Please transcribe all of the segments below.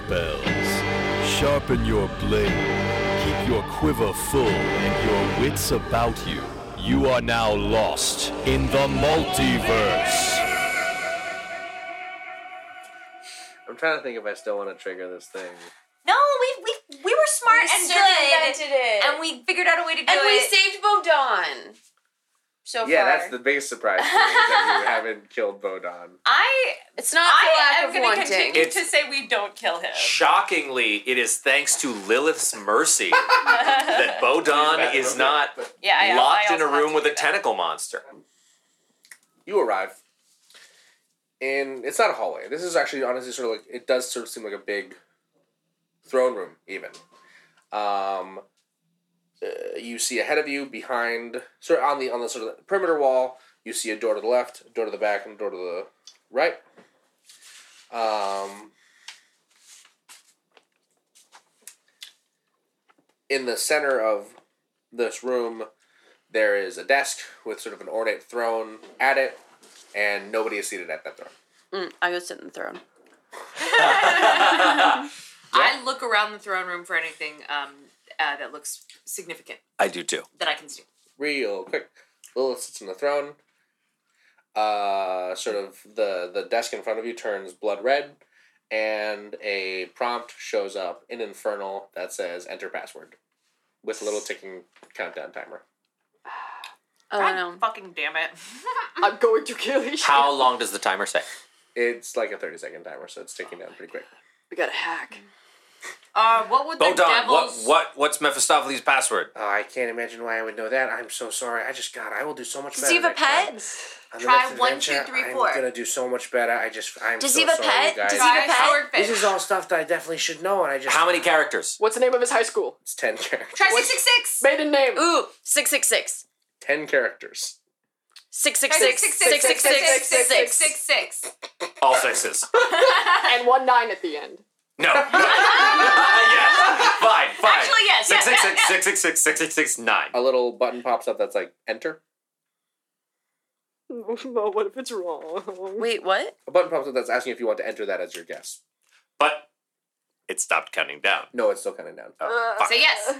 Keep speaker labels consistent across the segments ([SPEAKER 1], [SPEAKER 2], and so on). [SPEAKER 1] spells. Sharpen your blade. Keep your quiver full and your wits about you. You are now lost in the multiverse.
[SPEAKER 2] I'm trying to think if I still want to trigger this thing.
[SPEAKER 3] No, we we we were smart
[SPEAKER 4] We
[SPEAKER 3] and good,
[SPEAKER 4] circumvented it.
[SPEAKER 3] and we figured out a way to do
[SPEAKER 4] And we
[SPEAKER 3] it.
[SPEAKER 4] saved Bodon. So
[SPEAKER 2] yeah,
[SPEAKER 4] far.
[SPEAKER 2] that's the biggest surprise to me is that you haven't killed Bodon.
[SPEAKER 3] I
[SPEAKER 4] It's not for
[SPEAKER 3] I
[SPEAKER 4] lack
[SPEAKER 3] am
[SPEAKER 4] of
[SPEAKER 3] going to
[SPEAKER 4] wanting.
[SPEAKER 3] continue
[SPEAKER 5] It's-
[SPEAKER 3] to say we don't kill him.
[SPEAKER 5] Shockingly, it is thanks to Lilith's mercy that Bodon is not
[SPEAKER 3] yeah, I- I
[SPEAKER 5] locked in a
[SPEAKER 3] also have
[SPEAKER 5] room
[SPEAKER 3] to
[SPEAKER 5] with
[SPEAKER 3] do
[SPEAKER 5] a
[SPEAKER 3] that.
[SPEAKER 5] tentacle monster.
[SPEAKER 2] You arrive, and it's not a hallway. This is actually honestly sort of like it does sort of seem like a big throne room, even. Um, uh, you see ahead of you, behind, sort of on the on the sort of perimeter wall. You see a door to the left, a door to the back, and a door to the right. Um, in the center of this room, there is a desk with sort of an ornate throne at it, and nobody is seated at that throne.
[SPEAKER 4] Mm, I go sit in the throne. I look around the throne room for anything um, uh, that looks significant
[SPEAKER 5] I do too.
[SPEAKER 4] that I can see.
[SPEAKER 2] Real quick, Lilith sits on the throne. Uh, sort of the the desk in front of you turns blood red, and a prompt shows up in Infernal that says "Enter password," with a little ticking countdown timer.
[SPEAKER 4] Oh
[SPEAKER 3] God
[SPEAKER 4] no!
[SPEAKER 3] fucking damn it.
[SPEAKER 4] I'm going to kill you.
[SPEAKER 5] How long does the timer say?
[SPEAKER 2] It's like a thirty second timer, so it's ticking down pretty quick.
[SPEAKER 4] We got a hack.
[SPEAKER 3] Uh, what would the
[SPEAKER 5] Bodon, what
[SPEAKER 3] devils?
[SPEAKER 5] what what's Mephistopheles' password?
[SPEAKER 2] Oh, I can't imagine why I would know that. I'm so sorry. I just God, I will do so much
[SPEAKER 3] Does he have a
[SPEAKER 2] next time.
[SPEAKER 3] pet?
[SPEAKER 2] On
[SPEAKER 3] Try
[SPEAKER 2] next
[SPEAKER 3] one, two,
[SPEAKER 2] adventure,
[SPEAKER 3] three, four.
[SPEAKER 2] I'm gonna do so much better. I just I'm
[SPEAKER 3] Does
[SPEAKER 2] so
[SPEAKER 3] he have a
[SPEAKER 2] sorry,
[SPEAKER 3] pet?
[SPEAKER 2] you guys.
[SPEAKER 3] Does he
[SPEAKER 4] Try
[SPEAKER 3] have a pet?
[SPEAKER 4] swordfish.
[SPEAKER 2] This is all stuff that I definitely should know, and I just
[SPEAKER 5] How many characters?
[SPEAKER 6] What's the name of his high school?
[SPEAKER 2] It's ten characters.
[SPEAKER 3] Try six six six.
[SPEAKER 6] Maiden name.
[SPEAKER 4] Ooh, six six six.
[SPEAKER 2] Ten characters.
[SPEAKER 4] Six six six six six six six six six six.
[SPEAKER 5] All sixes.
[SPEAKER 6] And one nine at the end.
[SPEAKER 5] No. yes. Fine. Fine.
[SPEAKER 3] Actually, yes, yes,
[SPEAKER 5] Six six six six six six six six six nine.
[SPEAKER 2] A little button pops up that's like enter.
[SPEAKER 6] well, what if it's wrong?
[SPEAKER 4] Wait, what?
[SPEAKER 2] A button pops up that's asking if you want to enter that as your guess.
[SPEAKER 5] But it stopped counting down.
[SPEAKER 2] No, it's still counting down.
[SPEAKER 5] Oh, fuck.
[SPEAKER 3] Say yes.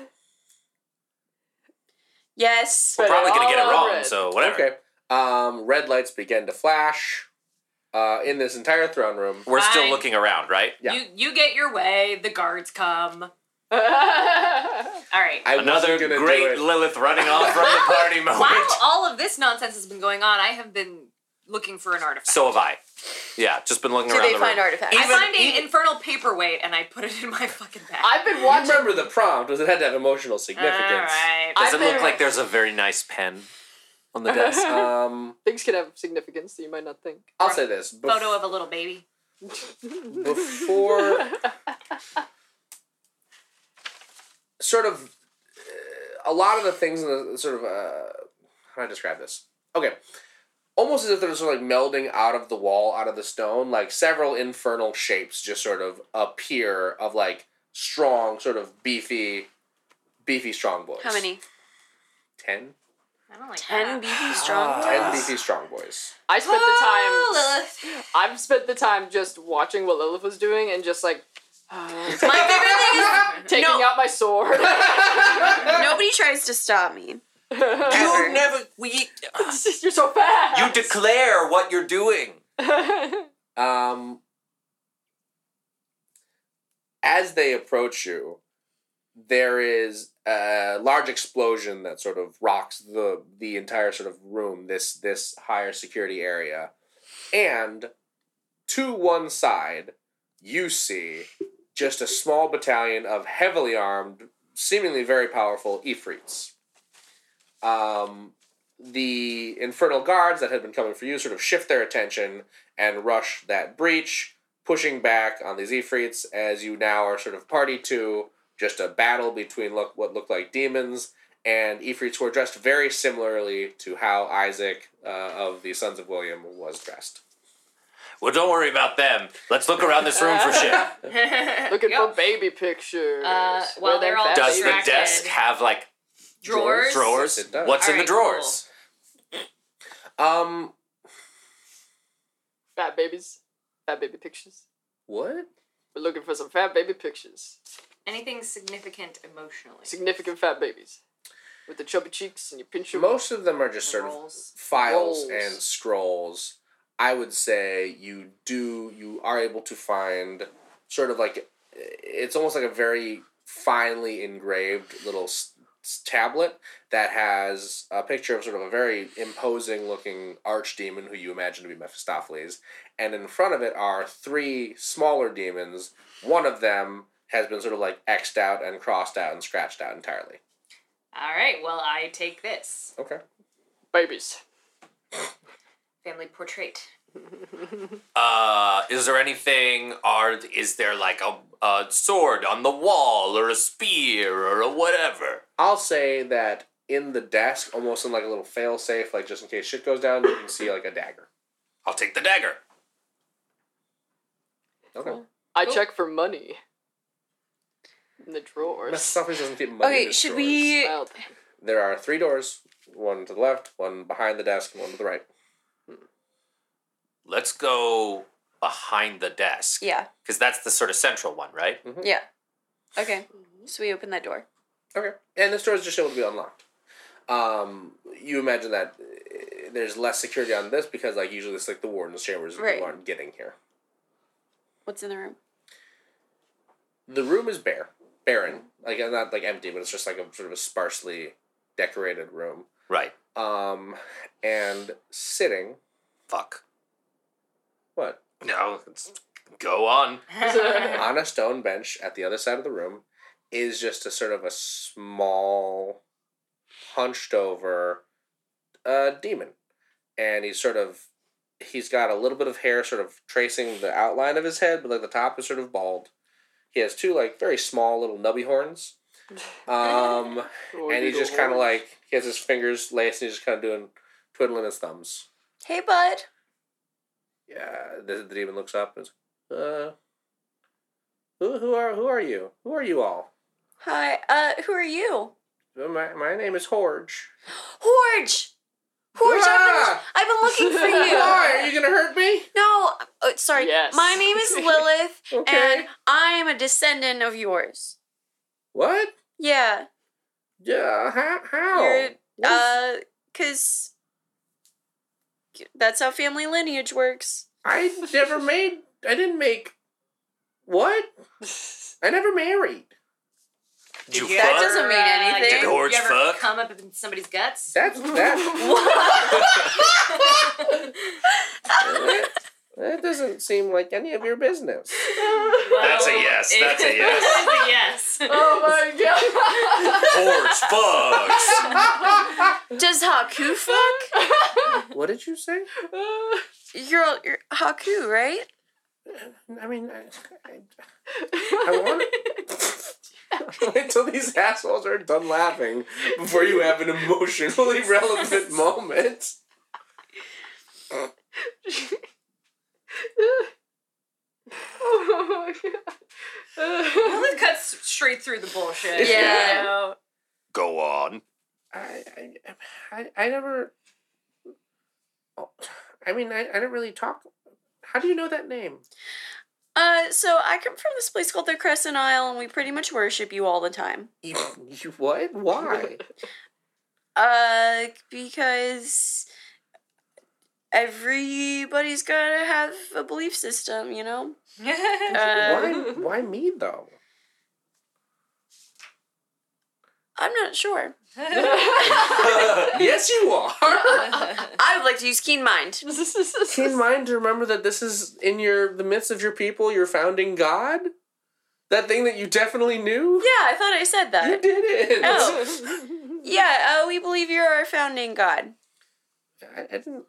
[SPEAKER 4] Yes.
[SPEAKER 5] We're probably gonna
[SPEAKER 6] All
[SPEAKER 5] get it wrong.
[SPEAKER 6] red.
[SPEAKER 5] So whatever.
[SPEAKER 2] Okay. Um, red lights begin to flash. Uh, in this entire throne room.
[SPEAKER 5] We're still
[SPEAKER 3] Fine.
[SPEAKER 5] looking around, right?
[SPEAKER 2] Yeah.
[SPEAKER 3] You you get your way. The guards come. All right.
[SPEAKER 2] I
[SPEAKER 5] Another
[SPEAKER 2] wasn't gonna do
[SPEAKER 5] great
[SPEAKER 2] it.
[SPEAKER 5] Lilith running off from the party moment.
[SPEAKER 3] While all of this nonsense has been going on, I have been looking for an artifact.
[SPEAKER 5] So have I. Yeah, just been looking
[SPEAKER 4] Do
[SPEAKER 5] around
[SPEAKER 4] they
[SPEAKER 5] the
[SPEAKER 4] find
[SPEAKER 5] room.
[SPEAKER 4] artifacts?
[SPEAKER 3] I
[SPEAKER 5] Even-
[SPEAKER 3] find an infernal paperweight and I put it in my fucking bag.
[SPEAKER 6] I've been
[SPEAKER 2] You
[SPEAKER 6] watching.
[SPEAKER 2] remember the prompt was it had to have emotional
[SPEAKER 3] All
[SPEAKER 2] significance.
[SPEAKER 3] right.
[SPEAKER 6] I-
[SPEAKER 5] Does it look
[SPEAKER 6] I've-
[SPEAKER 5] like there's a very nice pen on
[SPEAKER 4] Uh-huh.
[SPEAKER 5] the desk?
[SPEAKER 2] Um,
[SPEAKER 6] Things can have significance that you might not think.
[SPEAKER 2] I'll say this. Bef-
[SPEAKER 3] Photo of a little baby.
[SPEAKER 2] before sort of uh, a lot of the things in the sort of uh, how do I describe this? Okay, almost as if they're sort of like melding out of the wall, out of the stone. Like several infernal shapes just sort of appear of like strong, sort of beefy, beefy strong boys.
[SPEAKER 4] How many?
[SPEAKER 2] Ten.
[SPEAKER 3] I don't like
[SPEAKER 4] Ten
[SPEAKER 3] that.
[SPEAKER 4] BB strong.
[SPEAKER 2] Ten beefy strong boys.
[SPEAKER 6] I spent the time.
[SPEAKER 4] Lilith.
[SPEAKER 6] I've spent the time just watching what Lilith was doing and just like
[SPEAKER 4] My favorite thing is
[SPEAKER 6] taking
[SPEAKER 4] No.
[SPEAKER 6] out my sword.
[SPEAKER 4] Nobody tries to stop me.
[SPEAKER 5] You never. We.
[SPEAKER 6] You're so fast.
[SPEAKER 5] You declare what you're doing.
[SPEAKER 2] Um, as they approach you, there is a large explosion that sort of rocks the the entire sort of room, this this higher security area, and to one side, you see just a small battalion of heavily armed, seemingly very powerful Ifrits. Um, the infernal guards that had been coming for you sort of shift their attention and rush that breach, pushing back on these Ifrits as you now are sort of party to just a battle between look, what looked like demons and Ifrits who are dressed very similarly to how Isaac uh, of the Sons of William was dressed.
[SPEAKER 5] Well, don't worry about them. Let's look around this room for shit.
[SPEAKER 6] Looking
[SPEAKER 3] Yep.
[SPEAKER 6] for baby pictures.
[SPEAKER 3] Uh, well,
[SPEAKER 6] Where
[SPEAKER 3] they're all
[SPEAKER 6] fat
[SPEAKER 5] Does
[SPEAKER 6] babies.
[SPEAKER 5] the
[SPEAKER 3] Distracted.
[SPEAKER 5] desk have like
[SPEAKER 3] Drawers.
[SPEAKER 5] drawers?
[SPEAKER 2] It does.
[SPEAKER 5] What's in the
[SPEAKER 3] Alright,
[SPEAKER 5] drawers?
[SPEAKER 2] Um,
[SPEAKER 6] fat babies? Fat baby pictures.
[SPEAKER 2] what?
[SPEAKER 6] We're looking for some fat baby pictures.
[SPEAKER 4] Anything significant emotionally.
[SPEAKER 6] Significant fat babies. With the chubby cheeks and you pinch your
[SPEAKER 2] Most of them are just sort of
[SPEAKER 4] Rolls.
[SPEAKER 2] files
[SPEAKER 6] Rolls.
[SPEAKER 2] and scrolls. I would say you do you are able to find sort of like it's almost like a very finely engraved little s- s- tablet that has a picture of sort of a very imposing looking archdemon who you imagine to be Mephistopheles and in front of it are three smaller demons one of them has been sort of like xed out and crossed out and scratched out entirely
[SPEAKER 4] All right, well, I take this.
[SPEAKER 2] okay
[SPEAKER 6] babies.
[SPEAKER 4] Family portrait.
[SPEAKER 5] Uh, is there anything? Are is there like a, a sword on the wall or a spear or a whatever?
[SPEAKER 2] I'll say that in the desk, almost in like a little fail safe, like just in case shit goes down, you can see like a dagger.
[SPEAKER 5] I'll take the dagger.
[SPEAKER 2] Okay.
[SPEAKER 6] I check for money. In the drawers.
[SPEAKER 2] Mephistopheles doesn't get money. in his drawers.
[SPEAKER 6] Well,
[SPEAKER 2] There are three doors one to the left, one behind the desk, and one to the right.
[SPEAKER 5] Let's go behind the desk.
[SPEAKER 7] Yeah. Mm-hmm.
[SPEAKER 5] Because that's the sort of central one, right?
[SPEAKER 7] Yeah. Okay.
[SPEAKER 4] Mm-hmm.
[SPEAKER 7] So we open that door.
[SPEAKER 2] Okay. And this door is just able to be unlocked. Um, you imagine that uh, there's less security on this because like usually it's like the warden's chambers and
[SPEAKER 7] Right.
[SPEAKER 2] people aren't getting here.
[SPEAKER 7] What's in the room?
[SPEAKER 2] The room is bare, barren, like uh, not like empty, but it's just like a sort of a sparsely decorated room.
[SPEAKER 5] Right.
[SPEAKER 2] Um, and sitting,
[SPEAKER 5] Fuck.
[SPEAKER 2] what
[SPEAKER 5] No. Let's go on.
[SPEAKER 2] on a stone bench at the other side of the room is just a sort of a small, hunched over uh, demon. And he's sort of, he's got a little bit of hair sort of tracing the outline of his head, but like the top is sort of bald. He has two like very small little nubby horns. Um, and he's just kind of like, he has his fingers laced and he's just kind of doing, twiddling his thumbs.
[SPEAKER 7] Hey, bud.
[SPEAKER 2] Yeah, the, the demon looks up and is, uh, who, who are who are you? Who are you all?
[SPEAKER 7] Hi. Uh, who are you?
[SPEAKER 2] Uh, My, my name is Horge.
[SPEAKER 7] Horge. Horge,
[SPEAKER 2] Ah!
[SPEAKER 7] I've, been, I've been looking for
[SPEAKER 2] Why
[SPEAKER 7] you.
[SPEAKER 2] are you gonna hurt me?
[SPEAKER 7] No, uh, sorry.
[SPEAKER 6] Yes.
[SPEAKER 7] My name is Lilith,
[SPEAKER 2] Okay.
[SPEAKER 7] and I am a descendant of yours.
[SPEAKER 2] What?
[SPEAKER 7] Yeah.
[SPEAKER 2] Yeah. How? how?
[SPEAKER 7] You're, uh, cause that's how family lineage works.
[SPEAKER 2] I never made. I didn't make. What? I never married.
[SPEAKER 5] Did you
[SPEAKER 7] That
[SPEAKER 5] fuck?
[SPEAKER 7] doesn't mean
[SPEAKER 5] Did
[SPEAKER 7] anything.
[SPEAKER 5] Horge
[SPEAKER 4] you ever
[SPEAKER 5] fuck?
[SPEAKER 4] come up in somebody's guts?
[SPEAKER 2] That's that. that doesn't seem like any of your business.
[SPEAKER 5] That's a yes. That's a yes.
[SPEAKER 4] yes.
[SPEAKER 6] Oh my god.
[SPEAKER 5] Horse fucks.
[SPEAKER 7] Does Haku fuck?
[SPEAKER 2] What did you say?
[SPEAKER 7] You're, all- you're Haku, right?
[SPEAKER 2] I mean, I, I, I want. Wait till these assholes are done laughing before you have an emotionally relevant moment.
[SPEAKER 6] oh my god.
[SPEAKER 4] Lilith cuts straight through the bullshit.
[SPEAKER 7] Yeah.
[SPEAKER 4] You know?
[SPEAKER 5] Go on.
[SPEAKER 2] I, I, I, I never. oh, I mean, I, I didn't really talk. How do you know that name?
[SPEAKER 7] Uh, so I come from this place called the Crescent Isle, and we pretty much worship you all the time.
[SPEAKER 2] You, you what? Why?
[SPEAKER 7] Uh, because everybody's gotta have a belief system, you know.
[SPEAKER 2] why?
[SPEAKER 7] Uh,
[SPEAKER 2] Why me though?
[SPEAKER 7] I'm not sure.
[SPEAKER 2] yes, you are.
[SPEAKER 7] I would like to use keen mind.
[SPEAKER 2] Keep in mind to remember that this is in your the midst of your people, your founding god. That thing that you definitely knew.
[SPEAKER 7] Yeah, I thought I said
[SPEAKER 2] You
[SPEAKER 7] that.
[SPEAKER 2] did it.
[SPEAKER 7] Oh. yeah, uh, we believe you're our founding god.
[SPEAKER 2] I, I didn't.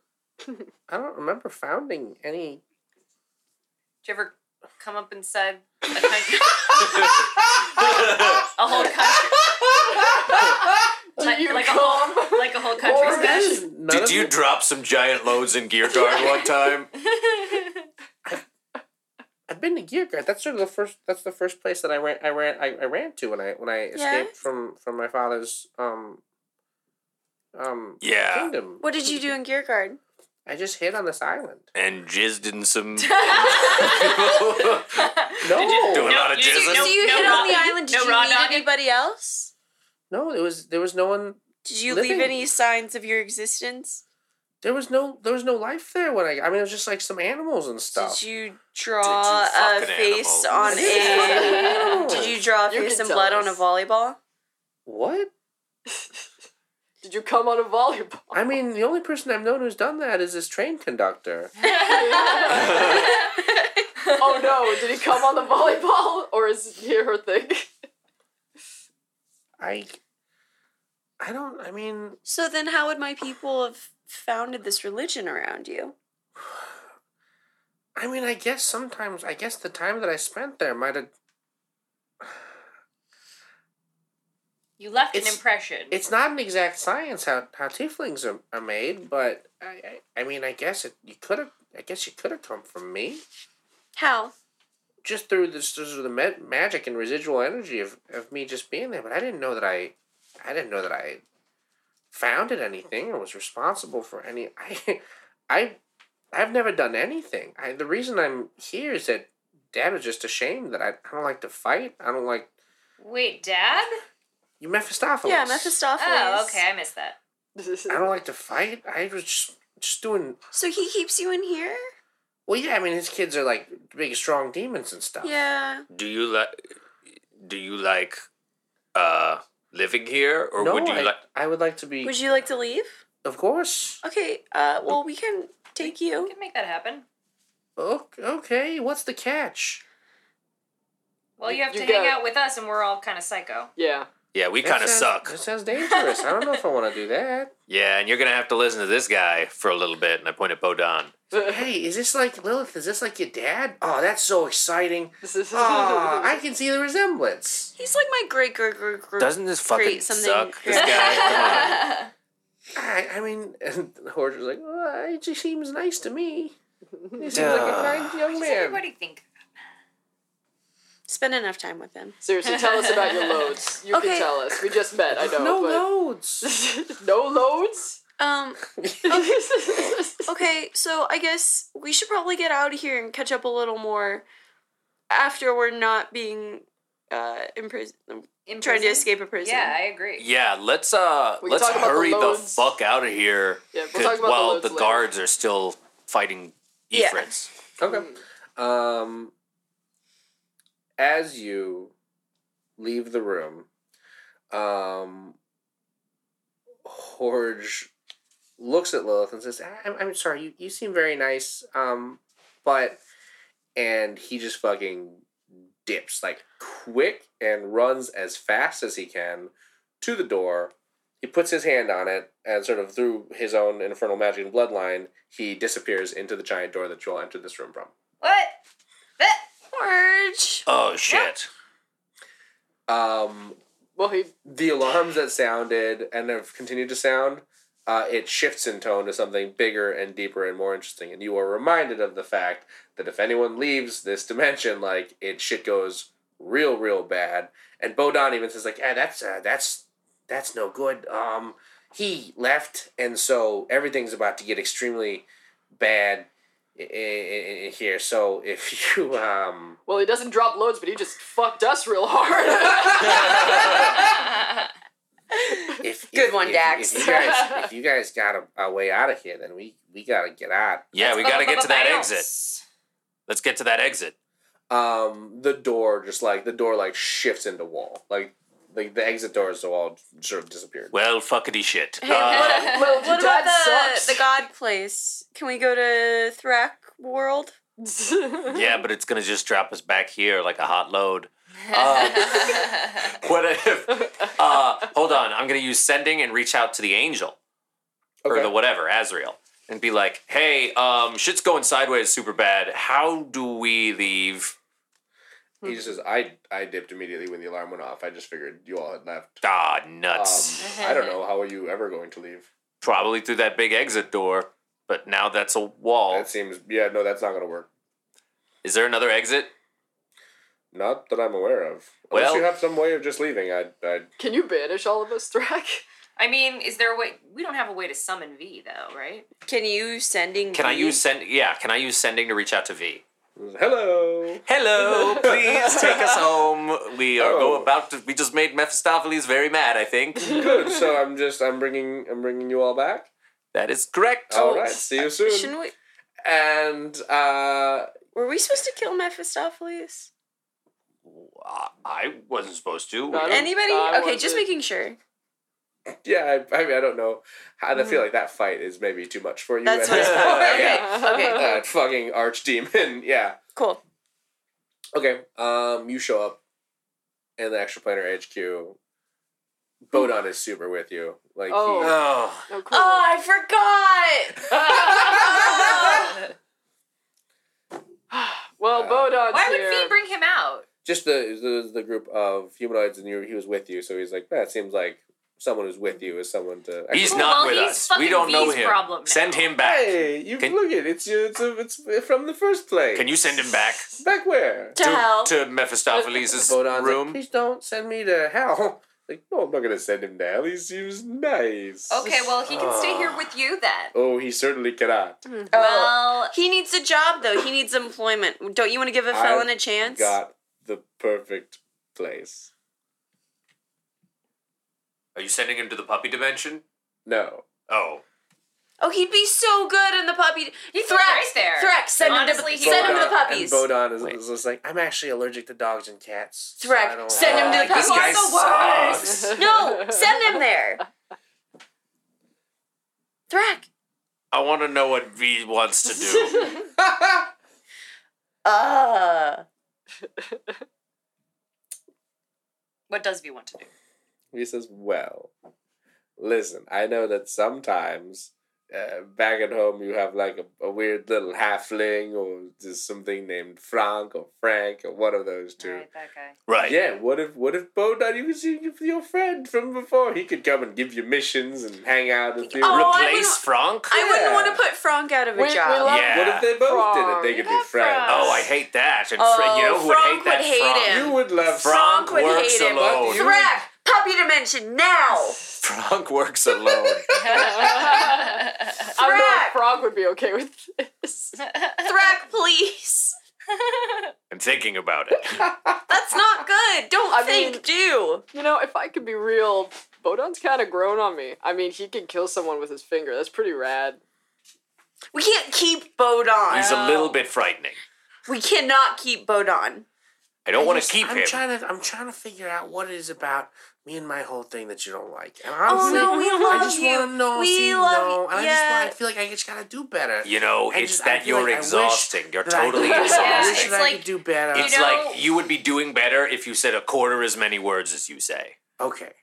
[SPEAKER 2] I don't remember founding any.
[SPEAKER 4] Did you ever come up inside a country? a whole country? like, like a whole like a whole country's guts?
[SPEAKER 2] None
[SPEAKER 5] Did
[SPEAKER 2] of
[SPEAKER 5] you
[SPEAKER 2] it-
[SPEAKER 5] drop some giant loads in Geardard one time?
[SPEAKER 2] I've been to Geargrad. That's sort of the first. That's the first place that I ran. I ran. I, I ran to when I when I escaped
[SPEAKER 7] Yes.
[SPEAKER 2] from from my father's um um
[SPEAKER 5] Yeah.
[SPEAKER 2] kingdom.
[SPEAKER 7] What did you do in Gearguard?
[SPEAKER 2] I just hid on this island.
[SPEAKER 5] and jizzed in some.
[SPEAKER 2] No,
[SPEAKER 5] doing a lot of
[SPEAKER 3] you do-
[SPEAKER 5] jizzing.
[SPEAKER 7] so you
[SPEAKER 3] no
[SPEAKER 7] hid on
[SPEAKER 3] raw-
[SPEAKER 7] the island. Did
[SPEAKER 3] no
[SPEAKER 7] you
[SPEAKER 3] raw
[SPEAKER 7] meet
[SPEAKER 3] dogging?
[SPEAKER 7] anybody else?
[SPEAKER 2] no, it was there was no one.
[SPEAKER 7] Did you
[SPEAKER 2] Living-
[SPEAKER 7] leave any signs of your existence?
[SPEAKER 2] There was no there was no life there when I. I mean, it was just like some animals and stuff.
[SPEAKER 7] Did you draw a
[SPEAKER 5] fucking
[SPEAKER 7] face on
[SPEAKER 5] animals?
[SPEAKER 7] a?
[SPEAKER 2] No.
[SPEAKER 7] did you draw a
[SPEAKER 6] You
[SPEAKER 7] face
[SPEAKER 6] can
[SPEAKER 7] and
[SPEAKER 6] tell
[SPEAKER 7] blood
[SPEAKER 6] us.
[SPEAKER 7] on a volleyball?
[SPEAKER 2] What?
[SPEAKER 6] Did you come on a volleyball?
[SPEAKER 2] I mean, the only person I've known who's done that is this train conductor.
[SPEAKER 6] oh no, did he come on the volleyball or is it her thing?
[SPEAKER 2] I. I don't. I mean,
[SPEAKER 7] So then, how would my people have founded this religion around you?
[SPEAKER 2] I mean, I guess sometimes, I guess the time that I spent there might have.
[SPEAKER 4] You left
[SPEAKER 2] It's-
[SPEAKER 4] an impression.
[SPEAKER 2] It's not an exact science how how tieflings are, are made, but I, I I mean, I guess it you could have. I guess you could have come from me
[SPEAKER 7] How?
[SPEAKER 2] just through this through the ma- magic and residual energy of of me just being there. But I didn't know that I, I didn't know that I, founded anything or was responsible for any. I, I, I've never done anything. I the reason I'm here is that Dad was just ashamed that I, I don't like to fight. I don't like
[SPEAKER 4] Wait, Dad?
[SPEAKER 2] You Mephistopheles.
[SPEAKER 7] Yeah, Mephistopheles.
[SPEAKER 4] Oh, okay, I missed that.
[SPEAKER 2] I don't like to fight. I was just, just doing.
[SPEAKER 7] So he keeps you in here?
[SPEAKER 2] Well, yeah, I mean, his kids are like big, strong demons and stuff.
[SPEAKER 7] Yeah.
[SPEAKER 5] Do you like? Do you like uh, living here, or
[SPEAKER 2] no,
[SPEAKER 5] would you
[SPEAKER 2] I,
[SPEAKER 5] like?
[SPEAKER 2] I would like to be.
[SPEAKER 7] Would you like to leave?
[SPEAKER 2] Of course.
[SPEAKER 7] Okay. Uh. Well, we can take
[SPEAKER 4] We
[SPEAKER 7] you.
[SPEAKER 4] can make that happen.
[SPEAKER 2] O- Okay, what's the catch?
[SPEAKER 4] Well, you have
[SPEAKER 6] You
[SPEAKER 4] to hang
[SPEAKER 6] go.
[SPEAKER 4] out with us, and we're all kind of psycho.
[SPEAKER 6] Yeah.
[SPEAKER 5] Yeah, we
[SPEAKER 2] That
[SPEAKER 5] kind of
[SPEAKER 2] sounds-
[SPEAKER 5] suck.
[SPEAKER 2] That sounds dangerous. I don't know if I want to do that.
[SPEAKER 5] Yeah, and you're gonna have to listen to this guy for a little bit. And I point at Bodon.
[SPEAKER 2] Hey, is this like Lilith? Is this like your dad? Oh, that's so exciting. Oh, I
[SPEAKER 6] I
[SPEAKER 2] can see the resemblance.
[SPEAKER 7] He's like my great great great great.
[SPEAKER 5] Doesn't this fucking
[SPEAKER 7] Create something
[SPEAKER 5] suck? This
[SPEAKER 7] creative.
[SPEAKER 5] guy, come on.
[SPEAKER 2] I, I mean, and Horge was like, well, he just seems nice to me. He seems like
[SPEAKER 5] Duh.
[SPEAKER 2] a kind young
[SPEAKER 4] Does
[SPEAKER 2] man.
[SPEAKER 4] everybody think?
[SPEAKER 7] Spend enough time with him.
[SPEAKER 6] Seriously, tell us about your loads. You
[SPEAKER 7] Okay.
[SPEAKER 6] can tell us. We just met, I know.
[SPEAKER 2] No
[SPEAKER 6] but...
[SPEAKER 2] loads.
[SPEAKER 6] no loads?
[SPEAKER 7] Um. Okay. So I guess we should probably get out of here and catch up a little more after we're not being uh imprisoned,
[SPEAKER 4] In
[SPEAKER 7] trying to
[SPEAKER 4] prison?
[SPEAKER 7] escape a prison.
[SPEAKER 4] Yeah, I agree.
[SPEAKER 5] Yeah, let's uh,
[SPEAKER 6] We can
[SPEAKER 5] let's
[SPEAKER 6] talk about the
[SPEAKER 5] hurry the,
[SPEAKER 6] loads.
[SPEAKER 5] fuck out of here.
[SPEAKER 6] Yeah, we'll
[SPEAKER 5] 'cause-
[SPEAKER 6] talk about the
[SPEAKER 5] while
[SPEAKER 6] loads
[SPEAKER 5] the
[SPEAKER 6] later.
[SPEAKER 5] guards are still fighting
[SPEAKER 7] Yeah.
[SPEAKER 5] Ifrits.
[SPEAKER 2] Okay.
[SPEAKER 6] Hmm.
[SPEAKER 2] Um, as you leave the room, um, Horge looks at Lilith and says, "I- I'm, I'm sorry, you, you seem very nice, um, but. And he just fucking dips, like, quick and runs as fast as he can to the door. He puts his hand on it, and sort of through his own infernal magic and bloodline, he disappears into the giant door that you'll enter this room from.
[SPEAKER 4] What? That-
[SPEAKER 7] Forge.
[SPEAKER 5] Oh shit!
[SPEAKER 2] um,
[SPEAKER 6] Well, he.
[SPEAKER 2] the alarms that sounded and have continued to sound, uh, it shifts in tone to something bigger and deeper and more interesting. And you are reminded of the fact that if anyone leaves this dimension, like it shit goes real, real bad. And Bodon even says like, "Ah, that's uh, that's that's no good." Um, he left, and so everything's about to get extremely bad i- i- i- here. So if you um.
[SPEAKER 6] Well, he doesn't drop loads, but he just fucked us real hard.
[SPEAKER 2] if
[SPEAKER 7] Good
[SPEAKER 2] if-
[SPEAKER 7] one,
[SPEAKER 2] if-
[SPEAKER 7] Dax.
[SPEAKER 2] If you guys, if you guys got a, a way out of here, then we we gotta get out.
[SPEAKER 5] Yeah, we gotta get to that
[SPEAKER 4] Bounce.
[SPEAKER 5] exit. Let's get to that exit.
[SPEAKER 2] Um, the door just like the door like shifts into wall, like like the exit door is the wall sort of disappeared.
[SPEAKER 5] Well, fuckity shit.
[SPEAKER 7] Hey,
[SPEAKER 5] Uh,
[SPEAKER 7] what,
[SPEAKER 6] Lil,
[SPEAKER 7] what
[SPEAKER 6] dad
[SPEAKER 7] about the,
[SPEAKER 6] sucks.
[SPEAKER 7] the god place? Can we go to Thrak World?
[SPEAKER 5] yeah, but it's gonna just drop us back here like a hot load. Uh, what if? Uh, hold on, I'm gonna use sending and reach out to the angel or the whatever Azrael and be like, "Hey, um, shit's going sideways, super bad. How do we leave?"
[SPEAKER 2] he just says, "I I dipped immediately when the alarm went off. I just figured you all had left."
[SPEAKER 5] Ah,
[SPEAKER 2] Um,
[SPEAKER 5] nuts.
[SPEAKER 2] I don't know. How are you ever going to leave?
[SPEAKER 5] Probably through that big exit door, but now that's a wall.
[SPEAKER 2] That seems yeah. No, that's not gonna work.
[SPEAKER 5] Is there another exit?
[SPEAKER 2] Not that I'm aware of. Unless
[SPEAKER 5] Well-
[SPEAKER 2] you have some way of just leaving, I I
[SPEAKER 6] Can you banish all of us, Thrak?
[SPEAKER 4] I mean, is there a way? We don't have a way to summon V though, right?
[SPEAKER 7] Can you sending?
[SPEAKER 5] Can I
[SPEAKER 7] me-
[SPEAKER 5] use send? Yeah, can I use sending to reach out to V?
[SPEAKER 2] Hello.
[SPEAKER 5] Hello, please take us home. We are
[SPEAKER 2] Oh.
[SPEAKER 5] go about to. We just made Mephistopheles very mad. I think
[SPEAKER 2] Good. So I'm just I'm bringing I'm bringing you all back.
[SPEAKER 5] that is correct.
[SPEAKER 2] All right. See you soon.
[SPEAKER 7] Shouldn't we?
[SPEAKER 2] And uh,
[SPEAKER 7] Were we supposed to kill Mephistopheles?
[SPEAKER 5] Uh, I wasn't supposed to.
[SPEAKER 6] No, I don't-
[SPEAKER 7] Anybody?
[SPEAKER 6] I
[SPEAKER 7] okay, just
[SPEAKER 6] wasn't.
[SPEAKER 7] making sure.
[SPEAKER 2] yeah, I, I mean I don't know. I feel like that fight is maybe too much for you.
[SPEAKER 7] Mm. That's
[SPEAKER 2] at
[SPEAKER 7] what
[SPEAKER 2] this
[SPEAKER 7] it's
[SPEAKER 2] point.
[SPEAKER 7] for.
[SPEAKER 2] Yeah.
[SPEAKER 7] Okay. Okay.
[SPEAKER 2] That fucking archdemon. Yeah.
[SPEAKER 7] Cool.
[SPEAKER 2] Okay. Um, you show up, and the extra planar HQ. Bodon is super with you. Like
[SPEAKER 6] Oh.
[SPEAKER 2] he,
[SPEAKER 5] Oh,
[SPEAKER 6] Oh, cool.
[SPEAKER 4] Oh, I forgot.
[SPEAKER 7] Oh.
[SPEAKER 6] well,
[SPEAKER 2] Uh,
[SPEAKER 6] Bodon's
[SPEAKER 4] Why
[SPEAKER 6] here.
[SPEAKER 4] would V bring him out?
[SPEAKER 2] just the, the the group of humanoids, and you, he was with you. So he's like, that seems like someone who's with you is someone to.
[SPEAKER 5] he's
[SPEAKER 4] Well, well,
[SPEAKER 5] not with
[SPEAKER 4] he's
[SPEAKER 5] us. We
[SPEAKER 4] fucking
[SPEAKER 5] don't know
[SPEAKER 4] V's
[SPEAKER 5] him.
[SPEAKER 4] problem now.
[SPEAKER 5] Send him back.
[SPEAKER 2] Hey, you
[SPEAKER 5] Can-
[SPEAKER 2] look at it's you. It's a, it's from the first place.
[SPEAKER 5] Can you send him back
[SPEAKER 2] back where?
[SPEAKER 7] To, hell.
[SPEAKER 5] to Mephistopheles'
[SPEAKER 2] Bodon's
[SPEAKER 5] room?
[SPEAKER 2] Like, Please don't send me to hell. Like, no, I'm not gonna send him down. He seems nice.
[SPEAKER 4] Okay, well he can stay
[SPEAKER 5] Uh.
[SPEAKER 4] here with you then.
[SPEAKER 2] Oh, he certainly cannot.
[SPEAKER 4] Well,
[SPEAKER 7] Oh, he needs a job though. He needs employment. Don't you want to give a
[SPEAKER 2] I've
[SPEAKER 7] felon a chance?
[SPEAKER 2] Got the perfect place.
[SPEAKER 5] Are you sending him to the puppy dimension?
[SPEAKER 2] No.
[SPEAKER 5] Oh,
[SPEAKER 7] Oh, he'd be so good in the puppy.
[SPEAKER 4] He'd
[SPEAKER 7] Threx,
[SPEAKER 4] be right there.
[SPEAKER 7] Threx, send
[SPEAKER 4] Honestly,
[SPEAKER 7] him
[SPEAKER 4] he
[SPEAKER 7] to the, send him to
[SPEAKER 2] Bodon-
[SPEAKER 7] the puppies.
[SPEAKER 2] And Bodon is,
[SPEAKER 5] Wait.
[SPEAKER 2] is just like, I'm actually allergic to dogs and cats. so I
[SPEAKER 7] Threx,
[SPEAKER 2] don't-
[SPEAKER 7] send him to the
[SPEAKER 5] Uh, this
[SPEAKER 7] puppies.
[SPEAKER 5] guy
[SPEAKER 4] worst.
[SPEAKER 5] sucks.
[SPEAKER 7] No, send him there. Threx.
[SPEAKER 5] I want to know what V wants to do.
[SPEAKER 7] Uh.
[SPEAKER 4] what does V want to do?
[SPEAKER 2] He says, Well, listen, I know that sometimes uh, back at home you have like a, a weird little halfling or just something named Frank or Frank or one of those two.
[SPEAKER 4] Right, that guy.
[SPEAKER 5] right.
[SPEAKER 2] Yeah, what if what if Bodon you was your, your friend from before? He could come and give you missions and hang out with you.
[SPEAKER 7] Oh, I
[SPEAKER 5] Replace
[SPEAKER 7] wouldn't-
[SPEAKER 5] Frank?
[SPEAKER 7] I wouldn't
[SPEAKER 2] Yeah.
[SPEAKER 7] want to put Frank out of a
[SPEAKER 6] We- we
[SPEAKER 7] job.
[SPEAKER 6] love-
[SPEAKER 5] Yeah.
[SPEAKER 2] What if they both did it? They
[SPEAKER 6] Frank.
[SPEAKER 2] could
[SPEAKER 4] You
[SPEAKER 2] be
[SPEAKER 4] got
[SPEAKER 2] friends.
[SPEAKER 4] Frank.
[SPEAKER 5] oh, I hate that. And
[SPEAKER 7] Oh,
[SPEAKER 5] Fra- you know who would hate
[SPEAKER 7] Frank
[SPEAKER 5] that?
[SPEAKER 7] would hate
[SPEAKER 5] Frank.
[SPEAKER 7] him.
[SPEAKER 2] You would love
[SPEAKER 5] Frank,
[SPEAKER 7] Frank would
[SPEAKER 5] works
[SPEAKER 7] hate him.
[SPEAKER 5] alone.
[SPEAKER 2] But you-
[SPEAKER 7] Threx, puppy dimension now.
[SPEAKER 5] Frank works alone.
[SPEAKER 6] I don't know
[SPEAKER 7] Threx.
[SPEAKER 6] if Frog would be okay with this.
[SPEAKER 7] Threx, please.
[SPEAKER 5] I'm thinking about it.
[SPEAKER 7] That's not good. Don't
[SPEAKER 6] I
[SPEAKER 7] think,
[SPEAKER 6] mean-
[SPEAKER 7] do.
[SPEAKER 6] You know, if I could be real, Bodon's kind of grown on me. I mean, he could kill someone with his finger. That's pretty rad.
[SPEAKER 7] We can't keep Bodon.
[SPEAKER 5] He's a little bit frightening.
[SPEAKER 7] We cannot keep Bodon.
[SPEAKER 5] I don't want to keep
[SPEAKER 2] I'm
[SPEAKER 5] him.
[SPEAKER 2] Trying to, I'm trying to figure out what it is about me and my whole thing that you don't like. And
[SPEAKER 7] Oh
[SPEAKER 2] honestly,
[SPEAKER 7] no, we love
[SPEAKER 2] I just
[SPEAKER 7] you.
[SPEAKER 2] want to know.
[SPEAKER 7] we
[SPEAKER 2] see,
[SPEAKER 7] love
[SPEAKER 2] no, and I just
[SPEAKER 7] yeah.
[SPEAKER 2] want. I feel like I just gotta do better.
[SPEAKER 5] You know,
[SPEAKER 2] I
[SPEAKER 5] it's
[SPEAKER 2] just- I
[SPEAKER 5] that
[SPEAKER 2] feel
[SPEAKER 5] you're
[SPEAKER 2] like I wish
[SPEAKER 5] exhausting. You're
[SPEAKER 2] That I-
[SPEAKER 5] totally
[SPEAKER 2] I wish
[SPEAKER 5] exhausting.
[SPEAKER 4] it's
[SPEAKER 2] that I
[SPEAKER 4] like-
[SPEAKER 2] could do better.
[SPEAKER 5] It's
[SPEAKER 4] You know-
[SPEAKER 5] like you would be doing better if you said a quarter as many words as you say.
[SPEAKER 2] okay.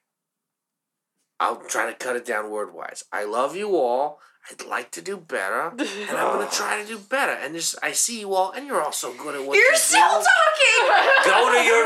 [SPEAKER 2] I'll try to cut it down word wise. I love you all. I'd like to do better, and I'm gonna try to do better. And just, I see you all, and you're all so good at what
[SPEAKER 7] You're
[SPEAKER 2] you
[SPEAKER 7] still
[SPEAKER 2] do.
[SPEAKER 7] talking.
[SPEAKER 5] Go to your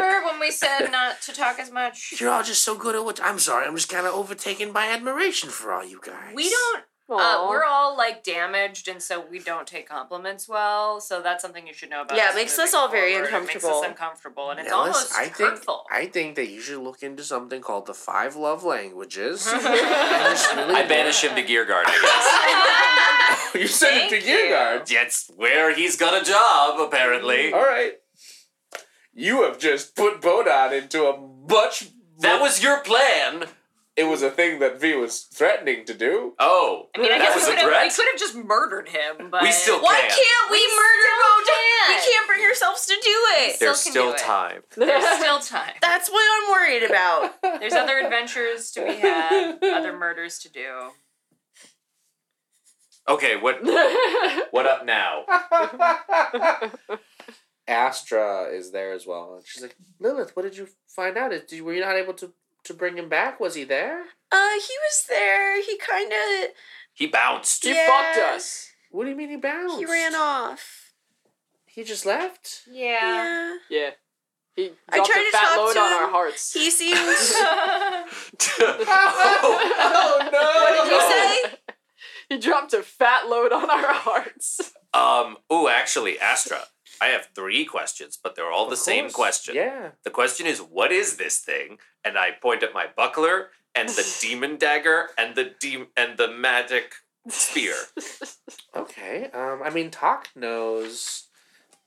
[SPEAKER 4] Remember when we said not to talk as much?
[SPEAKER 2] You're all just so good at what. I'm sorry. I'm just kind of overtaken by admiration for all you guys.
[SPEAKER 4] We don't. Uh,
[SPEAKER 6] Aw.
[SPEAKER 4] we're all like damaged, and so we don't take compliments well. So that's something you should know about.
[SPEAKER 7] Yeah, it
[SPEAKER 4] us
[SPEAKER 7] makes
[SPEAKER 4] moving
[SPEAKER 7] us all very
[SPEAKER 4] forward. It
[SPEAKER 7] uncomfortable.
[SPEAKER 4] makes us uncomfortable, and it's
[SPEAKER 2] Now, listen,
[SPEAKER 4] almost
[SPEAKER 2] I think
[SPEAKER 4] hurtful.
[SPEAKER 2] I think that you should look into something called the five love languages. And just really
[SPEAKER 5] I banish him to Gear Guard, I
[SPEAKER 2] you sent
[SPEAKER 4] Thank you.
[SPEAKER 5] guess. That's where he's got a job, apparently.
[SPEAKER 2] All right. You have just put Bodon into a much.
[SPEAKER 5] That was your plan.
[SPEAKER 2] It was a thing that V was threatening to do.
[SPEAKER 5] Oh,
[SPEAKER 4] I mean, I
[SPEAKER 5] that
[SPEAKER 4] guess
[SPEAKER 5] was
[SPEAKER 4] we
[SPEAKER 5] a
[SPEAKER 4] could have we
[SPEAKER 5] threat.
[SPEAKER 4] could have just murdered him, but
[SPEAKER 5] We still
[SPEAKER 7] Why
[SPEAKER 5] can.
[SPEAKER 7] can't we, murder Bodon? We
[SPEAKER 4] can't.
[SPEAKER 7] can't bring ourselves to do it.
[SPEAKER 4] There-
[SPEAKER 5] There's
[SPEAKER 4] still can do
[SPEAKER 5] still
[SPEAKER 4] it.
[SPEAKER 5] time.
[SPEAKER 4] There's still time.
[SPEAKER 7] That's what I'm worried about.
[SPEAKER 4] There's other adventures to be had, other murders to do.
[SPEAKER 5] Okay, what what up now?
[SPEAKER 2] Astra is there as well. And she's like, Lilith, what did you find out? Did you, were you not able to, to bring him back? Was he there?
[SPEAKER 7] Uh, he was there. He kind of
[SPEAKER 5] He bounced.
[SPEAKER 6] He
[SPEAKER 7] Yeah.
[SPEAKER 6] fucked us.
[SPEAKER 2] What do you mean he bounced?
[SPEAKER 7] he ran off.
[SPEAKER 2] He just left?
[SPEAKER 4] Yeah.
[SPEAKER 7] Yeah.
[SPEAKER 6] Yeah. He dropped
[SPEAKER 7] I tried
[SPEAKER 6] a
[SPEAKER 7] to
[SPEAKER 6] fat
[SPEAKER 7] talk
[SPEAKER 6] load
[SPEAKER 7] to
[SPEAKER 6] on
[SPEAKER 7] him.
[SPEAKER 6] our hearts.
[SPEAKER 7] He seems.
[SPEAKER 2] oh, no!
[SPEAKER 7] you
[SPEAKER 6] What
[SPEAKER 7] say?
[SPEAKER 6] He dropped a fat load on our hearts.
[SPEAKER 5] um. Oh, actually, Astra, I have three questions, but they're all the same question.
[SPEAKER 2] Yeah.
[SPEAKER 5] The question is, what is this thing? And I point at my buckler and the demon dagger and the de- and the magic spear.
[SPEAKER 2] Okay. Um, I mean, Talk knows.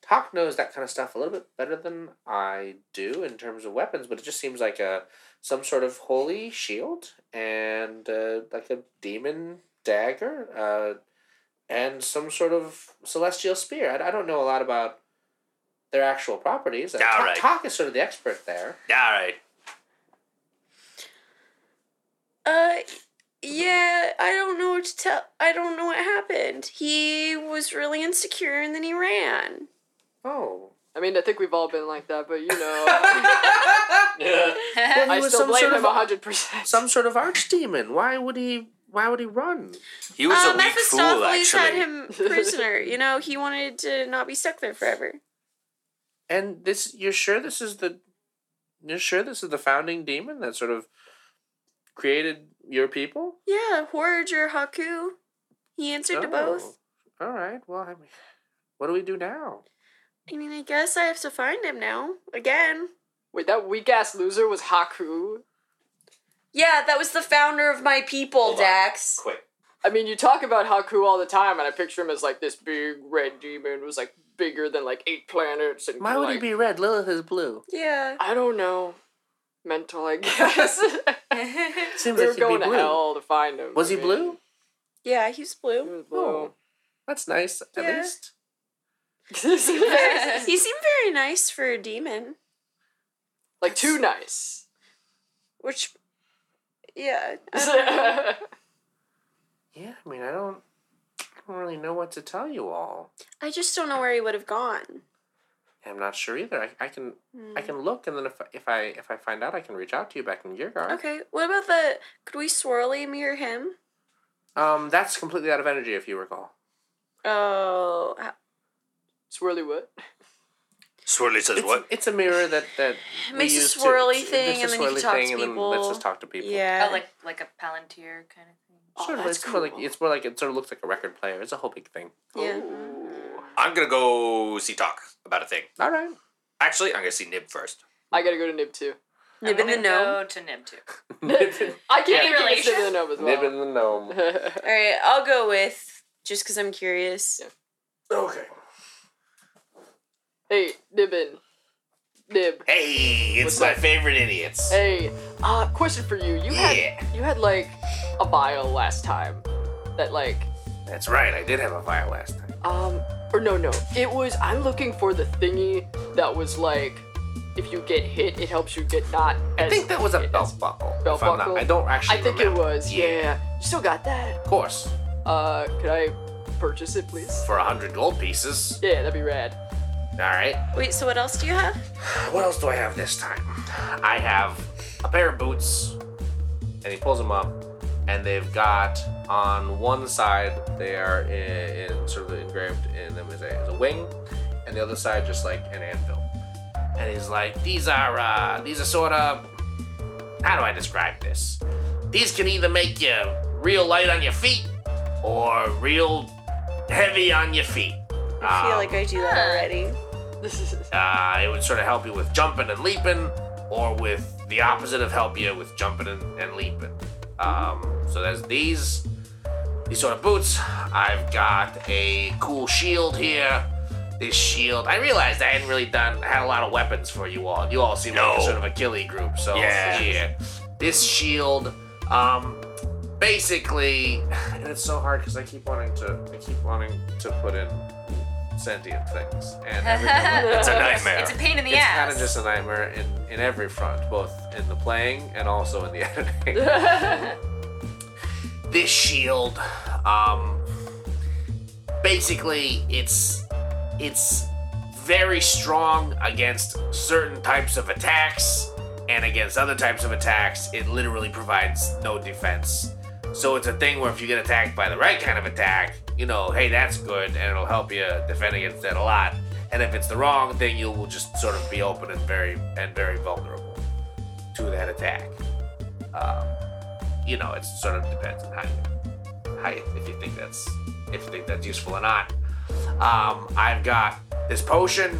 [SPEAKER 2] Talk knows that kind of stuff a little bit better than I do in terms of weapons, but it just seems like a some sort of holy shield and uh, like a demon dagger uh, and some sort of celestial spear. I, I don't know a lot about their actual properties. Uh,
[SPEAKER 5] All
[SPEAKER 2] Talk,
[SPEAKER 5] right.
[SPEAKER 2] Talk is sort of the expert there.
[SPEAKER 5] All right.
[SPEAKER 7] Uh, yeah, I don't know what to tell. I don't know what happened. He was really insecure and then he ran.
[SPEAKER 2] Oh.
[SPEAKER 6] I mean, I think we've all been like that, but you know,
[SPEAKER 2] Well, he
[SPEAKER 6] I
[SPEAKER 2] was
[SPEAKER 6] still
[SPEAKER 2] some
[SPEAKER 6] blame
[SPEAKER 2] sort
[SPEAKER 6] him
[SPEAKER 2] of-
[SPEAKER 6] hundred percent.
[SPEAKER 2] Some sort of archdemon. Why would he? Why would he run?
[SPEAKER 5] He was
[SPEAKER 7] uh,
[SPEAKER 5] a weak fool,
[SPEAKER 7] Mephistopheles
[SPEAKER 5] actually.
[SPEAKER 7] had him prisoner. you know, he wanted to not be stuck there forever.
[SPEAKER 2] And this, you're sure this is the, you're sure this is the founding demon that sort of created your people?
[SPEAKER 7] Yeah, Horridge or Haku. He answered to both.
[SPEAKER 2] Oh, All right. Well, I mean, what do we do now?
[SPEAKER 7] I mean, I guess I have to find him now. Again.
[SPEAKER 6] Wait, that weak ass loser was Haku.
[SPEAKER 7] Yeah, that was the founder of my people,
[SPEAKER 5] Hold on.
[SPEAKER 7] Dax.
[SPEAKER 5] Quick.
[SPEAKER 6] I mean, you talk about Haku all the time, and I picture him as like this big red demon who was like bigger than like eight planets. And
[SPEAKER 2] Why would he
[SPEAKER 6] like,
[SPEAKER 2] be red? Lilith is blue.
[SPEAKER 7] Yeah.
[SPEAKER 6] I don't know. Mental, I guess.
[SPEAKER 2] Seems
[SPEAKER 6] we
[SPEAKER 2] like
[SPEAKER 6] were
[SPEAKER 2] he'd be
[SPEAKER 6] going to
[SPEAKER 2] blue.
[SPEAKER 6] hell to find him.
[SPEAKER 2] Was
[SPEAKER 6] I
[SPEAKER 2] he
[SPEAKER 6] mean,
[SPEAKER 2] blue?
[SPEAKER 7] Yeah, he's
[SPEAKER 6] He
[SPEAKER 7] blue.
[SPEAKER 6] was blue.
[SPEAKER 2] That's nice. At
[SPEAKER 7] Yeah.
[SPEAKER 2] least.
[SPEAKER 6] Oh.
[SPEAKER 7] he seemed very nice for a demon.
[SPEAKER 6] like too nice.
[SPEAKER 7] Which, yeah.
[SPEAKER 2] Yeah. I mean, I don't, I don't really know what to tell you all.
[SPEAKER 7] I just don't know where he would have gone.
[SPEAKER 2] I'm not sure either. I, I can
[SPEAKER 6] Hmm.
[SPEAKER 2] I can look, and then if if I if I find out, I can reach out to you back in Geargar.
[SPEAKER 7] Okay, what about the. Could we swirly mirror him?
[SPEAKER 2] Um, that's completely out of energy, if you recall.
[SPEAKER 7] Oh. h-
[SPEAKER 6] Swirly what?
[SPEAKER 5] Swirly says
[SPEAKER 2] It's,
[SPEAKER 5] what?
[SPEAKER 2] it's a mirror that that we
[SPEAKER 7] makes a
[SPEAKER 2] use to-
[SPEAKER 7] swirly
[SPEAKER 2] to-
[SPEAKER 7] thing,
[SPEAKER 2] it's a
[SPEAKER 7] and then you can
[SPEAKER 2] swirly
[SPEAKER 7] talk
[SPEAKER 2] thing,
[SPEAKER 7] to
[SPEAKER 2] and then
[SPEAKER 7] people.
[SPEAKER 2] Let's just talk to people.
[SPEAKER 7] Yeah.
[SPEAKER 4] Oh, like like a palantir kind of thing.
[SPEAKER 2] Sort of,
[SPEAKER 6] that's
[SPEAKER 2] it's more like it's more like it sort of looks like a record player. It's a whole big thing.
[SPEAKER 7] yeah.
[SPEAKER 5] I'm gonna go see Talk about a thing.
[SPEAKER 2] All right.
[SPEAKER 5] Actually, I'm gonna see Nib first.
[SPEAKER 6] I gotta go to Nib too.
[SPEAKER 7] Nib in the
[SPEAKER 4] I'm gonna
[SPEAKER 7] gnome.
[SPEAKER 4] Go to Nib too.
[SPEAKER 6] I can't
[SPEAKER 4] Any
[SPEAKER 6] even relation? Nib
[SPEAKER 4] relation?
[SPEAKER 6] in the Nub as
[SPEAKER 2] Nib
[SPEAKER 6] well.
[SPEAKER 2] and the gnome.
[SPEAKER 7] All right, I'll go with just because I'm curious.
[SPEAKER 6] Yeah.
[SPEAKER 2] okay.
[SPEAKER 6] hey, Nibbin. Nib.
[SPEAKER 5] Hey, it's
[SPEAKER 6] What's
[SPEAKER 5] my
[SPEAKER 6] up?
[SPEAKER 5] favorite idiots.
[SPEAKER 6] Hey, uh, question for you. You
[SPEAKER 5] Yeah.
[SPEAKER 6] had you had like a bio last time that like
[SPEAKER 2] That's right. I did have a fire last time.
[SPEAKER 6] um or no no it was I'm looking for the thingy that was like if you get hit it helps you get not.
[SPEAKER 2] I think that was a belt buckle.
[SPEAKER 6] Belt
[SPEAKER 2] if I'm
[SPEAKER 6] buckle?
[SPEAKER 2] Not, I don't
[SPEAKER 6] I
[SPEAKER 2] actually.
[SPEAKER 6] think it
[SPEAKER 2] remember.
[SPEAKER 6] was. Yeah. You still got that?
[SPEAKER 2] Of course,
[SPEAKER 6] Uh, could I purchase it, please?
[SPEAKER 2] for a hundred gold pieces.
[SPEAKER 6] Yeah, that'd be rad.
[SPEAKER 2] All right.
[SPEAKER 7] Wait, so what else do you have?
[SPEAKER 2] What else do I have this time? I have a pair of boots, and he pulls them up, and they've got on one side they are in, in sort of engraved in them as a, as a wing, and the other side just like an anvil. And he's like, these are uh, these are sort of how do I describe this? These can either make you real light on your feet or real heavy on your feet.
[SPEAKER 7] I feel
[SPEAKER 2] Um,
[SPEAKER 7] like I do that already.
[SPEAKER 2] uh, it would sort of help you with jumping and leaping, or with the opposite of help you with jumping and, and leaping. Um, so there's these these sort of boots. I've got a cool shield here. This shield, I realized I hadn't really done. I had a lot of weapons for you all. You all seem like
[SPEAKER 5] No.
[SPEAKER 2] a sort of a killy group, so
[SPEAKER 5] Yeah.
[SPEAKER 2] This shield, um, basically, and it's so hard because I keep wanting to. I keep wanting to put in sentient things, and every time I
[SPEAKER 5] It's a nightmare.
[SPEAKER 4] It's a pain in the
[SPEAKER 2] it's kind
[SPEAKER 4] ass.
[SPEAKER 2] of just a nightmare in, in every front, both in the playing and also in the editing. this shield, um, basically, it's it's very strong against certain types of attacks and against other types of attacks. It literally provides no defense. So it's a thing where if you get attacked by the right kind of attack, you know, hey, that's good, and it'll help you defend against that a lot. And if it's the wrong thing, you will just sort of be open and very and very vulnerable to that attack. Um, you know, it sort of depends on how you, how you, if you think that's if you think that's useful or not. Um, I've got this potion.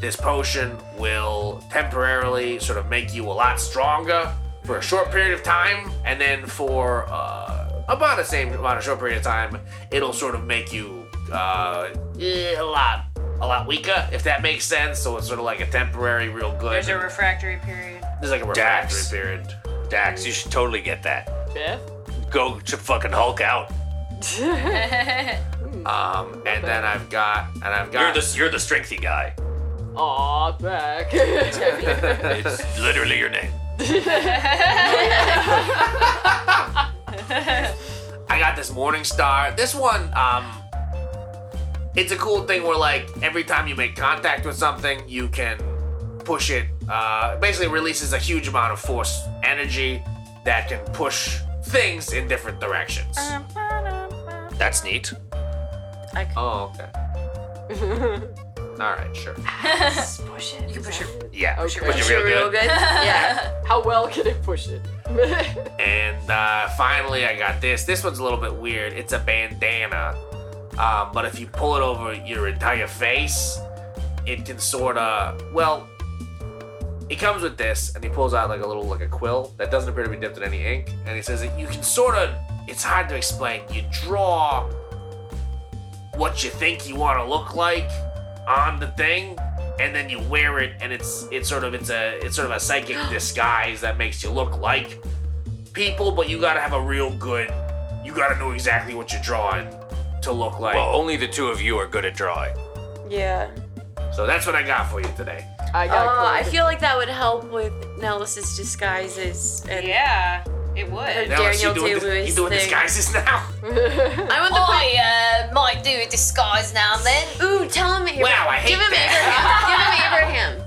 [SPEAKER 2] This potion will temporarily sort of make you a lot stronger for a short period of time, and then for uh, about the same amount of short period of time, it'll sort of make you uh, eh, a lot, a lot weaker, if that makes sense. So it's sort of like a temporary, real good.
[SPEAKER 4] There's a refractory period.
[SPEAKER 2] there's like a
[SPEAKER 5] Dax.
[SPEAKER 2] refractory period.
[SPEAKER 5] Dax, you should totally get that.
[SPEAKER 6] Beth?
[SPEAKER 5] Go to fucking Hulk out.
[SPEAKER 2] Um, and then I've got, and I've
[SPEAKER 5] You're
[SPEAKER 2] got.
[SPEAKER 5] the you're the strengthy guy.
[SPEAKER 6] Aw, back.
[SPEAKER 5] It's literally your name.
[SPEAKER 2] I got this Morning Star. This one, um, it's a cool thing where like every time you make contact with something, you can push it. Uh, basically, releases a huge amount of force energy that can push things in different directions.
[SPEAKER 7] Uh,
[SPEAKER 5] That's neat.
[SPEAKER 2] oh, okay. All right, sure.
[SPEAKER 7] Push it.
[SPEAKER 4] You can push your
[SPEAKER 5] Yeah.
[SPEAKER 6] Okay.
[SPEAKER 5] But you're real good.
[SPEAKER 7] yeah.
[SPEAKER 6] How well can it push it?
[SPEAKER 2] And uh, finally, I got this. This one's a little bit weird. It's a bandana, um, but if you pull it over your entire face, it can sort of well. It comes with this, and he pulls out like a little like a quill that doesn't appear to be dipped in any ink, and he says that you can sort of. It's hard to explain. You draw what you think you want to look like on the thing, and then you wear it, and it's it's sort of it's a it's sort of a psychic disguise that makes you look like people, but you gotta have a real good. You gotta know exactly what you're drawing to look like.
[SPEAKER 5] Well, only the two of you are good at drawing.
[SPEAKER 7] Yeah.
[SPEAKER 2] So that's what I got for you today.
[SPEAKER 6] I
[SPEAKER 7] Uh,
[SPEAKER 6] got
[SPEAKER 7] I
[SPEAKER 6] cold.
[SPEAKER 7] feel like that would help with Nellis's disguises and
[SPEAKER 4] Yeah, it
[SPEAKER 7] her
[SPEAKER 4] would.
[SPEAKER 2] Now, let's-
[SPEAKER 7] Daniel
[SPEAKER 2] you doing,
[SPEAKER 7] Day
[SPEAKER 2] dis-
[SPEAKER 7] Lewis
[SPEAKER 2] you doing
[SPEAKER 7] thing.
[SPEAKER 2] disguises now?
[SPEAKER 7] I want the
[SPEAKER 8] I uh, might do a disguise now and then.
[SPEAKER 7] Ooh, tell him Abraham.
[SPEAKER 2] Wow, I hate
[SPEAKER 7] Give him
[SPEAKER 2] that.
[SPEAKER 7] Abraham. Give him Abraham.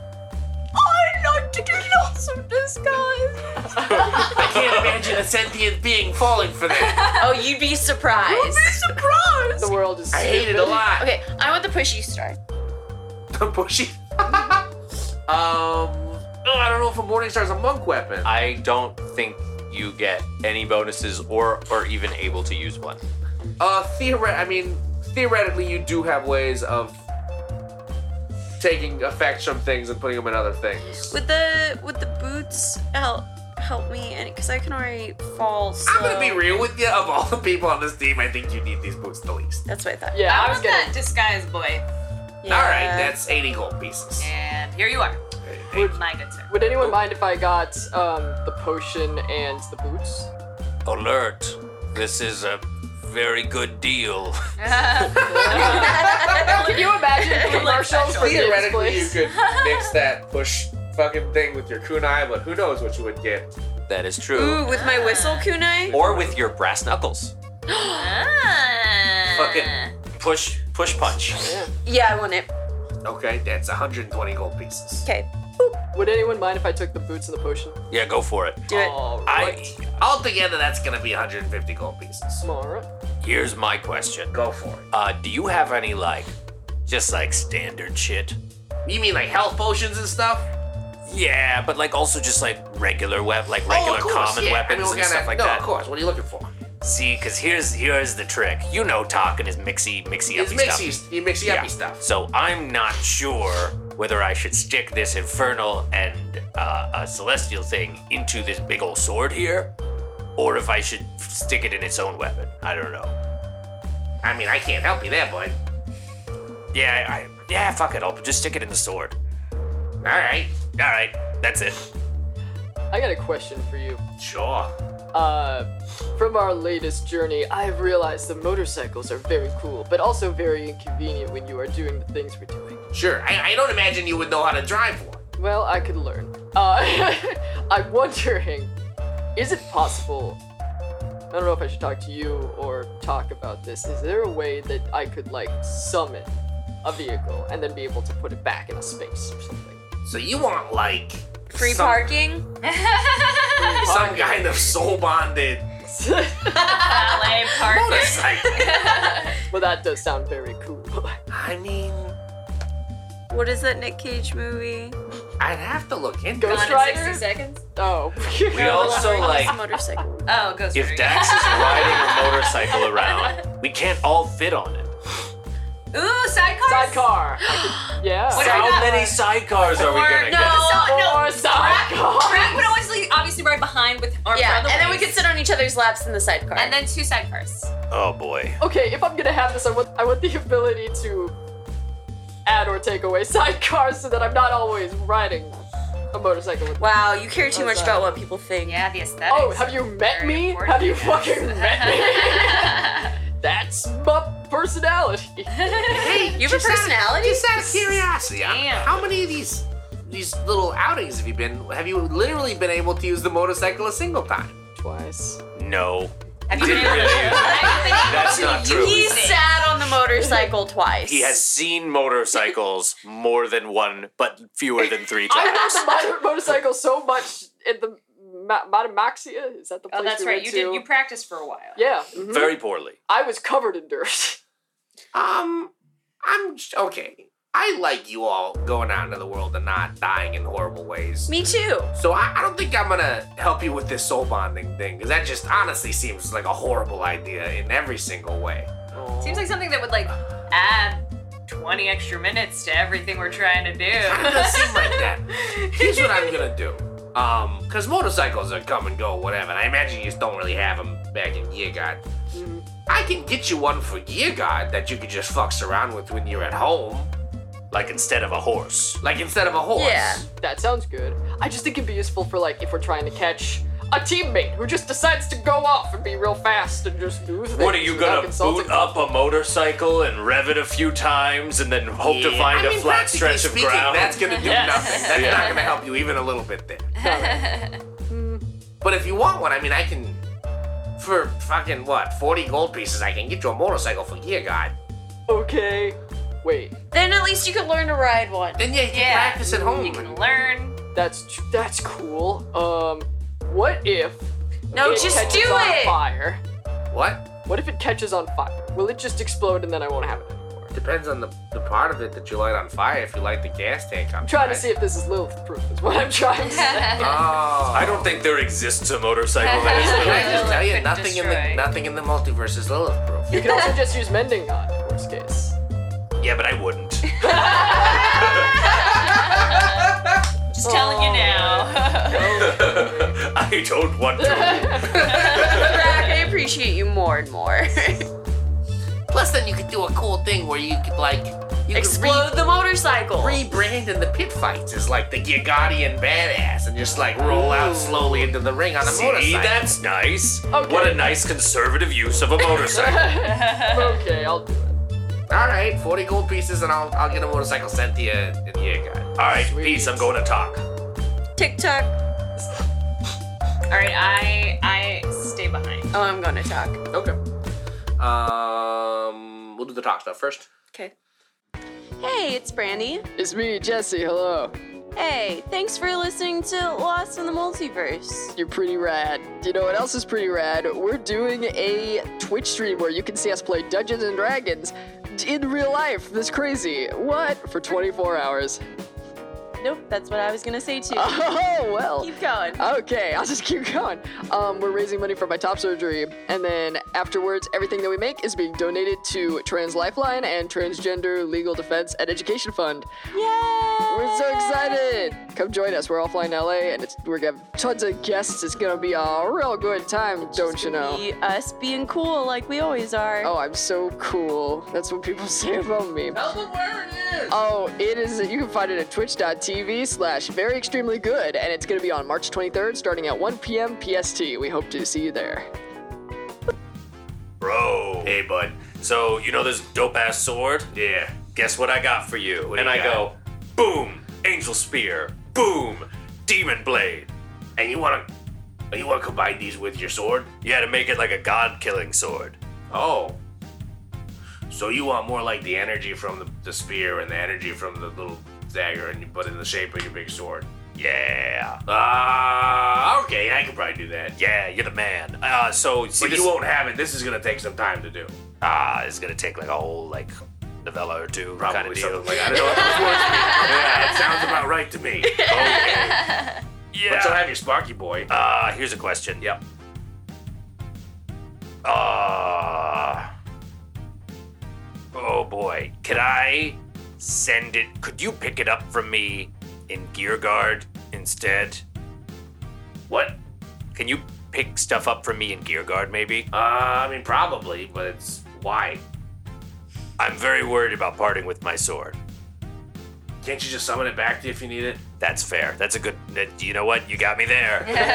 [SPEAKER 7] I like to do lots of disguise.
[SPEAKER 2] I can't imagine a sentient being falling for that.
[SPEAKER 7] Oh, you'd be surprised. You'd be
[SPEAKER 6] the
[SPEAKER 7] surprised.
[SPEAKER 6] world is.
[SPEAKER 2] I hate it a
[SPEAKER 6] stupid.
[SPEAKER 2] lot.
[SPEAKER 7] Okay, I want the pushy star.
[SPEAKER 2] The bushy. um, oh, I don't know if a Morningstar's a monk weapon.
[SPEAKER 5] I don't think you get any bonuses or or even able to use one.
[SPEAKER 2] Uh, theoret- I mean, theoretically, you do have ways of taking effects from things and putting them in other things.
[SPEAKER 7] Would the would the boots help help me? And because I can already fall. So.
[SPEAKER 2] I'm gonna be real with you. Of all the people on this team, I think you need these boots the least.
[SPEAKER 7] That's what I thought.
[SPEAKER 6] Yeah,
[SPEAKER 4] I
[SPEAKER 6] I
[SPEAKER 4] was
[SPEAKER 6] was gonna.
[SPEAKER 4] that disguise boy.
[SPEAKER 7] Yeah.
[SPEAKER 2] All right, that's 80 gold pieces.
[SPEAKER 4] And here you are,
[SPEAKER 6] Would,
[SPEAKER 4] my good sir.
[SPEAKER 6] would anyone mind if I got um, the potion and the boots?
[SPEAKER 5] Alert! This is a very good deal.
[SPEAKER 6] Can you imagine blue marshals for this
[SPEAKER 2] Theoretically, you
[SPEAKER 6] place?
[SPEAKER 2] could mix that push fucking thing with your kunai, but who knows what you would get.
[SPEAKER 5] That is true.
[SPEAKER 7] Ooh, with my whistle, kunai.
[SPEAKER 5] Or with your brass knuckles.
[SPEAKER 2] Uh.
[SPEAKER 5] Fucking push push punch.
[SPEAKER 7] Uh, Yeah, I want it.
[SPEAKER 2] Okay, that's 120 gold pieces.
[SPEAKER 7] Okay,
[SPEAKER 6] Would anyone mind if I took the boots and the potion?
[SPEAKER 5] Yeah, go for it.
[SPEAKER 7] do it.
[SPEAKER 6] All
[SPEAKER 5] I
[SPEAKER 6] right.
[SPEAKER 2] Altogether, that's gonna be 150 gold pieces.
[SPEAKER 6] All right.
[SPEAKER 5] here's my question.
[SPEAKER 2] Go for it.
[SPEAKER 5] Uh, do you have any like just like standard shit?
[SPEAKER 2] You mean like health potions and stuff?
[SPEAKER 5] Yeah, but like also just like regular web, like regular
[SPEAKER 2] Oh, of course,
[SPEAKER 5] common
[SPEAKER 2] yeah. I
[SPEAKER 5] weapons
[SPEAKER 2] mean, we're
[SPEAKER 5] and
[SPEAKER 2] gonna-
[SPEAKER 5] stuff like
[SPEAKER 2] no,
[SPEAKER 5] that.
[SPEAKER 2] of course. What are you looking for?
[SPEAKER 5] See, because here's here's the trick. You know, talking is mixy, mixy,
[SPEAKER 2] It's
[SPEAKER 5] uppy
[SPEAKER 2] mixy,
[SPEAKER 5] stuff.
[SPEAKER 2] you mixy uppy stuff.
[SPEAKER 5] So I'm not sure whether I should stick this infernal and uh, a celestial thing into this big old sword here, or if I should stick it in its own weapon. I don't know.
[SPEAKER 2] I mean, I can't help you there, bud.
[SPEAKER 5] Yeah, I, I yeah, fuck it. I'll just stick it in the sword.
[SPEAKER 2] All right,
[SPEAKER 5] All right, that's it.
[SPEAKER 6] I got a question for you.
[SPEAKER 2] sure.
[SPEAKER 6] Uh, from our latest journey, I have realized the motorcycles are very cool, but also very inconvenient when you are doing the things we're doing.
[SPEAKER 2] Sure. I, I don't imagine you would know how to drive one.
[SPEAKER 6] Well, I could learn. Uh, I'm wondering, is it possible? I don't know if I should talk to you or talk about this. Is there a way that I could like summon a vehicle and then be able to put it back in a space or something?
[SPEAKER 2] So you want like
[SPEAKER 7] Free
[SPEAKER 2] some-
[SPEAKER 7] parking.
[SPEAKER 2] some kind of soul bonded
[SPEAKER 4] Valet parking.
[SPEAKER 2] motorcycle.
[SPEAKER 6] well, that does sound very cool.
[SPEAKER 2] I mean,
[SPEAKER 7] What is that Nick Cage movie?
[SPEAKER 2] I'd have to look into
[SPEAKER 6] Ghost
[SPEAKER 2] it.
[SPEAKER 6] Rider.
[SPEAKER 4] seconds.
[SPEAKER 6] Oh,
[SPEAKER 5] We also like
[SPEAKER 7] motorcycle.
[SPEAKER 4] Oh, ghost
[SPEAKER 5] if Dax is riding a motorcycle around, we can't all fit on it.
[SPEAKER 4] Ooh, sidecars?
[SPEAKER 6] Sidecar. I could- yeah.
[SPEAKER 4] What
[SPEAKER 5] How
[SPEAKER 4] about-
[SPEAKER 5] many sidecars are we
[SPEAKER 4] Or-
[SPEAKER 5] gonna
[SPEAKER 4] no,
[SPEAKER 7] Oh,
[SPEAKER 5] get?
[SPEAKER 4] so- no.
[SPEAKER 6] Or sidecars.
[SPEAKER 4] Rack would always leave, obviously ride behind with arms
[SPEAKER 7] Yeah,
[SPEAKER 4] around
[SPEAKER 7] and
[SPEAKER 4] the
[SPEAKER 7] then we
[SPEAKER 4] waist.
[SPEAKER 7] could sit on each other's laps in the sidecar.
[SPEAKER 4] And then two sidecars.
[SPEAKER 5] Oh boy.
[SPEAKER 6] Okay, if I'm gonna have this, I want I want the ability to add or take away sidecars so that I'm not always riding a motorcycle. With
[SPEAKER 7] wow, you care too
[SPEAKER 6] Oh,
[SPEAKER 7] much
[SPEAKER 6] God.
[SPEAKER 7] about what people think.
[SPEAKER 4] Yeah, the aesthetics.
[SPEAKER 6] oh, have you met
[SPEAKER 4] Very
[SPEAKER 6] me?
[SPEAKER 4] important,
[SPEAKER 6] Have you
[SPEAKER 4] yes.
[SPEAKER 6] fucking met me? That's my personality.
[SPEAKER 7] Hey, you have a personality.
[SPEAKER 2] Just out of curiosity, um,
[SPEAKER 4] Damn.
[SPEAKER 2] how many of these these little outings have you been? Have you literally been able to use the motorcycle a single time?
[SPEAKER 6] Twice.
[SPEAKER 5] No.
[SPEAKER 4] Have you been able
[SPEAKER 5] Really? That's
[SPEAKER 4] to
[SPEAKER 5] not true.
[SPEAKER 7] He
[SPEAKER 4] use it?
[SPEAKER 7] sat on the motorcycle twice.
[SPEAKER 5] He has seen motorcycles more than one, but fewer than three
[SPEAKER 6] I
[SPEAKER 5] times.
[SPEAKER 6] rode my motorcycle so much at the Ma- Matamaxia. Is that the place
[SPEAKER 4] Oh, that's
[SPEAKER 6] we
[SPEAKER 4] right.
[SPEAKER 6] went
[SPEAKER 4] You
[SPEAKER 6] to?
[SPEAKER 4] did. You practiced for a while.
[SPEAKER 6] yeah, mhm.
[SPEAKER 5] Very poorly.
[SPEAKER 6] I was covered in dirt.
[SPEAKER 2] Um, I'm j- okay. I like you all going out into the world and not dying in horrible ways.
[SPEAKER 7] Me too.
[SPEAKER 2] So I, I don't think I'm gonna help you with this soul bonding thing, because that just honestly seems like a horrible idea in every single way.
[SPEAKER 4] Seems like something that would like add 20 extra minutes to everything we're trying to
[SPEAKER 2] Kind of does
[SPEAKER 4] do.
[SPEAKER 2] seem like that. Here's what I'm gonna do. Um, cause motorcycles are come and go, whatever. And I imagine you just don't really have them back in Year God. I can get you one for Year God that you could just fucks around with when you're at home,
[SPEAKER 5] Like instead of a horse.
[SPEAKER 2] like instead of a horse.
[SPEAKER 7] Yeah.
[SPEAKER 6] That sounds good. I just think it'd be useful for like if we're trying to catch a teammate who just decides to go off and be real fast and just do things.
[SPEAKER 5] What are you
[SPEAKER 6] without
[SPEAKER 5] gonna
[SPEAKER 6] consulting-
[SPEAKER 5] boot up a motorcycle and rev it a few times and then hope to
[SPEAKER 2] Yeah.
[SPEAKER 5] find
[SPEAKER 2] I
[SPEAKER 5] a
[SPEAKER 2] mean,
[SPEAKER 5] flat
[SPEAKER 2] practically
[SPEAKER 5] stretch of
[SPEAKER 2] speaking,
[SPEAKER 5] ground?
[SPEAKER 2] That's gonna do
[SPEAKER 6] Yeah.
[SPEAKER 2] nothing. That's
[SPEAKER 5] Yeah.
[SPEAKER 2] not gonna help you even a little bit there.
[SPEAKER 6] Hmm.
[SPEAKER 2] But if you want one, I mean, I can. For fucking what, 40 gold pieces, I can get you a motorcycle for Gear God.
[SPEAKER 6] Okay. Wait,
[SPEAKER 7] Then at least you could learn to ride one.
[SPEAKER 2] Then yeah, you can
[SPEAKER 4] Yeah.
[SPEAKER 2] practice at home.
[SPEAKER 4] you can learn.
[SPEAKER 6] that's tr- that's cool. Um, what if?
[SPEAKER 7] No,
[SPEAKER 6] it
[SPEAKER 7] just
[SPEAKER 6] catches
[SPEAKER 7] do
[SPEAKER 6] on
[SPEAKER 7] it.
[SPEAKER 6] Fire.
[SPEAKER 2] What?
[SPEAKER 6] What if it catches on fire? Will it just explode and then I won't have it anymore?
[SPEAKER 2] Depends on the, the part of it that you light on fire if you light the gas tank on
[SPEAKER 6] I'm trying to see if this is Lilith proof. Is what I'm trying to say.
[SPEAKER 2] Oh. I
[SPEAKER 5] I don't think there exists a motorcycle that is
[SPEAKER 2] Can I just tell you,
[SPEAKER 4] Been
[SPEAKER 2] nothing in the
[SPEAKER 4] destroyed.
[SPEAKER 2] nothing in the multiverse is Lilith proof.
[SPEAKER 6] You can also just use mending on it, worst case.
[SPEAKER 5] Yeah, but I wouldn't.
[SPEAKER 4] Just telling you now.
[SPEAKER 5] I don't want to.
[SPEAKER 7] Rack, I appreciate you more and more.
[SPEAKER 2] Plus, then you could do a cool thing where you could like you
[SPEAKER 7] Explode the motorcycle.
[SPEAKER 2] Could re- rebrand in the pit fights as like the Gigadian badass and just like roll out slowly into the ring on a
[SPEAKER 5] See,
[SPEAKER 2] motorcycle.
[SPEAKER 5] that's nice.
[SPEAKER 6] Okay.
[SPEAKER 5] What a nice conservative use of a motorcycle.
[SPEAKER 6] okay, I'll do it.
[SPEAKER 2] All right, forty gold pieces, and I'll I'll get a motorcycle sent to you in the year guy.
[SPEAKER 5] All right,
[SPEAKER 6] Sweet.
[SPEAKER 5] peace. I'm going to talk.
[SPEAKER 7] TikTok.
[SPEAKER 4] All right, I I stay behind.
[SPEAKER 7] Oh, I'm going to talk.
[SPEAKER 2] Okay. Um, we'll do the talk stuff first.
[SPEAKER 7] Okay. Hey, it's Brandy.
[SPEAKER 6] It's me, Jesse. Hello.
[SPEAKER 7] Hey, thanks for listening to Lost in the Multiverse.
[SPEAKER 6] You're pretty rad. You know what else is pretty rad? We're doing a Twitch stream where you can see us play Dungeons and Dragons in real life. That's crazy. What? For 24 hours.
[SPEAKER 7] Nope, that's what I was gonna say too.
[SPEAKER 6] Oh, well.
[SPEAKER 7] Keep going.
[SPEAKER 6] Okay, I'll just keep going. Um, we're raising money for my top surgery, and then afterwards, everything that we make is being donated to Trans Lifeline and Transgender Legal Defense and Education Fund.
[SPEAKER 7] Yay!
[SPEAKER 6] We're so excited! Come join us. We're all flying to LA, and it's, we're gonna have tons of guests. It's gonna be a real good time, don't you know?
[SPEAKER 7] Be us being cool like we always are.
[SPEAKER 6] Oh, I'm so cool. That's what people say about me. Tell them where it is. Oh, it is. You can find it at twitch.tv slash very extremely good. And it's going to be on March 23rd starting at 1 p.m. PST. We hope to see you there.
[SPEAKER 5] Bro. Hey, bud. So, you know this dope ass sword? Yeah. Guess what I got for you? and I go, boom, angel spear, boom, demon blade.
[SPEAKER 2] And you wanna you wanna combine these with your sword?
[SPEAKER 5] Yeah, to make it like a god killing sword.
[SPEAKER 2] Oh. So you want more like the energy from the, the spear and the energy from the little dagger, and you put it in the shape of your big sword.
[SPEAKER 5] Yeah.
[SPEAKER 2] Ah, okay, I can probably do that.
[SPEAKER 5] Yeah, you're the man. Uh, so, see,
[SPEAKER 2] but
[SPEAKER 5] this,
[SPEAKER 2] you won't have it. This is gonna take some time to do.
[SPEAKER 5] Ah, it's gonna take like a whole, like, novella or two
[SPEAKER 2] Probably
[SPEAKER 5] kind of deal.
[SPEAKER 2] something like I don't know. What those words mean. yeah, it sounds about right to me.
[SPEAKER 5] Okay.
[SPEAKER 2] But so
[SPEAKER 5] yeah.
[SPEAKER 2] have your Sparky boy.
[SPEAKER 5] Uh, here's a question.
[SPEAKER 2] Yep.
[SPEAKER 5] Uh, oh boy. Could I send it? Could you pick it up from me in Gear Guard instead?
[SPEAKER 2] What?
[SPEAKER 5] Can you pick stuff up from me in Gear Guard, maybe?
[SPEAKER 2] Uh, I mean, probably, but it's why?
[SPEAKER 5] I'm very worried about parting with my sword.
[SPEAKER 2] Can't you just summon it back to you if you need it?
[SPEAKER 5] That's fair. That's a good. that- You know what? You got me there.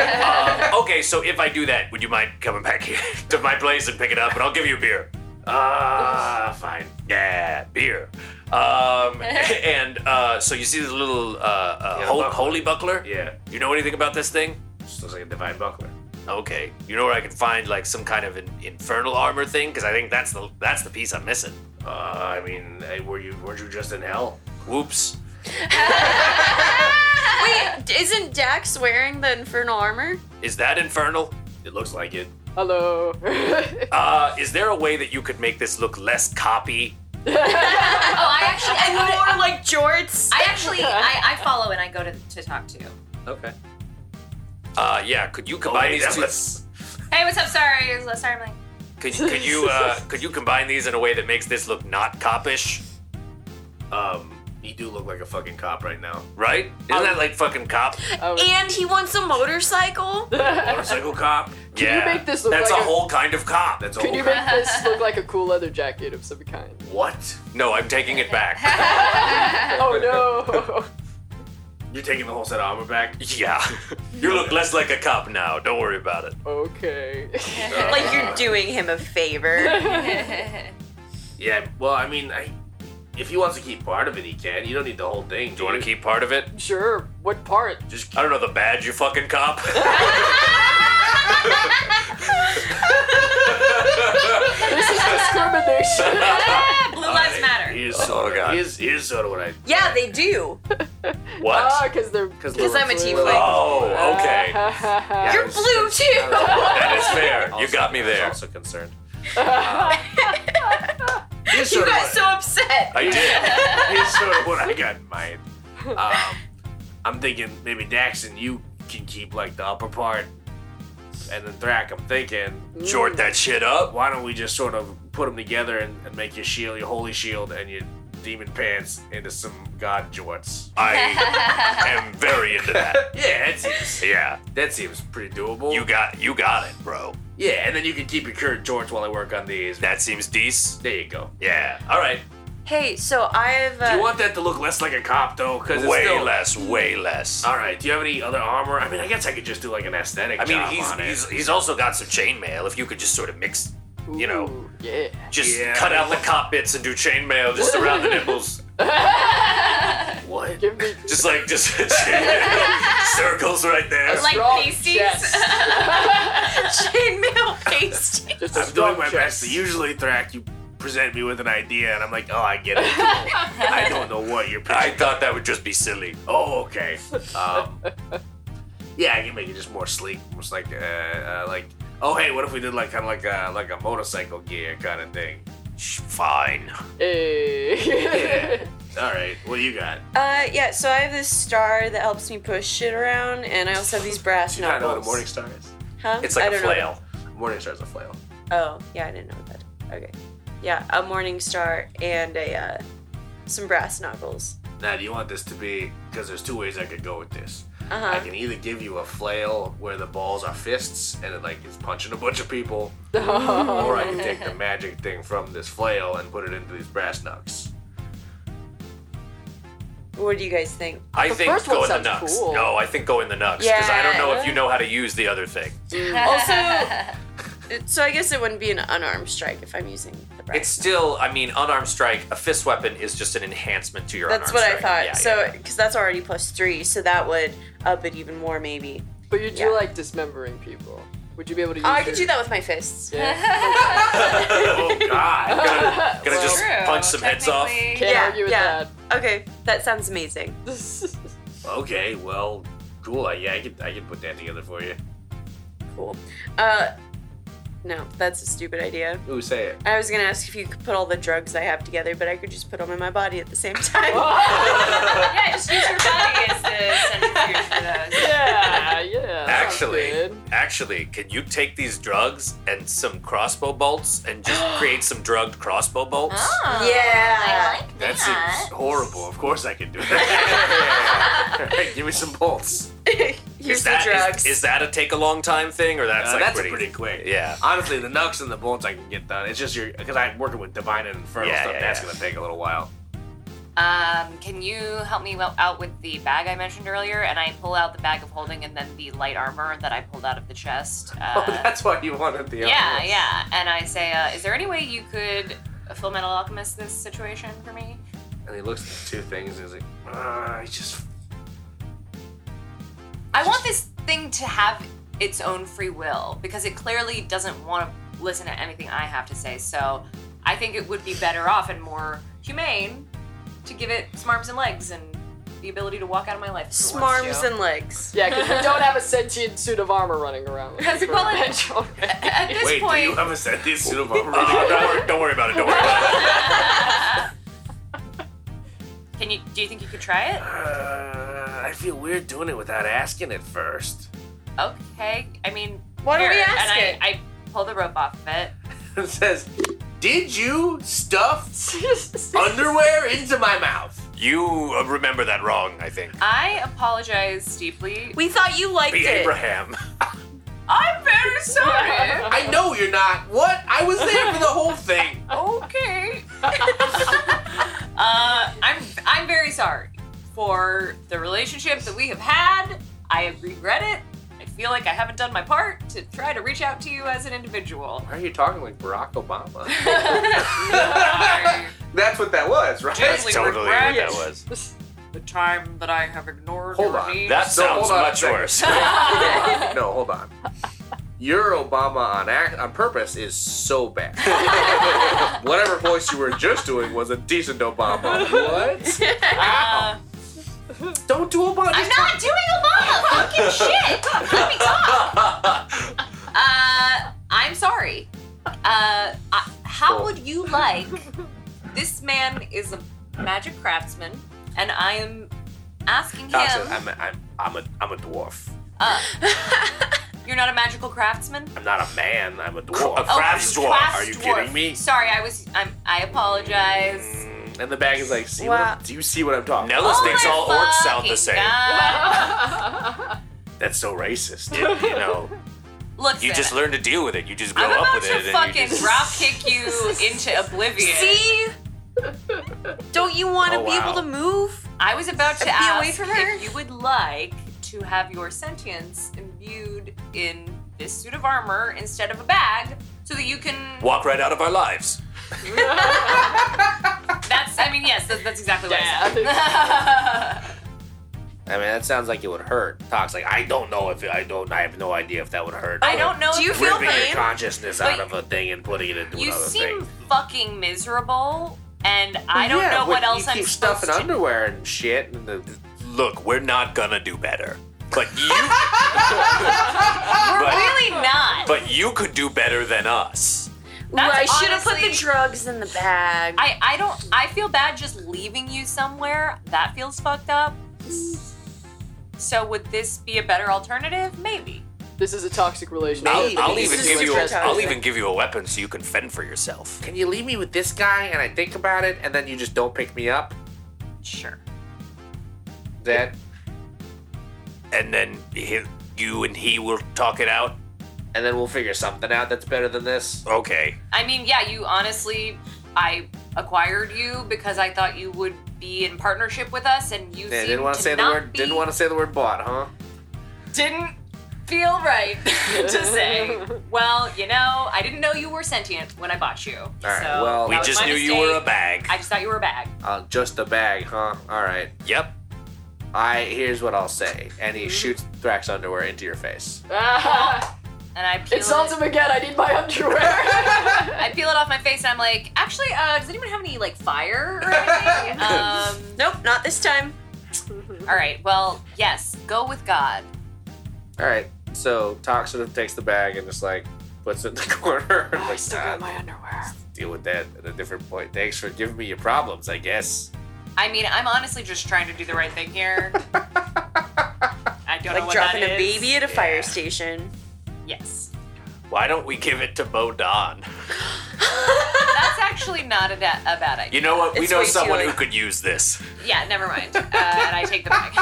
[SPEAKER 5] um, okay, so if I do that, would you mind coming back here to my place and pick it up, and I'll give you a beer.
[SPEAKER 2] Ah, fine.
[SPEAKER 5] Yeah, beer. Um, and uh, so you see the little uh, uh,
[SPEAKER 2] Yeah,
[SPEAKER 5] hol-
[SPEAKER 2] buckler.
[SPEAKER 5] holy buckler.
[SPEAKER 2] Yeah,
[SPEAKER 5] You know anything about this thing?
[SPEAKER 2] just looks like a divine buckler.
[SPEAKER 5] Okay. You know where I can find like some kind of an infernal armor thing? Because I think that's the that's the piece I'm missing.
[SPEAKER 2] Uh, I mean, eh, were you weren't you just in hell?
[SPEAKER 5] Whoops.
[SPEAKER 7] Wait, isn't Dax wearing the infernal armor?
[SPEAKER 5] Is that infernal?
[SPEAKER 2] It looks like it.
[SPEAKER 6] Hello.
[SPEAKER 5] Uh, is there a way that you could make this look less copy?
[SPEAKER 4] Oh, I actually, I, go to-
[SPEAKER 7] More like jorts.
[SPEAKER 4] I actually, I, I follow and I go to, to talk to.
[SPEAKER 5] Okay. Uh, yeah. Could you
[SPEAKER 2] Oh,
[SPEAKER 5] combine
[SPEAKER 2] wait,
[SPEAKER 5] these?
[SPEAKER 2] that was-
[SPEAKER 5] Two,
[SPEAKER 4] Hey, what's up? Sorry, it was less harming.
[SPEAKER 5] could could you uh, could you combine these in a way that makes this look not copish?
[SPEAKER 2] Um, you do look like a fucking cop right now.
[SPEAKER 5] Right? Isn't
[SPEAKER 2] Um,
[SPEAKER 5] that like fucking cop?
[SPEAKER 6] Oh,
[SPEAKER 7] And he wants a motorcycle.
[SPEAKER 2] Motorcycle cop.
[SPEAKER 5] yeah.
[SPEAKER 6] make this look
[SPEAKER 5] That's
[SPEAKER 6] like
[SPEAKER 5] a
[SPEAKER 6] a-
[SPEAKER 5] whole kind of cop.
[SPEAKER 2] That's
[SPEAKER 6] Could
[SPEAKER 2] all.
[SPEAKER 6] you make this look like a cool leather jacket of some kind?
[SPEAKER 2] what?
[SPEAKER 5] No, I'm taking it back.
[SPEAKER 6] Oh no.
[SPEAKER 2] You're taking the whole set of armor back?
[SPEAKER 5] yeah. You look less like a cop now. Don't worry about it.
[SPEAKER 6] Okay.
[SPEAKER 7] Like you're doing him a favor.
[SPEAKER 2] Yeah. Well, I mean, I, if he wants to keep part of it, he can. You don't need the whole thing.
[SPEAKER 5] Do you want to keep part of it?
[SPEAKER 6] sure. What part?
[SPEAKER 2] Just
[SPEAKER 5] I don't know the badge, you fucking cop.
[SPEAKER 6] This is discrimination.
[SPEAKER 4] Blue lives matter.
[SPEAKER 2] Here's
[SPEAKER 5] Oh,
[SPEAKER 2] sort of,
[SPEAKER 5] God.
[SPEAKER 2] here's, here's sort of what I.
[SPEAKER 7] yeah, they do.
[SPEAKER 5] what?
[SPEAKER 6] Ah, because they're.
[SPEAKER 7] Because I'm a tiefling.
[SPEAKER 5] oh, okay.
[SPEAKER 6] Uh-huh.
[SPEAKER 2] You're blue too.
[SPEAKER 5] That is fair. You got me there.
[SPEAKER 2] Also concerned. Here's sort of what-
[SPEAKER 7] upset.
[SPEAKER 5] I did.
[SPEAKER 2] Here's sort of what I got in mind. Um, I'm thinking maybe Dax and you can keep like the upper part, and then Thrak. I'm thinking,
[SPEAKER 5] Short that shit up.
[SPEAKER 2] why don't we just sort of put them together and, and make your shield, your holy shield, and your demon pants into some god jorts?
[SPEAKER 5] I am very into that.
[SPEAKER 2] Yeah, that seems
[SPEAKER 5] Yeah.
[SPEAKER 2] that seems pretty doable.
[SPEAKER 5] You got you got it, bro.
[SPEAKER 2] yeah, and then you can keep your current jorts while I work on these.
[SPEAKER 5] That seems decent.
[SPEAKER 2] There you go.
[SPEAKER 5] Yeah. All right.
[SPEAKER 7] Hey, so I've.
[SPEAKER 2] Do
[SPEAKER 7] Uh,
[SPEAKER 2] you want that to look less like a cop though? Because
[SPEAKER 5] Way
[SPEAKER 2] it's still,
[SPEAKER 5] less. Way less.
[SPEAKER 2] All right. Do you have any other armor? I mean, I guess I could just do like an aesthetic.
[SPEAKER 5] I mean,
[SPEAKER 2] job
[SPEAKER 5] he's
[SPEAKER 2] on it.
[SPEAKER 5] he's, he's also got some chainmail. If you could just sort of mix, you know,
[SPEAKER 6] Ooh, Yeah.
[SPEAKER 5] just
[SPEAKER 2] Yeah.
[SPEAKER 5] cut out the cop bits and do chainmail just around the nipples.
[SPEAKER 2] what?
[SPEAKER 6] Give me.
[SPEAKER 5] Just like just chainmail circles right there.
[SPEAKER 4] Like
[SPEAKER 6] strong
[SPEAKER 4] pasties?
[SPEAKER 6] chest.
[SPEAKER 7] chainmail pasty.
[SPEAKER 6] Just a
[SPEAKER 2] I'm
[SPEAKER 6] strong
[SPEAKER 2] doing my
[SPEAKER 6] chest.
[SPEAKER 2] best. Usually, Thrak, you present me with an idea, and I'm like, oh, I get it. I don't know what you're.
[SPEAKER 5] I
[SPEAKER 2] pitching.
[SPEAKER 5] thought that would just be silly.
[SPEAKER 2] Oh, okay. Um, yeah, I can make it just more sleek, just like uh, uh, like. Oh, hey, what if we did like kind of like a like a motorcycle gear kind of thing?
[SPEAKER 5] Sh- Fine.
[SPEAKER 6] Hey.
[SPEAKER 2] All right, what do you got?
[SPEAKER 7] Uh, yeah, so I have this star that helps me push shit around, and I also have these brass
[SPEAKER 2] Do you not know what a
[SPEAKER 7] knuckles.
[SPEAKER 2] morning star is?
[SPEAKER 7] Huh?
[SPEAKER 5] It's
[SPEAKER 7] I
[SPEAKER 5] like a
[SPEAKER 7] don't
[SPEAKER 5] flail.
[SPEAKER 2] Morning star is a flail.
[SPEAKER 7] Know. Oh, yeah, I didn't know that. Okay. Yeah, a morning star and a uh, some brass knuckles.
[SPEAKER 2] Now, do you want this to be? Because there's two ways I could go with this. I
[SPEAKER 4] Uh-huh.
[SPEAKER 7] Uh huh.
[SPEAKER 2] can either give you a flail where the balls are fists and it like is punching a bunch of people,
[SPEAKER 4] Oh.
[SPEAKER 2] or I can take the magic thing from this flail and put it into these brass knucks.
[SPEAKER 7] What do you guys think?
[SPEAKER 5] I
[SPEAKER 6] The
[SPEAKER 5] think
[SPEAKER 6] first
[SPEAKER 5] go
[SPEAKER 6] one
[SPEAKER 5] in the
[SPEAKER 6] sounds
[SPEAKER 5] nuts.
[SPEAKER 6] cool.
[SPEAKER 5] No, I think go in the nuts because I don't know if
[SPEAKER 7] Yeah.
[SPEAKER 5] you know how to use the other thing.
[SPEAKER 7] Also, so I guess it wouldn't be an unarmed strike if I'm using the brass.
[SPEAKER 5] It's still, I mean, unarmed strike. A fist weapon is just an enhancement to your.
[SPEAKER 7] that's
[SPEAKER 5] unarmed
[SPEAKER 7] what I
[SPEAKER 5] strike.
[SPEAKER 7] thought.
[SPEAKER 5] Yeah, yeah,
[SPEAKER 7] so, because that's already plus three, so that would up it even more, maybe.
[SPEAKER 6] But you do
[SPEAKER 7] Yeah.
[SPEAKER 6] like dismembering people. Would you be able to? Use
[SPEAKER 7] Oh, I could do
[SPEAKER 6] your-
[SPEAKER 7] that with my fists.
[SPEAKER 6] Yeah.
[SPEAKER 2] oh God!
[SPEAKER 5] yeah. gonna just
[SPEAKER 4] True,
[SPEAKER 5] punch some heads off.
[SPEAKER 4] technically.
[SPEAKER 6] Can't
[SPEAKER 7] Yeah,
[SPEAKER 6] argue with
[SPEAKER 7] yeah. Okay, that sounds amazing.
[SPEAKER 6] that.
[SPEAKER 2] Okay, well, Uh, cool. I- Yeah, I could I could put that together for you.
[SPEAKER 7] Cool. Uh, No, that's a stupid idea.
[SPEAKER 9] Ooh, say it.
[SPEAKER 7] I was gonna ask if you could put all the drugs I have together, but I could just put them in my body at the same time.
[SPEAKER 4] yeah, just use your body as the centrifuge for those.
[SPEAKER 6] Yeah, yeah. sounds
[SPEAKER 5] Actually,
[SPEAKER 6] good.
[SPEAKER 5] actually, can you take these drugs and some crossbow bolts and just create some drugged crossbow bolts?
[SPEAKER 4] Oh,
[SPEAKER 7] Yeah.
[SPEAKER 4] I like
[SPEAKER 2] That
[SPEAKER 4] that.
[SPEAKER 2] seems horrible. Of course I can do that. Alright, give me some bolts.
[SPEAKER 7] Here's
[SPEAKER 5] is that
[SPEAKER 7] the
[SPEAKER 5] is-
[SPEAKER 7] drugs.
[SPEAKER 5] is that a take a long time thing or that's
[SPEAKER 2] Uh,
[SPEAKER 5] like
[SPEAKER 2] that's
[SPEAKER 5] pretty,
[SPEAKER 2] pretty quick.
[SPEAKER 5] Yeah.
[SPEAKER 2] Honestly, the nux and the bolts I can get done. It's just your because I'm working with divine and infernal
[SPEAKER 5] Yeah,
[SPEAKER 2] stuff.
[SPEAKER 5] yeah,
[SPEAKER 2] that's
[SPEAKER 5] yeah.
[SPEAKER 2] gonna take a little while.
[SPEAKER 4] Um, can you help me wel- out with the bag I mentioned earlier? And I pull out the bag of holding and then the light armor that I pulled out of the chest. Uh,
[SPEAKER 2] oh, that's why you wanted the.
[SPEAKER 4] yeah,
[SPEAKER 2] other one.
[SPEAKER 4] yeah. And I say, uh, is there any way you could full metal alchemist this situation for me?
[SPEAKER 2] And he looks at the two things and he's like, ah, he's just
[SPEAKER 4] I want this thing to have its own free will because it clearly doesn't want to listen to anything I have to say. So I think it would be better off and more humane to give it smarms and legs and the ability to walk out of my life. if it wants
[SPEAKER 7] Smarms
[SPEAKER 4] to.
[SPEAKER 7] and legs.
[SPEAKER 6] Yeah, because we don't have a sentient suit of armor running around.
[SPEAKER 4] Because,
[SPEAKER 6] We're
[SPEAKER 4] well, it-
[SPEAKER 6] revenge already.
[SPEAKER 4] At this
[SPEAKER 2] Wait,
[SPEAKER 4] point,
[SPEAKER 2] do you have a set this suit of armor?
[SPEAKER 5] Uh,
[SPEAKER 2] on?
[SPEAKER 5] don't, worry, don't worry about it. Don't worry about it.
[SPEAKER 4] can you? Do you think you could try it?
[SPEAKER 2] Uh, I feel weird doing it without asking it first.
[SPEAKER 4] Okay. I mean,
[SPEAKER 7] Why don't we
[SPEAKER 4] here.
[SPEAKER 7] ask
[SPEAKER 4] and
[SPEAKER 7] it?
[SPEAKER 4] I, I pull the rope off of it.
[SPEAKER 2] it says, "Did you stuff underwear into my mouth?"
[SPEAKER 5] You uh, remember that wrong, I think.
[SPEAKER 4] I apologize deeply.
[SPEAKER 7] We thought you liked
[SPEAKER 5] Be
[SPEAKER 7] it.
[SPEAKER 5] Abraham.
[SPEAKER 4] I'm very sorry.
[SPEAKER 2] I know you're not. What? I was there for the whole thing.
[SPEAKER 4] okay. uh, I'm I'm very sorry for the relationship that we have had. I regret it. I feel like I haven't done my part to try to reach out to you as an individual.
[SPEAKER 2] Why are you talking like Barack Obama?
[SPEAKER 4] I
[SPEAKER 2] That's what that was, right?
[SPEAKER 4] deeply
[SPEAKER 5] totally
[SPEAKER 4] regret
[SPEAKER 5] what that was.
[SPEAKER 4] the time that I have ignored
[SPEAKER 2] Hold
[SPEAKER 4] your
[SPEAKER 2] on.
[SPEAKER 4] needs.
[SPEAKER 5] That
[SPEAKER 2] So,
[SPEAKER 5] sounds
[SPEAKER 2] hold on a
[SPEAKER 5] much
[SPEAKER 2] second.
[SPEAKER 5] worse.
[SPEAKER 2] no, hold on. Your Obama on ac on purpose is so bad. Whatever voice you were just doing was a decent Obama. What?
[SPEAKER 4] Uh,
[SPEAKER 2] Don't do Obama.
[SPEAKER 4] I'm not doing Obama. Fucking shit. Let me talk. Uh, I'm sorry. Uh, I, how would you like? This man is a magic craftsman, and I am asking
[SPEAKER 2] No, I said,
[SPEAKER 4] him.
[SPEAKER 2] I'm, a, I'm, I'm, a, I'm a dwarf.
[SPEAKER 4] Uh, you're not a magical craftsman.
[SPEAKER 2] I'm not a man. I'm a
[SPEAKER 5] A
[SPEAKER 2] dwarf.
[SPEAKER 5] crafts
[SPEAKER 4] Oh,
[SPEAKER 5] dwarf.
[SPEAKER 4] crafts
[SPEAKER 5] Are you
[SPEAKER 4] dwarf.
[SPEAKER 5] kidding me?
[SPEAKER 4] Sorry, I was. I'm, I apologize.
[SPEAKER 2] And the bag is like, see what
[SPEAKER 7] Wow.
[SPEAKER 2] I'm- do you see what I'm talking about?
[SPEAKER 5] Nellis
[SPEAKER 4] Oh
[SPEAKER 5] thinks
[SPEAKER 4] my
[SPEAKER 5] all orcs sound the
[SPEAKER 4] fucking
[SPEAKER 5] same.
[SPEAKER 4] God.
[SPEAKER 2] That's so racist.
[SPEAKER 5] You, you know,
[SPEAKER 4] Listen,
[SPEAKER 5] you just learn to deal with it. You just grow
[SPEAKER 4] I'm
[SPEAKER 5] up
[SPEAKER 4] about
[SPEAKER 5] with
[SPEAKER 4] to
[SPEAKER 5] it. and you
[SPEAKER 4] fucking
[SPEAKER 5] just...
[SPEAKER 4] dropkick you into oblivion.
[SPEAKER 7] See? Don't you want to
[SPEAKER 2] Oh,
[SPEAKER 7] be
[SPEAKER 2] wow.
[SPEAKER 7] able to move?
[SPEAKER 4] I was about to
[SPEAKER 7] Be
[SPEAKER 4] ask
[SPEAKER 7] away from her.
[SPEAKER 4] if you would like to have your sentience imbued in this suit of armor instead of a bag, so that you can.
[SPEAKER 5] walk right out of our lives.
[SPEAKER 4] That's. I mean, yes, that's, that's exactly what
[SPEAKER 6] Yeah, I think
[SPEAKER 4] I said.
[SPEAKER 2] I mean, that sounds like it would hurt. Talks like, I don't know if, I don't, I have no idea if that would hurt.
[SPEAKER 4] I don't know.
[SPEAKER 7] Do
[SPEAKER 4] if
[SPEAKER 7] you
[SPEAKER 4] it
[SPEAKER 7] feel
[SPEAKER 4] would-
[SPEAKER 2] ripping
[SPEAKER 7] pain?
[SPEAKER 2] your consciousness
[SPEAKER 4] But
[SPEAKER 2] out of a thing and putting it into
[SPEAKER 4] You
[SPEAKER 2] another
[SPEAKER 4] seem
[SPEAKER 2] thing.
[SPEAKER 4] fucking miserable, and I don't
[SPEAKER 2] Yeah,
[SPEAKER 4] know
[SPEAKER 2] but
[SPEAKER 4] what
[SPEAKER 2] you
[SPEAKER 4] else I'm
[SPEAKER 2] keep
[SPEAKER 4] supposed
[SPEAKER 2] stuffing
[SPEAKER 4] to.
[SPEAKER 2] underwear and shit. And the,
[SPEAKER 5] Look, we're not gonna do better, but you,
[SPEAKER 4] We're
[SPEAKER 5] But-
[SPEAKER 4] really not.
[SPEAKER 5] but you could do better than us.
[SPEAKER 4] That's
[SPEAKER 7] I should have put the
[SPEAKER 4] honestly-
[SPEAKER 7] drugs in the bag.
[SPEAKER 4] I, I don't I feel bad just leaving you somewhere. That feels fucked up. So would this be a better alternative? Maybe.
[SPEAKER 6] this is a toxic relationship.
[SPEAKER 5] I'll, I'll
[SPEAKER 7] This
[SPEAKER 5] even
[SPEAKER 7] is
[SPEAKER 5] give you,
[SPEAKER 7] fantastic.
[SPEAKER 5] I'll even give you a weapon so you can fend for yourself.
[SPEAKER 2] Can you leave me with this guy and I think about it and then you just don't pick me up?
[SPEAKER 4] Sure.
[SPEAKER 2] That
[SPEAKER 5] and then he, you and he will talk it out.
[SPEAKER 2] and then we'll figure something out that's better than this.
[SPEAKER 5] Okay.
[SPEAKER 4] I mean, yeah, you honestly I acquired you because I thought you would be in partnership with us and you
[SPEAKER 2] Yeah,
[SPEAKER 4] seem
[SPEAKER 2] didn't want to say the
[SPEAKER 4] not
[SPEAKER 2] word.
[SPEAKER 4] be-
[SPEAKER 2] Didn't want to say the word bought, huh?
[SPEAKER 4] didn't feel right to say. Well, you know, I didn't know you were sentient when I bought you. All
[SPEAKER 2] right,
[SPEAKER 4] so
[SPEAKER 2] well-
[SPEAKER 5] We
[SPEAKER 4] that was
[SPEAKER 5] just
[SPEAKER 4] my
[SPEAKER 5] knew you were a
[SPEAKER 4] mistake.
[SPEAKER 5] bag.
[SPEAKER 4] I just thought you were a bag.
[SPEAKER 2] Uh, just a bag, huh? All right.
[SPEAKER 5] yep.
[SPEAKER 2] I here's what I'll say, and
[SPEAKER 6] Mm-hmm.
[SPEAKER 2] he shoots Thrax underwear into your face.
[SPEAKER 6] Ah,
[SPEAKER 4] And I peel
[SPEAKER 6] insult him again. I need my underwear.
[SPEAKER 4] I peel it off my face and I'm like, actually, uh, does anyone have any like fire or anything? um,
[SPEAKER 7] nope, not this time.
[SPEAKER 4] all right, well, yes, go with God.
[SPEAKER 2] All right. So Tox sort of takes the bag and just like
[SPEAKER 10] puts it in the corner.
[SPEAKER 6] Oh, I
[SPEAKER 10] like,
[SPEAKER 6] still got
[SPEAKER 10] "Ah,
[SPEAKER 6] my underwear.
[SPEAKER 10] deal with that at a different point. Thanks for giving me your problems, I guess.
[SPEAKER 4] I mean, I'm honestly just trying to do the right thing here. I don't know
[SPEAKER 7] Like
[SPEAKER 4] what
[SPEAKER 7] dropping
[SPEAKER 4] that
[SPEAKER 7] a
[SPEAKER 4] is.
[SPEAKER 7] baby at a fire station.
[SPEAKER 4] Yes.
[SPEAKER 5] Why don't we give it to Bo Don?
[SPEAKER 4] That's actually not a, da- a bad idea.
[SPEAKER 5] You know what? We
[SPEAKER 4] It's
[SPEAKER 5] know
[SPEAKER 4] way too
[SPEAKER 5] someone who
[SPEAKER 4] late.
[SPEAKER 5] could use this.
[SPEAKER 4] Yeah, never mind. Uh, and I take the back.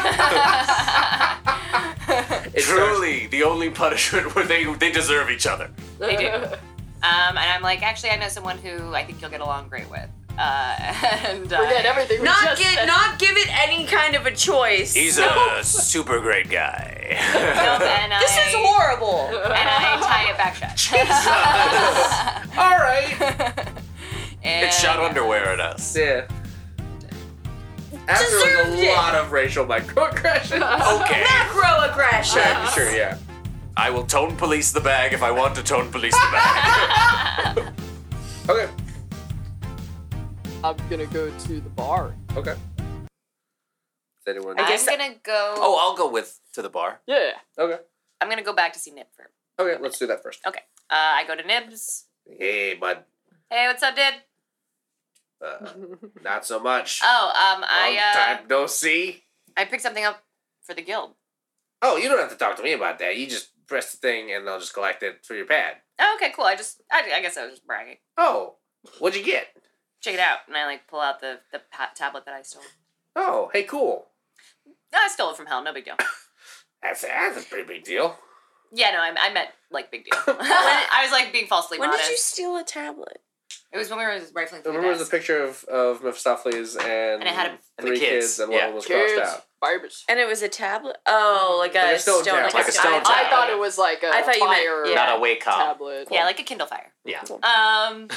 [SPEAKER 5] Truly, the only punishment where they they deserve each other.
[SPEAKER 4] they do. Um, and I'm like, actually, I know someone who I think you'll get along great with. Uh, and uh,
[SPEAKER 6] Forget everything. we
[SPEAKER 7] Not
[SPEAKER 6] just
[SPEAKER 7] get,
[SPEAKER 6] said.
[SPEAKER 7] not give it any kind of a choice.
[SPEAKER 5] He's a super great guy.
[SPEAKER 4] and I,
[SPEAKER 7] this is horrible.
[SPEAKER 4] And I tie it back shut.
[SPEAKER 2] All right.
[SPEAKER 4] and
[SPEAKER 5] it shot underwear at us.
[SPEAKER 2] Yeah. After like, a
[SPEAKER 7] Deserved it.
[SPEAKER 2] lot of racial microaggressions.
[SPEAKER 5] Okay.
[SPEAKER 7] Macroaggression.
[SPEAKER 2] Yeah, sure, yeah.
[SPEAKER 5] I will tone police the bag if I want to tone police the bag.
[SPEAKER 2] Okay.
[SPEAKER 6] I'm gonna go to the bar.
[SPEAKER 2] Okay. Is anyone?
[SPEAKER 4] I'm
[SPEAKER 7] guess that-
[SPEAKER 4] gonna go.
[SPEAKER 5] oh, I'll go with to the bar.
[SPEAKER 6] Yeah.
[SPEAKER 2] Okay.
[SPEAKER 4] I'm gonna go back to see Nib first.
[SPEAKER 2] Okay. Let's do that first.
[SPEAKER 4] Okay. Uh, I go to Nibs.
[SPEAKER 10] Hey, bud.
[SPEAKER 4] Hey, what's up, Nib?
[SPEAKER 10] Uh, not so much.
[SPEAKER 4] Oh, um,
[SPEAKER 10] Long
[SPEAKER 4] I uh,
[SPEAKER 10] time no see.
[SPEAKER 4] I picked something up for the guild.
[SPEAKER 10] Oh, you don't have to talk to me about that. You just press the thing and they'll just collect it for your pad.
[SPEAKER 4] Oh, okay, cool. I just I, I guess I was just bragging.
[SPEAKER 10] Oh, what'd you get?
[SPEAKER 4] Check it out, and I like pull out the the pa- tablet that I stole.
[SPEAKER 10] Oh, hey, cool.
[SPEAKER 4] No, I stole it from hell. No big deal.
[SPEAKER 10] That's, that's a pretty big deal.
[SPEAKER 4] Yeah, no, I, I meant like big deal. I was like being falsely
[SPEAKER 7] When
[SPEAKER 4] modest.
[SPEAKER 7] did you steal a tablet?
[SPEAKER 4] It was when we were rifling through
[SPEAKER 2] Remember
[SPEAKER 4] the
[SPEAKER 2] the
[SPEAKER 4] desk.
[SPEAKER 2] picture of of Mephistopheles and
[SPEAKER 4] And it had a-
[SPEAKER 2] three
[SPEAKER 5] And the kids,
[SPEAKER 2] kids, and one
[SPEAKER 5] yeah.
[SPEAKER 2] of them was
[SPEAKER 6] Kids,
[SPEAKER 2] crossed out.
[SPEAKER 6] Garbage.
[SPEAKER 7] And it was a tablet. Oh, like
[SPEAKER 2] Like
[SPEAKER 7] a
[SPEAKER 2] a stone
[SPEAKER 7] stone,
[SPEAKER 2] tablet.
[SPEAKER 5] Like a stone
[SPEAKER 6] I
[SPEAKER 5] tablet.
[SPEAKER 6] thought it was like a
[SPEAKER 7] I thought you meant-
[SPEAKER 6] fire
[SPEAKER 7] yeah.
[SPEAKER 5] Not a wake up.
[SPEAKER 6] tablet.
[SPEAKER 4] Yeah, like a Kindle Fire.
[SPEAKER 5] Yeah.
[SPEAKER 4] Um.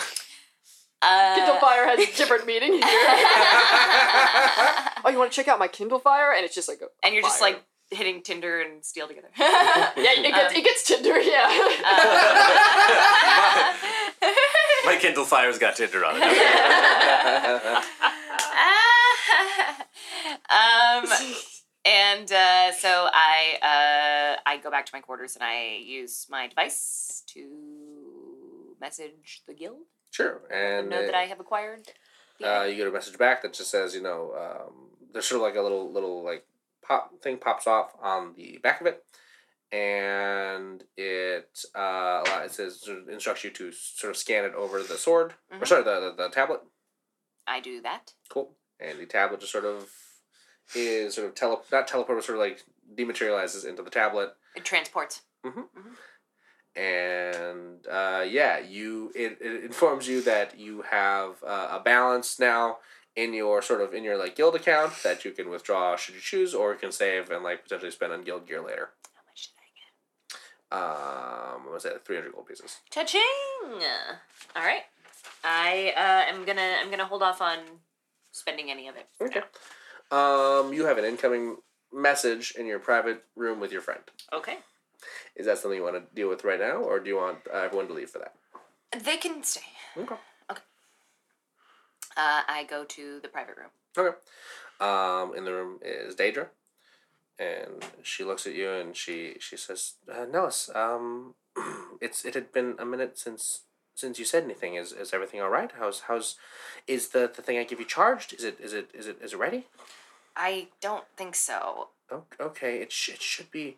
[SPEAKER 4] Uh,
[SPEAKER 6] Kindle Fire has a different meaning here. oh, you want to check out my Kindle Fire? And it's just like a,
[SPEAKER 4] and you're just
[SPEAKER 6] fire.
[SPEAKER 4] like hitting Tinder and Steel together.
[SPEAKER 6] yeah, it gets, it gets Tinder, yeah.
[SPEAKER 4] Uh,
[SPEAKER 5] My Kindle Fire's got Tinder on it.
[SPEAKER 4] um, and uh, so I uh, I go back to my quarters and I use my device to message the guild.
[SPEAKER 2] Sure.
[SPEAKER 4] let
[SPEAKER 2] And
[SPEAKER 4] them know that I have acquired.
[SPEAKER 2] uh, you get a message back that just says, you know, um, there's sort of like a little little like pop thing pops off on the back of it, and it uh, allow- it says sort of instructs you to sort of scan it over the sword or
[SPEAKER 4] Mhm.
[SPEAKER 2] sorry the, the the tablet.
[SPEAKER 4] I do that.
[SPEAKER 2] Cool. And the tablet just sort of is sort of tele not teleport but sort of like dematerializes into the tablet
[SPEAKER 4] It transports.
[SPEAKER 2] and uh, yeah, you it, it informs you that you have uh, a balance now in your sort of in your like guild account that you can withdraw should you choose, or you can save and like potentially spend on guild gear later.
[SPEAKER 4] How much did I get?
[SPEAKER 2] Um, what was that? Three hundred gold pieces.
[SPEAKER 4] Touching. All right. I uh, am gonna I'm gonna hold off on spending any of it. for now.
[SPEAKER 2] Um, you have an incoming message in your private room with your friend.
[SPEAKER 4] Okay.
[SPEAKER 2] Is that something you want to deal with right now, or do you want uh, everyone to leave for that?
[SPEAKER 4] They can stay.
[SPEAKER 2] Okay.
[SPEAKER 4] Uh, I go to the private room.
[SPEAKER 2] Okay. Um, in the room is Daedra, and she looks at you and she she says, uh, "Nellis, um, it's it had been a minute since since you said anything. Is is everything all right? How's how's is the the thing I give you charged? Is it is it is it is it ready?
[SPEAKER 4] I don't think so.
[SPEAKER 2] O- Okay, it sh- it should be."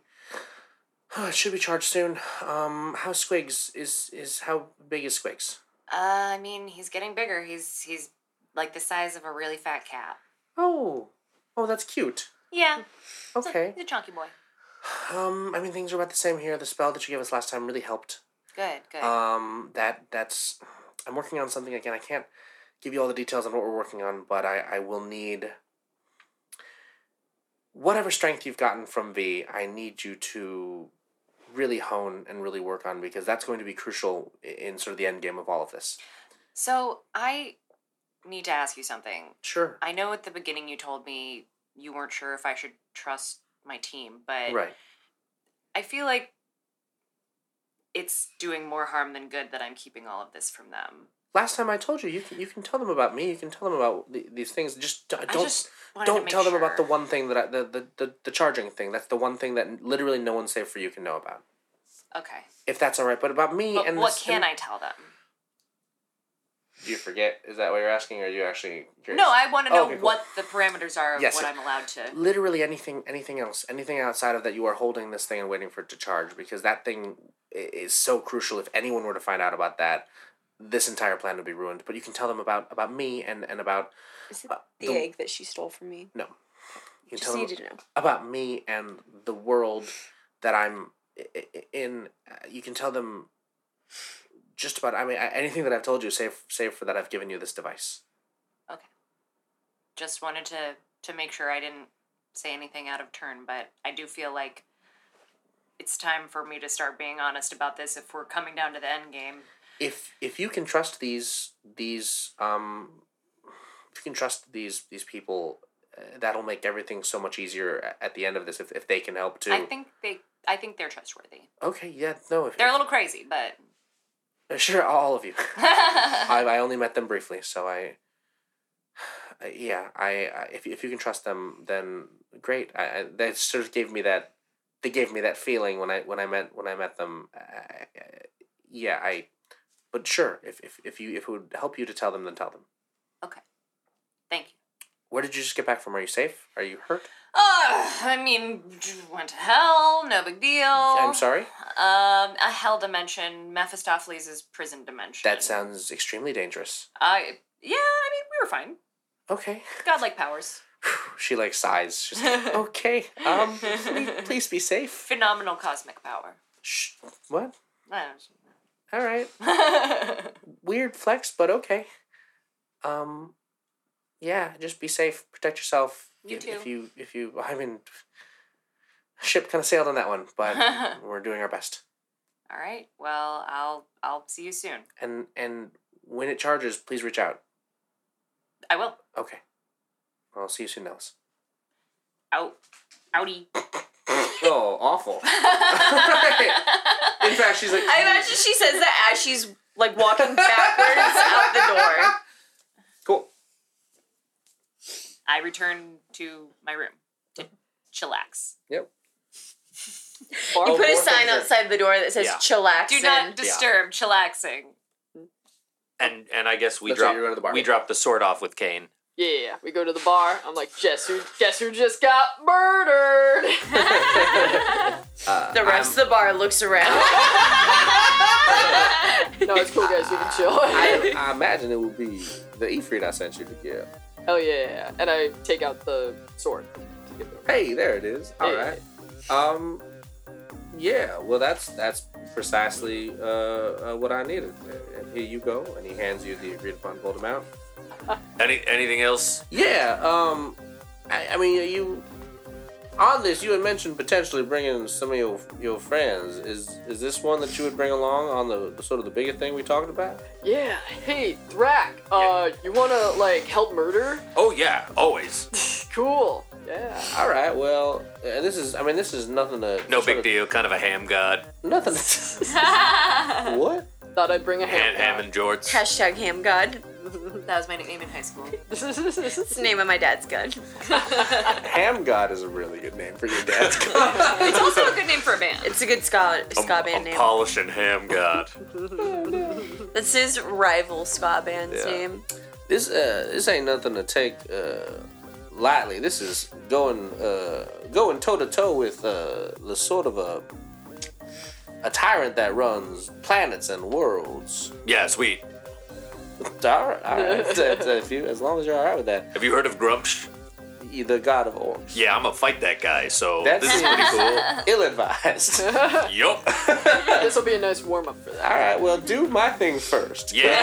[SPEAKER 2] it should be charged soon. Um, how Squigs is is how big is Squigs?
[SPEAKER 4] Uh, I mean, he's getting bigger. He's he's like the size of a really fat cat.
[SPEAKER 2] Oh, oh, that's cute.
[SPEAKER 4] Yeah.
[SPEAKER 2] Okay.
[SPEAKER 4] He's a chunky boy.
[SPEAKER 2] Um, I mean things are about the same here. The spell that you gave us last time really helped.
[SPEAKER 4] Good. Good.
[SPEAKER 2] Um, that that's. I'm working on something again. I can't give you all the details on what we're working on, but I I will need whatever strength you've gotten from V. I need you to really hone and really work on because that's going to be crucial i- in sort of the end game of all of this.
[SPEAKER 4] so I need to ask you something.
[SPEAKER 2] Sure.
[SPEAKER 4] I know at the beginning you told me you weren't sure if I should trust my team, but
[SPEAKER 2] Right.
[SPEAKER 4] I feel like it's doing more harm than good that I'm keeping all of this from them.
[SPEAKER 2] Last time I told you, you can, you can tell them about me. You can tell them about the, these things. Just d-
[SPEAKER 4] I
[SPEAKER 2] don't
[SPEAKER 4] just wanted to
[SPEAKER 2] don't
[SPEAKER 4] make
[SPEAKER 2] tell them about the
[SPEAKER 4] sure.
[SPEAKER 2] one thing that I, the, the the the charging thing. That's the one thing that literally no one save for you can know about.
[SPEAKER 4] Okay.
[SPEAKER 2] if that's all right. But about me
[SPEAKER 4] But
[SPEAKER 2] and
[SPEAKER 4] what
[SPEAKER 2] this,
[SPEAKER 4] can I tell them?
[SPEAKER 2] Do you forget? Is that what you're asking, or are you actually curious?
[SPEAKER 4] No, I want to know
[SPEAKER 2] Oh, Okay, cool.
[SPEAKER 4] what the parameters are of
[SPEAKER 2] Yes,
[SPEAKER 4] what
[SPEAKER 2] sir.
[SPEAKER 4] I'm allowed to.
[SPEAKER 2] literally anything anything else anything outside of that you are holding this thing and waiting for it to charge because that thing i- is so crucial if anyone were to find out about that this entire plan would be ruined but you can tell them about about me and and about
[SPEAKER 7] Is it
[SPEAKER 2] uh,
[SPEAKER 7] the
[SPEAKER 2] the-
[SPEAKER 7] egg that she stole from me?
[SPEAKER 2] no you can
[SPEAKER 7] Just
[SPEAKER 2] tell them
[SPEAKER 7] needed to know.
[SPEAKER 2] about me and the world that i'm i- i- in Uh, you can tell them just about i mean a- anything that i've told you save save for that i've given you this device
[SPEAKER 4] Just wanted to to make sure I didn't say anything out of turn, but I do feel like it's time for me to start being honest about this if we're coming down to the end game.
[SPEAKER 2] if if you can trust these these um if you can trust these these people uh, that'll make everything so much easier a- at the end of this if, if they can help too
[SPEAKER 4] I think they I think they're trustworthy.
[SPEAKER 2] okay yeah no if,
[SPEAKER 4] They're a little crazy, but
[SPEAKER 2] uh, sure all of you I, I only met them briefly so i uh, yeah i, I if, if you can trust them then great I, I that sort of gave me that they gave me that feeling when i when i met when i met them uh, yeah i but sure if, if if you if it would help you to tell them then tell them
[SPEAKER 4] thank you.
[SPEAKER 2] Where did you just get back from? Are you safe? Are you hurt?
[SPEAKER 4] Oh, I mean, went to hell, no big deal.
[SPEAKER 2] I'm sorry.
[SPEAKER 4] Um, a hell dimension, Mephistopheles' is prison dimension.
[SPEAKER 2] That sounds extremely dangerous.
[SPEAKER 4] I yeah, I mean, we were fine.
[SPEAKER 2] Okay.
[SPEAKER 4] Godlike powers.
[SPEAKER 2] She like sighs. She's like, okay. Um, please, please be safe.
[SPEAKER 4] Phenomenal cosmic power.
[SPEAKER 2] Shh. What?
[SPEAKER 4] I don't
[SPEAKER 2] All right.
[SPEAKER 4] know.
[SPEAKER 2] Weird flex, but okay. Um, yeah. Just be safe. Protect yourself.
[SPEAKER 4] You
[SPEAKER 2] if, if
[SPEAKER 4] too.
[SPEAKER 2] you if you I mean, ship kind of sailed on that one, but we're doing our best.
[SPEAKER 4] All right. Well, I'll I'll see you soon.
[SPEAKER 2] And and when it charges, please reach out.
[SPEAKER 4] I will.
[SPEAKER 2] Okay. I'll see you soon, Alice.
[SPEAKER 4] Out. Outie.
[SPEAKER 2] oh, awful. In fact, she's like,
[SPEAKER 7] I imagine she says that as she's like walking backwards out the door.
[SPEAKER 2] cool.
[SPEAKER 4] I return to my room to chillax.
[SPEAKER 7] You
[SPEAKER 2] Oh,
[SPEAKER 7] put a
[SPEAKER 2] more
[SPEAKER 7] sign
[SPEAKER 2] things are-
[SPEAKER 7] outside the door that says
[SPEAKER 5] Yeah.
[SPEAKER 7] chillax.
[SPEAKER 4] Do not disturb. Chillaxing.
[SPEAKER 5] And and I guess we
[SPEAKER 2] That's right,
[SPEAKER 5] drop
[SPEAKER 2] you're going to the bar.
[SPEAKER 5] we drop the sword off with Kane.
[SPEAKER 6] Yeah, yeah, yeah. we go to the bar. I'm like, guess who? Guess who just got murdered?
[SPEAKER 2] Uh,
[SPEAKER 7] the rest of the bar looks around.
[SPEAKER 6] no, it's cool, guys. You
[SPEAKER 4] Uh,
[SPEAKER 6] can chill.
[SPEAKER 2] I, I imagine it would be the Ifrit I sent you to get.
[SPEAKER 6] Hell yeah, yeah, yeah. And I take out the sword. to give it away.
[SPEAKER 2] Hey, there it is. All
[SPEAKER 6] Yeah.
[SPEAKER 2] right. Um, yeah. Well, that's that's precisely uh, uh, what I needed. And here you go. And he hands you the agreed upon gold amount.
[SPEAKER 5] Any anything else?
[SPEAKER 2] Yeah. Um, I, I mean, you on this you had mentioned potentially bringing some of your your friends. Is is this one that you would bring along on the, the sort of the bigger thing we talked about?
[SPEAKER 6] Yeah. Hey, Thrak. Uh, you wanna like help murder?
[SPEAKER 5] Oh yeah, always.
[SPEAKER 6] Cool. Yeah.
[SPEAKER 2] All right. Well, and this is I mean this is nothing to
[SPEAKER 5] No
[SPEAKER 2] sort
[SPEAKER 5] big
[SPEAKER 2] of-
[SPEAKER 5] deal. Kind of a ham god.
[SPEAKER 2] Nothing. what?
[SPEAKER 6] Thought I'd bring a
[SPEAKER 5] Ham,
[SPEAKER 6] hand.
[SPEAKER 5] ham and jorts.
[SPEAKER 7] Hashtag ham god.
[SPEAKER 4] That was my nickname in high school.
[SPEAKER 7] It's the name of my dad's gun.
[SPEAKER 2] Ham God is a really good name for your dad's god.
[SPEAKER 4] It's also a good name for a band.
[SPEAKER 7] It's a good ska, ska
[SPEAKER 5] I'm,
[SPEAKER 7] band
[SPEAKER 5] I'm
[SPEAKER 7] name.
[SPEAKER 5] polishing ham god.
[SPEAKER 7] That's his rival ska band's name.
[SPEAKER 2] this uh, this ain't nothing to take uh, lightly. This is going uh, going toe to toe with uh, the sort of a a tyrant that runs planets and worlds.
[SPEAKER 5] yeah, sweet.
[SPEAKER 2] All right, all right. If- if you- as long as you're all right with that,
[SPEAKER 5] Have you heard of Grumsh?
[SPEAKER 2] you the god of orcs.
[SPEAKER 5] Yeah, I'm gonna fight that guy. So
[SPEAKER 2] That
[SPEAKER 5] this is
[SPEAKER 2] seems-
[SPEAKER 5] pretty cool.
[SPEAKER 2] Ill advised. all
[SPEAKER 5] yup.
[SPEAKER 6] This will be a nice warm up for that.
[SPEAKER 2] right, well, do my thing first.
[SPEAKER 5] Yeah.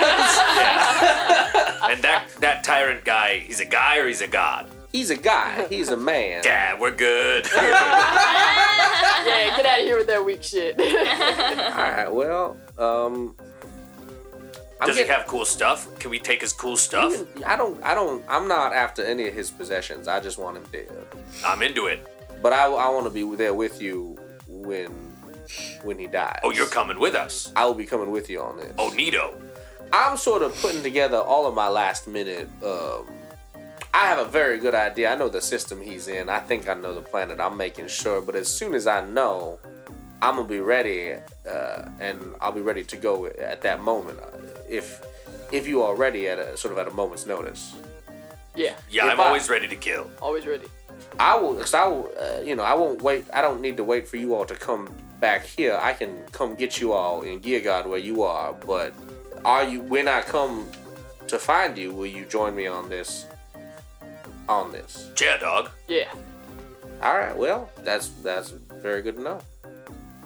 [SPEAKER 5] Yeah. And that that tyrant guy, he's a guy or he's a god.
[SPEAKER 2] He's a guy. He's a man.
[SPEAKER 5] Yeah, we're good.
[SPEAKER 6] Yeah, get out of here with that weak shit.
[SPEAKER 2] All right, well, um, I'm
[SPEAKER 5] Does he
[SPEAKER 2] getting-
[SPEAKER 5] have cool stuff? Can we take his cool stuff?
[SPEAKER 2] I don't, I don't, I'm not after any of his possessions. I just want him dead.
[SPEAKER 5] I'm into it.
[SPEAKER 2] But I, I want to be there with you when, when he dies.
[SPEAKER 5] Oh, you're coming with us.
[SPEAKER 2] I will be coming with you on this.
[SPEAKER 5] Oh, Nito.
[SPEAKER 2] I'm sort of putting together all of my last minute. Um, I have a very good idea. I know the system he's in. I think I know the planet I'm making sure. But as soon as I know, I'm gonna be ready, uh, and I'll be ready to go at that moment. uh, If if you are ready at a sort of at a moment's notice,
[SPEAKER 6] Yeah,
[SPEAKER 5] Yeah,
[SPEAKER 2] If
[SPEAKER 5] I'm
[SPEAKER 2] I-
[SPEAKER 5] always ready to kill.
[SPEAKER 6] always ready.
[SPEAKER 2] I will. Cause I will. Uh, you know, I won't wait. I don't need to wait for you all to come back here. I can come get you all in Gear God where you are. But are you when I come to find you? Will you join me on this? On this.
[SPEAKER 5] Yeah, dog.
[SPEAKER 6] Yeah.
[SPEAKER 2] All right. Well, that's that's very good to know.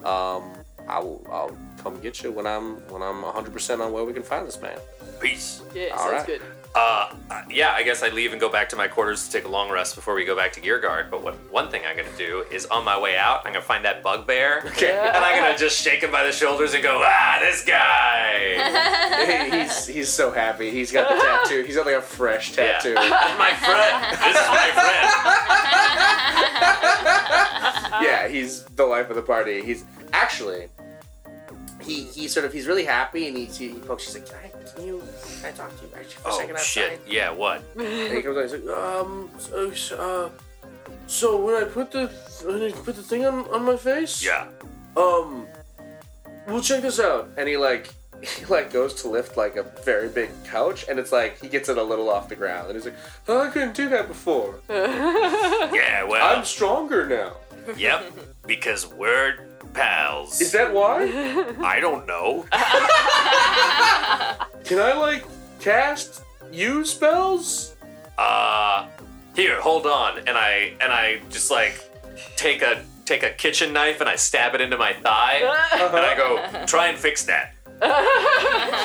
[SPEAKER 2] Um, I will. I'll come get you when I'm when I'm 100 percent on where we can find this man.
[SPEAKER 5] Peace.
[SPEAKER 6] Yeah,
[SPEAKER 2] All
[SPEAKER 6] sounds
[SPEAKER 2] right.
[SPEAKER 6] good.
[SPEAKER 5] Uh, yeah, I guess I leave and go back to my quarters to take a long rest before we go back to Gear Guard. But what one thing I'm gonna do is on my way out, I'm gonna find that bugbear, and I'm gonna just shake him by the shoulders and go, ah, this guy,
[SPEAKER 2] he's he's so happy. He's got the tattoo. He's only a fresh
[SPEAKER 5] Yeah.
[SPEAKER 2] tattoo.
[SPEAKER 5] my friend. This is my friend.
[SPEAKER 2] yeah, he's the life of the party. He's actually he he sort of he's really happy and he he pokes. He's like, can I, can you can I talk to you actually for a second
[SPEAKER 5] Oh shit!
[SPEAKER 2] outside?"
[SPEAKER 5] Yeah, what?
[SPEAKER 2] And he comes out. He's like, um, so, uh, so when I put the when I put the thing on on my face,
[SPEAKER 5] Yeah.
[SPEAKER 2] um, well, check this out. And he like. He like goes to lift like a very big couch, and it's like he gets it a little off the ground, and he's like, "Oh, "I couldn't do that before.
[SPEAKER 5] Uh-huh. Yeah, well,
[SPEAKER 2] I'm stronger now."
[SPEAKER 5] yep. Because we're pals.
[SPEAKER 2] Is that why?
[SPEAKER 5] I don't know.
[SPEAKER 2] Can I like cast you spells?
[SPEAKER 5] uh here hold on and i and i just like take a take a kitchen knife and i stab it into my thigh and i
[SPEAKER 2] Uh-huh.
[SPEAKER 5] go try and fix that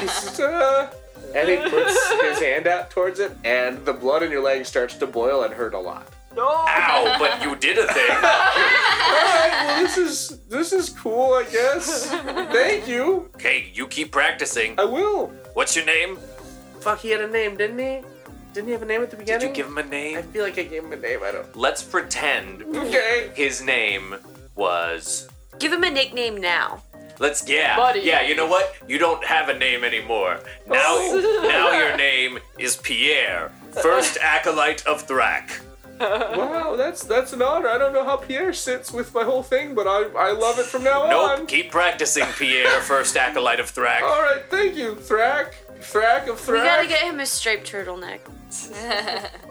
[SPEAKER 2] He's, uh, and he puts his hand out towards it, and the blood in your leg starts to boil and hurt a lot.
[SPEAKER 5] ow but you did a thing
[SPEAKER 2] All right, well this is this is cool, I guess. Thank you.
[SPEAKER 5] okay you keep practicing
[SPEAKER 2] I will.
[SPEAKER 5] what's your name
[SPEAKER 2] Fuck, he had a name, didn't he? Didn't he have a name at the beginning?
[SPEAKER 5] did you give him a
[SPEAKER 2] I
[SPEAKER 5] name
[SPEAKER 2] feel like I gave him a name. I don't.
[SPEAKER 5] let's pretend
[SPEAKER 2] Okay.
[SPEAKER 5] his name was
[SPEAKER 7] Give him a nickname now.
[SPEAKER 5] let's yeah
[SPEAKER 6] Buddy.
[SPEAKER 5] yeah you know what you don't have a name anymore now now your name is pierre first acolyte of thrak
[SPEAKER 2] Wow, that's that's an honor. I don't know how Pierre sits with my whole thing, but I I love it from now
[SPEAKER 5] Nope,
[SPEAKER 2] on.
[SPEAKER 5] keep practicing, Pierre, first acolyte of Thrak.
[SPEAKER 2] All right, thank you, Thrak. Thrak of Thrak.
[SPEAKER 7] We gotta get him a striped turtleneck.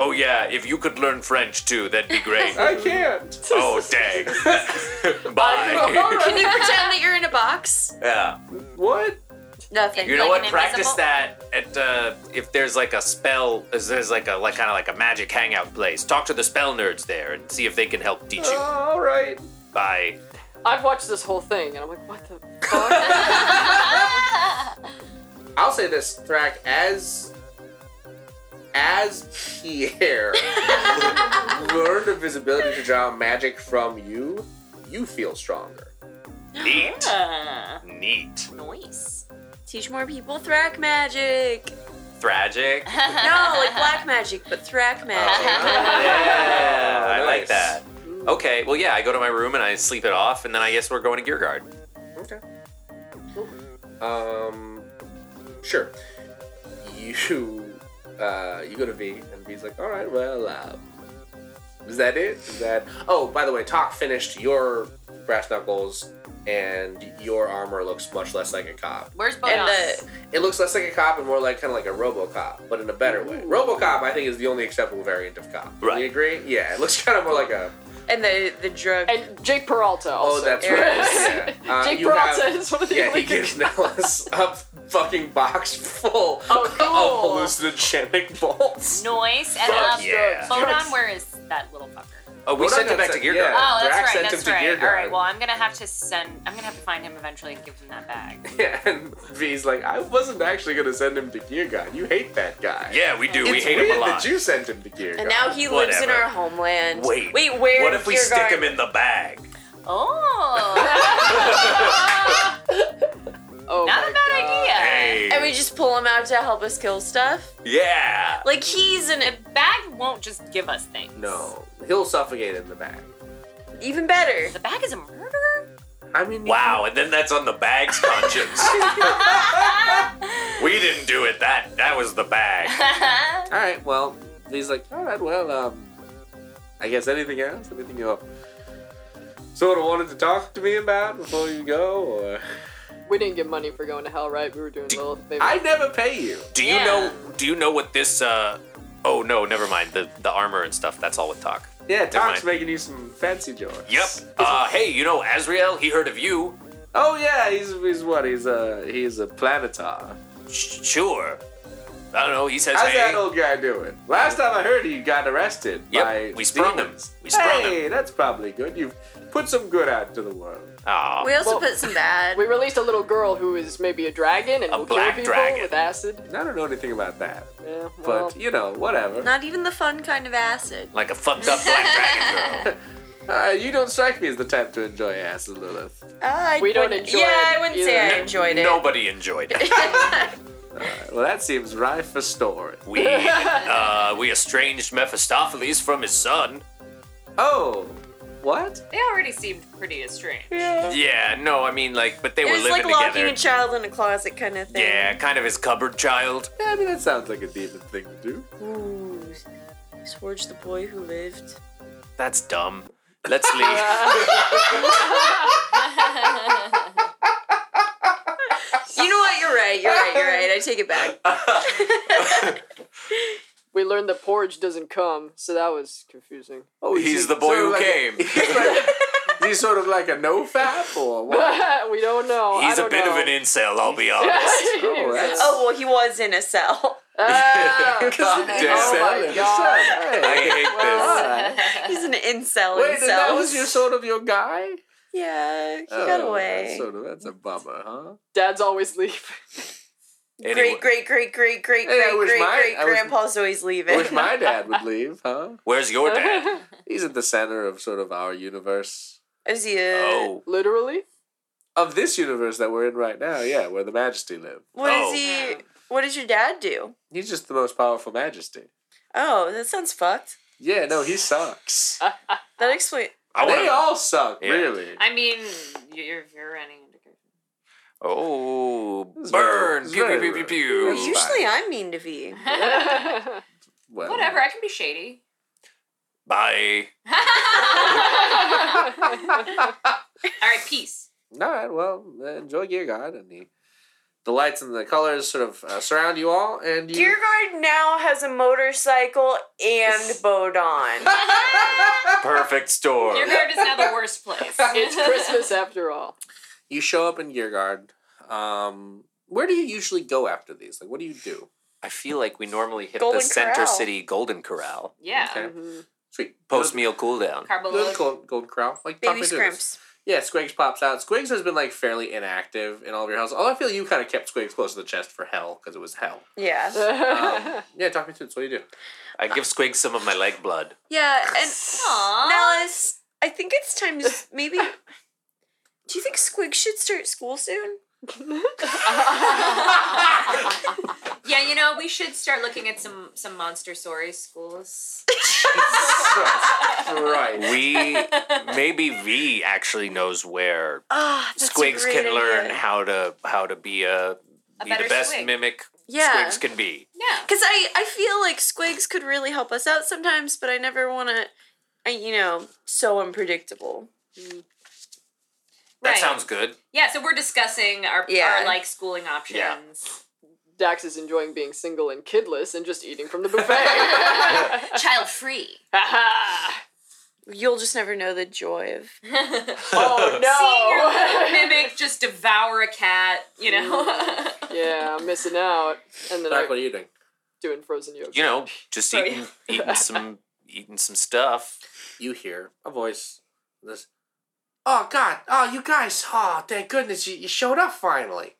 [SPEAKER 5] Oh yeah, if you could learn French too, that'd be great.
[SPEAKER 2] I can't.
[SPEAKER 5] oh dang. Bye.
[SPEAKER 7] Can you pretend that you're in a box?
[SPEAKER 5] yeah.
[SPEAKER 2] What?
[SPEAKER 7] Nothing.
[SPEAKER 5] You know
[SPEAKER 8] Like
[SPEAKER 5] what?
[SPEAKER 8] an
[SPEAKER 5] Practice
[SPEAKER 8] invisible-
[SPEAKER 5] that at uh, if there's like a spell, if there's like a like kind of like a magic hangout place. Talk to the spell nerds there and see if they can help teach you.
[SPEAKER 2] Uh, All right.
[SPEAKER 5] Bye.
[SPEAKER 6] I've watched this whole thing and I'm like, what the fuck?
[SPEAKER 2] I'll say this, Thrak, as as Pierre learned of his ability to draw magic from you, you feel stronger.
[SPEAKER 5] Neat. Neat.
[SPEAKER 4] Nice.
[SPEAKER 7] Teach more people thrack magic.
[SPEAKER 5] Tragic.
[SPEAKER 7] no, like black magic, but
[SPEAKER 5] Oh,
[SPEAKER 7] thrack magic.
[SPEAKER 5] Yeah, I
[SPEAKER 2] Nice.
[SPEAKER 5] like that. Okay, well, yeah, I go to my room and I sleep it off, and then I guess we're going to Gear Guard.
[SPEAKER 2] Okay. Um, sure. You uh, you go to V, and V's like, all right, well, um, is that it? Is that? Oh, by the way, Talk finished your brass knuckles, and your armor looks much less like a cop.
[SPEAKER 4] Where's
[SPEAKER 7] And
[SPEAKER 4] Bonas?
[SPEAKER 7] the
[SPEAKER 2] It looks less like a cop and more like kind of like a RoboCop, but in a better way. RoboCop, I think, is the only acceptable variant of cop.
[SPEAKER 5] Right.
[SPEAKER 2] You agree? Yeah, it looks kind of more like a.
[SPEAKER 7] and the the drug.
[SPEAKER 6] and Jake Peralta also.
[SPEAKER 2] Oh, that's
[SPEAKER 7] Eric.
[SPEAKER 2] right. Yeah. Uh,
[SPEAKER 6] Jake
[SPEAKER 2] you have-
[SPEAKER 6] Peralta is one of the
[SPEAKER 2] yeah,
[SPEAKER 6] only
[SPEAKER 2] he gives Nellis a fucking box full
[SPEAKER 6] Oh, cool.
[SPEAKER 2] of hallucinogenic bolts.
[SPEAKER 4] Noise and
[SPEAKER 5] Fuck
[SPEAKER 4] um,
[SPEAKER 5] yeah.
[SPEAKER 4] Bodon, where is that little fucker?
[SPEAKER 5] Oh, we
[SPEAKER 2] Well,
[SPEAKER 5] sent him
[SPEAKER 2] that's-
[SPEAKER 5] back to Gear
[SPEAKER 2] yeah.
[SPEAKER 5] Guard.
[SPEAKER 4] Oh,
[SPEAKER 2] Drax
[SPEAKER 4] that's
[SPEAKER 2] sent him
[SPEAKER 4] right. That's
[SPEAKER 2] to
[SPEAKER 4] right.
[SPEAKER 2] Gearguard.
[SPEAKER 4] All right. Well, I'm gonna have to send. I'm gonna have to find him eventually and give him that bag.
[SPEAKER 2] Yeah, and V's like, I wasn't actually gonna send him to Gear God. You hate that guy.
[SPEAKER 5] Yeah, we do. we
[SPEAKER 2] It's
[SPEAKER 5] hate
[SPEAKER 2] weird
[SPEAKER 5] him a lot.
[SPEAKER 2] that you sent him to Gear God.
[SPEAKER 7] and now he lives in
[SPEAKER 5] Whatever.
[SPEAKER 7] our homeland.
[SPEAKER 5] Wait.
[SPEAKER 7] Wait, where?
[SPEAKER 5] What if we
[SPEAKER 7] Gear
[SPEAKER 5] stick
[SPEAKER 7] Guard-
[SPEAKER 5] him in the bag?
[SPEAKER 4] Oh,
[SPEAKER 6] oh
[SPEAKER 4] not
[SPEAKER 6] my
[SPEAKER 4] a bad
[SPEAKER 6] God.
[SPEAKER 4] idea.
[SPEAKER 5] Hey.
[SPEAKER 7] And we just pull him out to help us kill stuff?
[SPEAKER 5] yeah.
[SPEAKER 7] Like he's an
[SPEAKER 4] The bag won't just give us things.
[SPEAKER 2] No, he'll suffocate in the back.
[SPEAKER 7] even better.
[SPEAKER 4] The bag is a murderer.
[SPEAKER 2] I mean,
[SPEAKER 5] Wow, and then that's on the bag's conscience. we didn't do it. That that was the bag.
[SPEAKER 2] All right, well, he's like, all right, well, um, I guess anything else, anything you sort of wanted to talk to me about before you go? Or?
[SPEAKER 6] We didn't get money for going to hell, right? We were doing Lilith. Maybe.
[SPEAKER 2] I never pay you.
[SPEAKER 5] Do you
[SPEAKER 4] Yeah.
[SPEAKER 5] know? Do you know what this? uh Oh no, never mind. The the armor and stuff. That's all with talk.
[SPEAKER 2] Yeah, Doc's
[SPEAKER 5] mind.
[SPEAKER 2] making you some fancy jokes.
[SPEAKER 5] Yep. Uh, hey, you know Azrael? He heard of you.
[SPEAKER 2] Oh yeah, he's he's what? He's a he's a planetar.
[SPEAKER 5] Sh- sure. I don't know. He says,
[SPEAKER 2] How's
[SPEAKER 5] hey.
[SPEAKER 2] that old guy doing? Last time I heard, he got arrested by
[SPEAKER 5] Yep, we sprung him.
[SPEAKER 2] demons.
[SPEAKER 5] We sprung
[SPEAKER 2] hey, that's probably good. You've put some good out to the world.
[SPEAKER 5] Aw.
[SPEAKER 7] We also
[SPEAKER 6] Well-
[SPEAKER 7] put some bad.
[SPEAKER 6] We released a little girl who is maybe a dragon and
[SPEAKER 5] A
[SPEAKER 6] will
[SPEAKER 5] black
[SPEAKER 6] kill people
[SPEAKER 5] dragon.
[SPEAKER 6] with acid.
[SPEAKER 2] And I don't know anything about that,
[SPEAKER 6] Yeah, well,
[SPEAKER 2] but you know, whatever.
[SPEAKER 7] Not even the fun kind of acid.
[SPEAKER 5] like a fucked up black dragon girl.
[SPEAKER 2] Uh, you don't strike me as the type to enjoy acid, Lilith.
[SPEAKER 7] I
[SPEAKER 6] We don't
[SPEAKER 7] wouldn't-
[SPEAKER 6] enjoy
[SPEAKER 7] Yeah,
[SPEAKER 6] it
[SPEAKER 7] I wouldn't say I
[SPEAKER 6] either.
[SPEAKER 7] enjoyed it.
[SPEAKER 5] Nobody enjoyed it.
[SPEAKER 2] Well, that seems rife for story.
[SPEAKER 5] We uh, we estranged Mephistopheles from his son.
[SPEAKER 2] Oh, what?
[SPEAKER 4] They already seemed pretty estranged.
[SPEAKER 5] Yeah, no, I mean like, but they
[SPEAKER 7] It
[SPEAKER 5] were
[SPEAKER 7] was like
[SPEAKER 5] living
[SPEAKER 7] locking
[SPEAKER 5] together.
[SPEAKER 7] a child in a closet kind of thing.
[SPEAKER 5] yeah, kind of his cupboard child.
[SPEAKER 2] Yeah, I mean, that sounds like a demon thing to do.
[SPEAKER 7] Ooh, Swords the boy who lived.
[SPEAKER 5] That's dumb. Let's leave.
[SPEAKER 7] You know what? You're right. You're right. You're right. I take it back.
[SPEAKER 6] we learned that porridge doesn't come, so that was confusing.
[SPEAKER 2] Oh,
[SPEAKER 5] He's the boy
[SPEAKER 2] sort of
[SPEAKER 5] who
[SPEAKER 2] like-
[SPEAKER 5] came.
[SPEAKER 2] He's, like, he's sort of like a no fap or what?
[SPEAKER 6] we don't know. I
[SPEAKER 5] He's a
[SPEAKER 6] don't
[SPEAKER 5] bit
[SPEAKER 6] know.
[SPEAKER 5] of an incel, I'll be honest.
[SPEAKER 2] Oh, that's-
[SPEAKER 7] Oh well, he was in a cell.
[SPEAKER 6] Ah,
[SPEAKER 5] God
[SPEAKER 6] Oh
[SPEAKER 5] damn.
[SPEAKER 6] my God.
[SPEAKER 5] I
[SPEAKER 2] Hey. Alright.
[SPEAKER 5] hate
[SPEAKER 7] He's an incel.
[SPEAKER 2] Wait, and that
[SPEAKER 7] incel.
[SPEAKER 2] was your sort of your guy?
[SPEAKER 7] Yeah, he
[SPEAKER 2] Oh,
[SPEAKER 7] got away.
[SPEAKER 2] That's sort of that's a bummer, huh?
[SPEAKER 6] Dads always leave.
[SPEAKER 5] this. Anyway,
[SPEAKER 7] Great, great, great, great, great,
[SPEAKER 2] Hey, I
[SPEAKER 7] great,
[SPEAKER 2] wish
[SPEAKER 7] great,
[SPEAKER 2] my-
[SPEAKER 7] great
[SPEAKER 2] I wish-
[SPEAKER 7] grandpa's always leaving.
[SPEAKER 2] Wish my dad would leave, huh?
[SPEAKER 5] where's your dad?
[SPEAKER 2] He's at the center of sort of our universe.
[SPEAKER 7] Is he a,
[SPEAKER 5] Oh,
[SPEAKER 6] Literally.
[SPEAKER 2] Of this universe that we're in right now, yeah, where the Majesty live.
[SPEAKER 7] What is
[SPEAKER 5] Oh.
[SPEAKER 7] he? What does your dad do?
[SPEAKER 2] He's just the most powerful Majesty.
[SPEAKER 7] Oh, that sounds fucked.
[SPEAKER 2] Yeah, no, he sucks.
[SPEAKER 7] That explains.
[SPEAKER 5] I
[SPEAKER 2] they
[SPEAKER 5] want.
[SPEAKER 2] all suck,
[SPEAKER 5] Yeah.
[SPEAKER 2] really.
[SPEAKER 3] I mean, you're you're running into Griffin.
[SPEAKER 5] Oh,
[SPEAKER 2] It's very-
[SPEAKER 5] burn!
[SPEAKER 2] it's
[SPEAKER 5] Pew pew
[SPEAKER 2] very
[SPEAKER 5] pew pew
[SPEAKER 2] rude.
[SPEAKER 7] Well,
[SPEAKER 5] pew.
[SPEAKER 7] usually I'm mean to V.
[SPEAKER 2] Well,
[SPEAKER 3] Whatever, I can be shady.
[SPEAKER 5] Bye.
[SPEAKER 3] All right, peace.
[SPEAKER 2] All right, well, uh, enjoy Gear God and the, the lights and the colors sort of uh, surround you all, and you.
[SPEAKER 7] Kierkegaard now has a motorcycle and Bodon.
[SPEAKER 5] Perfect store.
[SPEAKER 3] Your guard is now the worst place.
[SPEAKER 6] it's Christmas after all.
[SPEAKER 2] You show up in Gearguard. Um, where do you usually go after these? Like, what do you do?
[SPEAKER 5] I feel like we normally hit
[SPEAKER 7] Golden
[SPEAKER 5] the center
[SPEAKER 7] Corral.
[SPEAKER 5] city Golden Corral.
[SPEAKER 3] Yeah.
[SPEAKER 2] Okay.
[SPEAKER 6] Mhm.
[SPEAKER 2] Sweet.
[SPEAKER 5] Post meal cooldown.
[SPEAKER 2] Go
[SPEAKER 3] Carbolo.
[SPEAKER 2] to Gold, Gold Crow. Like,
[SPEAKER 7] Baby
[SPEAKER 2] pop into this.
[SPEAKER 7] scrimps.
[SPEAKER 2] Yeah, Squigs pops out. Squigs has been, like, fairly inactive in all of your houses. Although I feel you kind of kept Squigs close to the chest for hell, because it was hell.
[SPEAKER 7] Yeah.
[SPEAKER 2] Um, yeah, talk me through this. What do you do?
[SPEAKER 5] I give Squig some of my leg blood.
[SPEAKER 7] Yeah, and
[SPEAKER 4] Aw.
[SPEAKER 7] Malice, I think it's time to s- maybe. Do you think Squig should start school soon?
[SPEAKER 3] Yeah, you know, we should start looking at some some monster sorry schools.
[SPEAKER 2] right.
[SPEAKER 5] We maybe V actually knows where
[SPEAKER 7] Ah, that's a
[SPEAKER 5] Squigs
[SPEAKER 7] great
[SPEAKER 5] can learn
[SPEAKER 7] idea.
[SPEAKER 5] how to how to be a, be the
[SPEAKER 3] better
[SPEAKER 5] best
[SPEAKER 3] squig.
[SPEAKER 5] mimic
[SPEAKER 7] Yeah.
[SPEAKER 5] Squigs can be.
[SPEAKER 3] Yeah.
[SPEAKER 7] Because I, I feel like Squigs could really help us out sometimes, but I never want to, you know, so unpredictable.
[SPEAKER 5] That
[SPEAKER 3] Right.
[SPEAKER 5] sounds good.
[SPEAKER 3] Yeah, so we're discussing our,
[SPEAKER 7] Yeah.
[SPEAKER 3] our like schooling options.
[SPEAKER 6] Dax is enjoying being single and kidless and just eating from the buffet.
[SPEAKER 4] Child free.
[SPEAKER 7] You'll just never know the joy of.
[SPEAKER 6] oh
[SPEAKER 3] Seeing your
[SPEAKER 6] no!
[SPEAKER 3] mimic just devour a cat, you know.
[SPEAKER 4] Mm.
[SPEAKER 6] yeah, I'm missing out. And then
[SPEAKER 2] Doc, what
[SPEAKER 6] I'm
[SPEAKER 2] are you doing?
[SPEAKER 6] doing frozen yogurt.
[SPEAKER 5] You know, just eating eating some eating some stuff.
[SPEAKER 2] you hear a voice. This, oh God! Oh, you guys! Oh, thank goodness you, you showed up finally.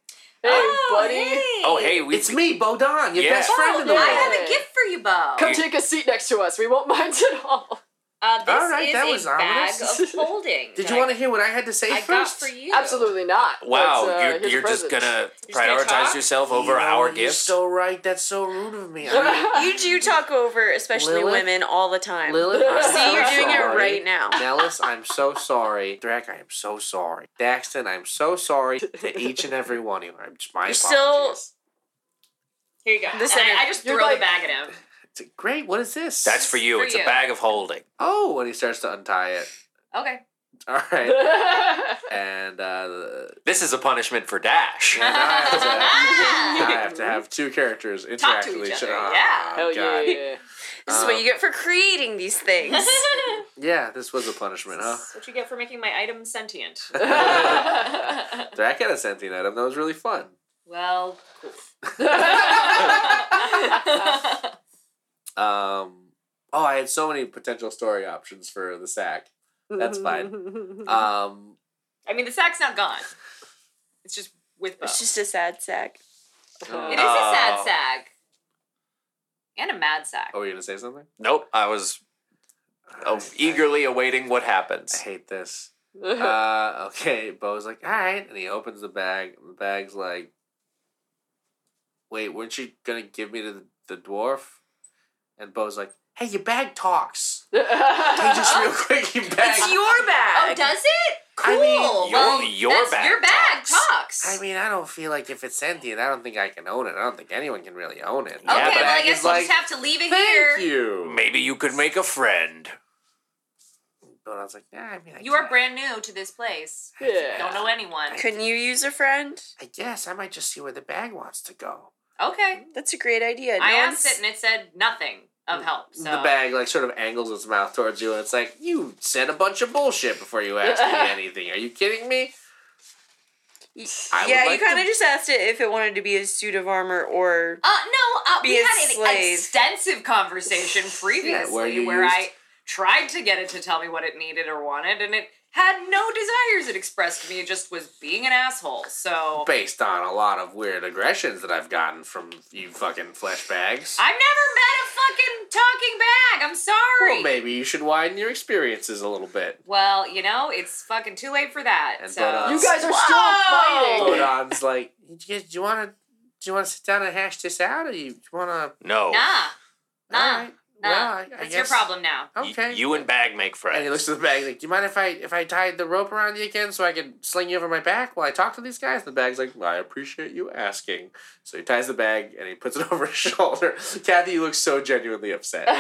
[SPEAKER 6] hey, buddy,
[SPEAKER 5] Oh hey, we
[SPEAKER 2] it's me, Bodon, your
[SPEAKER 5] Yeah.
[SPEAKER 2] best friend in the
[SPEAKER 6] Oh,
[SPEAKER 2] world.
[SPEAKER 3] I
[SPEAKER 6] yeah.
[SPEAKER 3] have a gift for you, Bo.
[SPEAKER 6] come take a seat next to us. We won't mind at all.
[SPEAKER 3] Uh, this
[SPEAKER 2] All right,
[SPEAKER 3] is
[SPEAKER 2] that
[SPEAKER 3] a
[SPEAKER 2] was
[SPEAKER 3] bag
[SPEAKER 2] ominous.
[SPEAKER 3] of holding.
[SPEAKER 2] Did
[SPEAKER 3] that
[SPEAKER 2] you want to hear what I had to say
[SPEAKER 3] I, I got
[SPEAKER 2] first?
[SPEAKER 3] for you?
[SPEAKER 6] Absolutely not.
[SPEAKER 5] Wow,
[SPEAKER 6] But, uh, here's a
[SPEAKER 5] you're, you're just
[SPEAKER 6] present.
[SPEAKER 5] gonna
[SPEAKER 3] gonna
[SPEAKER 5] prioritize
[SPEAKER 3] talk?
[SPEAKER 5] yourself
[SPEAKER 2] You
[SPEAKER 5] over
[SPEAKER 2] know,
[SPEAKER 5] our
[SPEAKER 2] you're
[SPEAKER 5] gift.
[SPEAKER 2] so right. That's so rude of me. I
[SPEAKER 7] You do talk over, especially
[SPEAKER 2] Lilith?
[SPEAKER 7] women, all the time.
[SPEAKER 2] mean, Lilith, I'm
[SPEAKER 7] See,
[SPEAKER 2] so
[SPEAKER 7] you're doing it
[SPEAKER 2] sorry.
[SPEAKER 7] right now.
[SPEAKER 2] Nellis, I'm so sorry. Drake, I am so sorry. Daxton, I'm so sorry to each and every one of you. I'm just my
[SPEAKER 7] You're still.
[SPEAKER 2] apologies.
[SPEAKER 3] Here you go.
[SPEAKER 7] This
[SPEAKER 3] And
[SPEAKER 7] is-
[SPEAKER 3] I, I just
[SPEAKER 6] you're
[SPEAKER 3] throw
[SPEAKER 6] like-
[SPEAKER 3] the bag at him.
[SPEAKER 2] It's like, Great. What is this?
[SPEAKER 5] That's for you.
[SPEAKER 3] For
[SPEAKER 5] it's a
[SPEAKER 3] you.
[SPEAKER 5] bag of holding.
[SPEAKER 2] Oh, and he starts to untie it.
[SPEAKER 3] Okay.
[SPEAKER 2] All right. And uh,
[SPEAKER 5] This is a punishment for Dash.
[SPEAKER 2] and I, have to, I have to have two characters Oh, interact
[SPEAKER 4] to
[SPEAKER 2] with
[SPEAKER 4] each
[SPEAKER 2] each
[SPEAKER 4] other,
[SPEAKER 2] other.
[SPEAKER 4] yeah.
[SPEAKER 5] Oh,
[SPEAKER 6] Hell yeah, yeah, yeah.
[SPEAKER 7] This is what you get for creating these things.
[SPEAKER 2] Um, Yeah, this was a punishment, huh?
[SPEAKER 4] That's what you get for making my item sentient.
[SPEAKER 2] Drac had a sentient item. That was really fun.
[SPEAKER 4] well,
[SPEAKER 2] Um, oh, I had so many potential story options for the sack. That's fine.
[SPEAKER 4] Mm-hmm.
[SPEAKER 2] Um,
[SPEAKER 4] I mean, the sack's not gone. It's just with Bo.
[SPEAKER 7] It's just a sad sack.
[SPEAKER 4] It is a sad
[SPEAKER 5] Oh.
[SPEAKER 4] sag. And a mad sack.
[SPEAKER 2] oh, were you gonna say something?
[SPEAKER 5] Nope, I was uh, eagerly awaiting what
[SPEAKER 2] I
[SPEAKER 5] happens.
[SPEAKER 2] hate this. uh, okay, Bo's like, all right, and he opens the bag. And the bag's like, wait, weren't you gonna give me to the, the dwarf? And Bo's like, hey, your bag talks. Hey, just real quick, your bag.
[SPEAKER 7] your
[SPEAKER 4] Oh,
[SPEAKER 7] bag.
[SPEAKER 4] does it? Cool.
[SPEAKER 2] I mean,
[SPEAKER 5] Your,
[SPEAKER 4] well,
[SPEAKER 5] your
[SPEAKER 4] that's-
[SPEAKER 5] bag.
[SPEAKER 4] your bag
[SPEAKER 5] talks.
[SPEAKER 4] talks.
[SPEAKER 2] I mean, I don't feel like if it's sentient, I don't think I can own it. I don't think anyone can really own it.
[SPEAKER 5] Yeah,
[SPEAKER 4] okay,
[SPEAKER 5] but
[SPEAKER 4] well, I
[SPEAKER 2] it's
[SPEAKER 4] guess
[SPEAKER 2] like,
[SPEAKER 4] we'll just have to leave it
[SPEAKER 2] Thank
[SPEAKER 4] here.
[SPEAKER 2] you.
[SPEAKER 5] Maybe you could make a friend.
[SPEAKER 2] But I was like, nah, I mean, I
[SPEAKER 4] You are
[SPEAKER 2] can't-
[SPEAKER 4] brand new to this place.
[SPEAKER 6] Yeah.
[SPEAKER 4] Don't know anyone.
[SPEAKER 7] Couldn't you use a friend?
[SPEAKER 2] I guess I might just see where the bag wants to go.
[SPEAKER 4] Okay.
[SPEAKER 7] That's a great idea.
[SPEAKER 4] I
[SPEAKER 7] No
[SPEAKER 4] asked
[SPEAKER 7] one's-
[SPEAKER 4] it and it said nothing of help. So
[SPEAKER 2] The bag like sort of angles its mouth towards you, and it's like, you said a bunch of bullshit before you asked me anything. Are you kidding me? I would
[SPEAKER 7] yeah,
[SPEAKER 2] like
[SPEAKER 7] you kind of
[SPEAKER 2] to-
[SPEAKER 7] just asked it if it wanted to be a suit of armor or.
[SPEAKER 4] Uh, no, uh,
[SPEAKER 7] Be
[SPEAKER 4] we
[SPEAKER 7] a
[SPEAKER 4] had an
[SPEAKER 7] slave.
[SPEAKER 4] extensive conversation previously
[SPEAKER 2] where
[SPEAKER 4] where,
[SPEAKER 2] you
[SPEAKER 4] I
[SPEAKER 2] used-
[SPEAKER 4] tried to get it to tell me what it needed or wanted, and it had no desires it expressed to me. It just was being an asshole. So
[SPEAKER 2] Based on a lot of weird aggressions that I've gotten from you fucking flesh bags.
[SPEAKER 4] I've never met a fucking talking bag. I'm sorry.
[SPEAKER 2] Well, maybe you should widen your experiences a little bit.
[SPEAKER 4] Well, you know, it's fucking too late for that.
[SPEAKER 2] And
[SPEAKER 4] so
[SPEAKER 2] but, uh,
[SPEAKER 6] you guys are
[SPEAKER 4] Whoa!
[SPEAKER 6] still fighting.
[SPEAKER 2] Bodon's like, "You guys- do you want to do you want to sit down and hash this out, or you want to?
[SPEAKER 5] No.
[SPEAKER 4] nah, nah, nah.
[SPEAKER 2] well, I, I
[SPEAKER 4] That's your
[SPEAKER 2] guess-
[SPEAKER 4] problem now.
[SPEAKER 5] Y-
[SPEAKER 2] Okay.
[SPEAKER 5] you and bag make friends.
[SPEAKER 2] and he looks at the bag like, "Do you mind if I if I tied the rope around you again so I could sling you over my back while I talk to these guys?" And the bag's like, "I appreciate you asking." So he ties the bag and he puts it over his shoulder. Kathy looks so genuinely upset.
[SPEAKER 4] The bag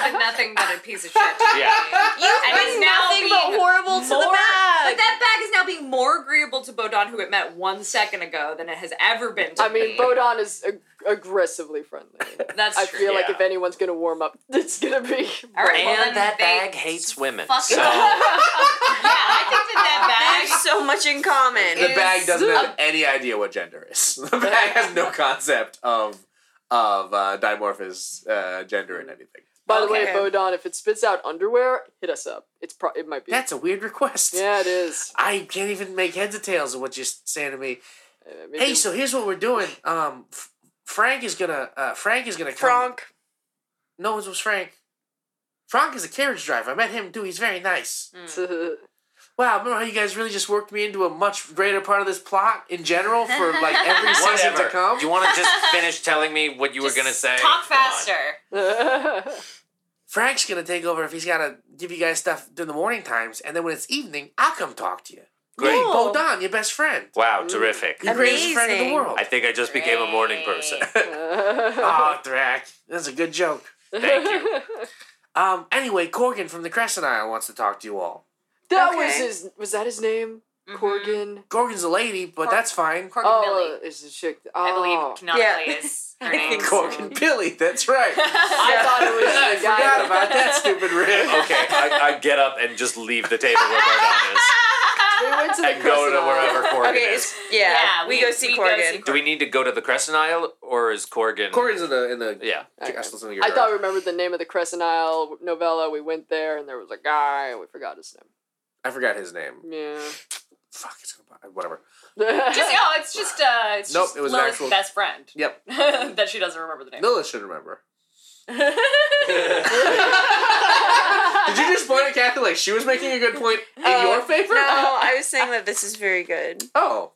[SPEAKER 4] has been nothing but a piece of shit. To me.
[SPEAKER 5] Yeah.
[SPEAKER 4] and it's now
[SPEAKER 7] nothing
[SPEAKER 4] being
[SPEAKER 7] but horrible to the
[SPEAKER 4] more- But
[SPEAKER 7] bag.
[SPEAKER 4] that bag is now being more agreeable to Bodon, who it met one second ago, than it has ever been to
[SPEAKER 6] I
[SPEAKER 4] me.
[SPEAKER 6] mean, Bodon is ag- aggressively friendly.
[SPEAKER 4] That's
[SPEAKER 6] I
[SPEAKER 4] true.
[SPEAKER 6] feel like
[SPEAKER 5] Yeah.
[SPEAKER 6] if anyone's gonna warm up, it's gonna be.
[SPEAKER 4] All right, well, then
[SPEAKER 5] And that
[SPEAKER 4] they-
[SPEAKER 5] bag hates women.
[SPEAKER 4] Fuck
[SPEAKER 5] So
[SPEAKER 4] it. yeah, I think that
[SPEAKER 7] I
[SPEAKER 4] that
[SPEAKER 7] have
[SPEAKER 4] bag.
[SPEAKER 7] so much in common.
[SPEAKER 2] the
[SPEAKER 4] is-
[SPEAKER 2] bag doesn't have any idea what gender is. The bag has no concept of of uh, dimorphous uh, gender and anything.
[SPEAKER 6] By the way,
[SPEAKER 7] Okay.
[SPEAKER 6] Bodon, if it spits out underwear, hit us up. It's pro. It might be.
[SPEAKER 2] That's a weird request.
[SPEAKER 6] yeah, it is.
[SPEAKER 2] I can't even make heads or tails of what you're saying to me.
[SPEAKER 6] Uh,
[SPEAKER 2] Hey,
[SPEAKER 6] maybe-
[SPEAKER 2] so here's what we're doing. Um, F- Frank is gonna uh, Frank is gonna come.
[SPEAKER 7] Frank.
[SPEAKER 2] No, it was Frank. Frank is a carriage driver. I met him too. He's very nice.
[SPEAKER 6] Mm.
[SPEAKER 2] Wow, remember how you guys really just worked me into a much greater part of this plot in general for like every season to
[SPEAKER 5] whatever.
[SPEAKER 2] come?
[SPEAKER 5] You want to just finish telling me what you were gonna say? Come on.
[SPEAKER 4] Talk faster.
[SPEAKER 2] Frank's gonna take over if he's gotta give you guys stuff during the morning times, and then when it's evening, I'll come talk to you.
[SPEAKER 5] Great.
[SPEAKER 2] Hey, Bo Don, your best friend.
[SPEAKER 5] Wow, terrific.
[SPEAKER 2] The greatest friend in
[SPEAKER 7] Amazing.
[SPEAKER 2] the world.
[SPEAKER 5] I think I just became a morning person.
[SPEAKER 2] Aw, Thrak. That's a good joke.
[SPEAKER 5] Thank you.
[SPEAKER 2] Um, anyway, Corgan from the Crescent Isle wants to talk to you all.
[SPEAKER 6] that
[SPEAKER 4] Mm.
[SPEAKER 7] Okay.
[SPEAKER 6] was his. Was that his name?
[SPEAKER 4] Mm-hmm.
[SPEAKER 6] Corgan.
[SPEAKER 2] Corgan's a lady, but that's fine.
[SPEAKER 4] Corgan
[SPEAKER 6] Oh,
[SPEAKER 4] Billy,
[SPEAKER 6] it's a chick.
[SPEAKER 4] I believe
[SPEAKER 6] Oh.
[SPEAKER 4] canonically
[SPEAKER 7] Yeah.
[SPEAKER 4] is her name.
[SPEAKER 2] Corgan Billy, that's right.
[SPEAKER 6] I thought it
[SPEAKER 2] I
[SPEAKER 6] was the
[SPEAKER 2] forgot
[SPEAKER 6] guy.
[SPEAKER 2] about that stupid rib.
[SPEAKER 5] Okay, I, I get up and just leave the table where Bodon is
[SPEAKER 6] We went to the
[SPEAKER 5] and go to
[SPEAKER 6] Crescent Isle.
[SPEAKER 5] wherever Corgan
[SPEAKER 7] Okay,
[SPEAKER 5] is.
[SPEAKER 7] it's, yeah,
[SPEAKER 4] Yeah,
[SPEAKER 7] we,
[SPEAKER 4] we-
[SPEAKER 7] go see
[SPEAKER 4] we go
[SPEAKER 7] Corgan.
[SPEAKER 4] see-
[SPEAKER 5] Do we need to go to the Crescent Isle or is Corgan?
[SPEAKER 2] Corgan's in the in the
[SPEAKER 5] Yeah.
[SPEAKER 2] I was listening to your-
[SPEAKER 6] I thought I remembered the name of the Crescent Isle novella. We went there and there was a guy and we forgot his
[SPEAKER 2] I forgot his name.
[SPEAKER 6] name.
[SPEAKER 2] Fuck, it's gonna bother- whatever.
[SPEAKER 6] Yeah.
[SPEAKER 4] Just no, it's just uh, it's
[SPEAKER 2] Nope,
[SPEAKER 4] just
[SPEAKER 2] it was an
[SPEAKER 4] Laura's
[SPEAKER 2] actual-
[SPEAKER 4] best friend
[SPEAKER 2] Yep.
[SPEAKER 4] that she doesn't remember the name.
[SPEAKER 2] Lilith should remember. Did you just point at Kathy like she was making a good point in
[SPEAKER 7] Uh,
[SPEAKER 2] your favor?
[SPEAKER 7] No, I was saying that this is very good.
[SPEAKER 2] Oh,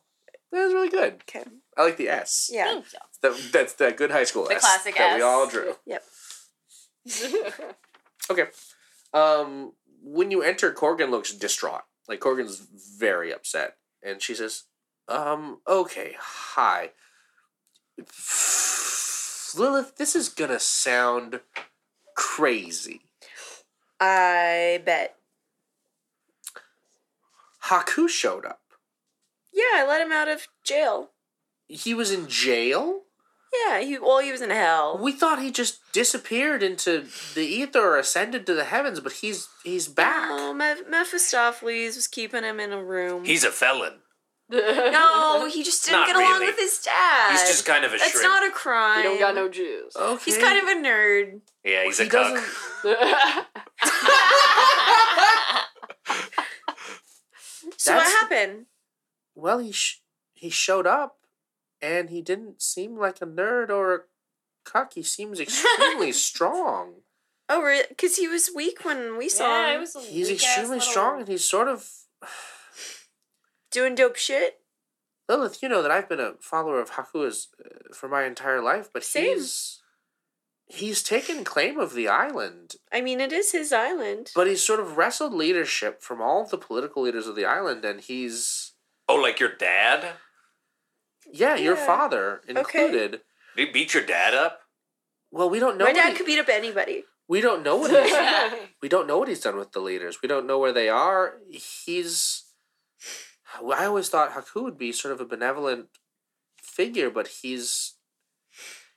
[SPEAKER 2] that was really good.
[SPEAKER 7] Okay.
[SPEAKER 2] I like the S.
[SPEAKER 7] Yeah.
[SPEAKER 2] That, that's that good high school
[SPEAKER 4] The
[SPEAKER 2] S
[SPEAKER 4] classic
[SPEAKER 2] that we
[SPEAKER 4] S.
[SPEAKER 2] all drew.
[SPEAKER 7] Yep.
[SPEAKER 2] Okay. Um, when you enter, Corgan looks distraught. Like Corgan's very upset, and she says, "Um, okay, hi, Lilith. This is gonna sound crazy."
[SPEAKER 7] I bet.
[SPEAKER 2] Haku showed up.
[SPEAKER 7] Yeah, I let him out of jail.
[SPEAKER 2] He was in jail?
[SPEAKER 7] Yeah, he well, he was in hell.
[SPEAKER 2] We thought he just disappeared into the ether or ascended to the heavens, but he's he's back.
[SPEAKER 7] Oh, Meph- Mephistopheles was keeping him in a room.
[SPEAKER 5] He's a felon.
[SPEAKER 7] no, he just didn't
[SPEAKER 5] Not
[SPEAKER 7] get along
[SPEAKER 5] really.
[SPEAKER 7] with his dad.
[SPEAKER 5] He's just kind of a
[SPEAKER 7] That's
[SPEAKER 5] shrimp.
[SPEAKER 7] not a crime.
[SPEAKER 6] You don't got no juice.
[SPEAKER 2] okay.
[SPEAKER 7] He's kind of a nerd.
[SPEAKER 5] yeah, he's
[SPEAKER 2] he
[SPEAKER 5] a
[SPEAKER 2] doesn't-
[SPEAKER 5] cuck. Oh.
[SPEAKER 7] So
[SPEAKER 2] That's-
[SPEAKER 7] what happened?
[SPEAKER 2] Well, he sh- he showed up, and he didn't seem like a nerd or a cuck. He seems extremely strong.
[SPEAKER 7] Oh, because he was weak when we saw
[SPEAKER 4] Yeah,
[SPEAKER 7] him
[SPEAKER 4] it was a
[SPEAKER 2] He's
[SPEAKER 4] weak-ass
[SPEAKER 2] extremely
[SPEAKER 4] little-
[SPEAKER 2] strong, and he's sort of
[SPEAKER 7] doing dope shit.
[SPEAKER 2] Lilith. You know that I've been a follower of Haku's uh, for my entire life, but
[SPEAKER 7] Same.
[SPEAKER 2] he's he's taken claim of the island
[SPEAKER 7] I mean, it is his island.
[SPEAKER 2] But he's sort of wrestled leadership from all of the political leaders of the island, and he's
[SPEAKER 5] Oh, like your dad?
[SPEAKER 2] yeah, your
[SPEAKER 7] Yeah.
[SPEAKER 2] father
[SPEAKER 7] Okay.
[SPEAKER 2] included.
[SPEAKER 5] They beat your dad up?
[SPEAKER 2] Well, we don't know.
[SPEAKER 7] My
[SPEAKER 2] what
[SPEAKER 7] dad
[SPEAKER 2] he-
[SPEAKER 7] could beat up anybody.
[SPEAKER 2] we don't know what he's, we don't know what he's done with the leaders. We don't know where they are. He's. I always thought Haku would be sort of a benevolent figure, but he's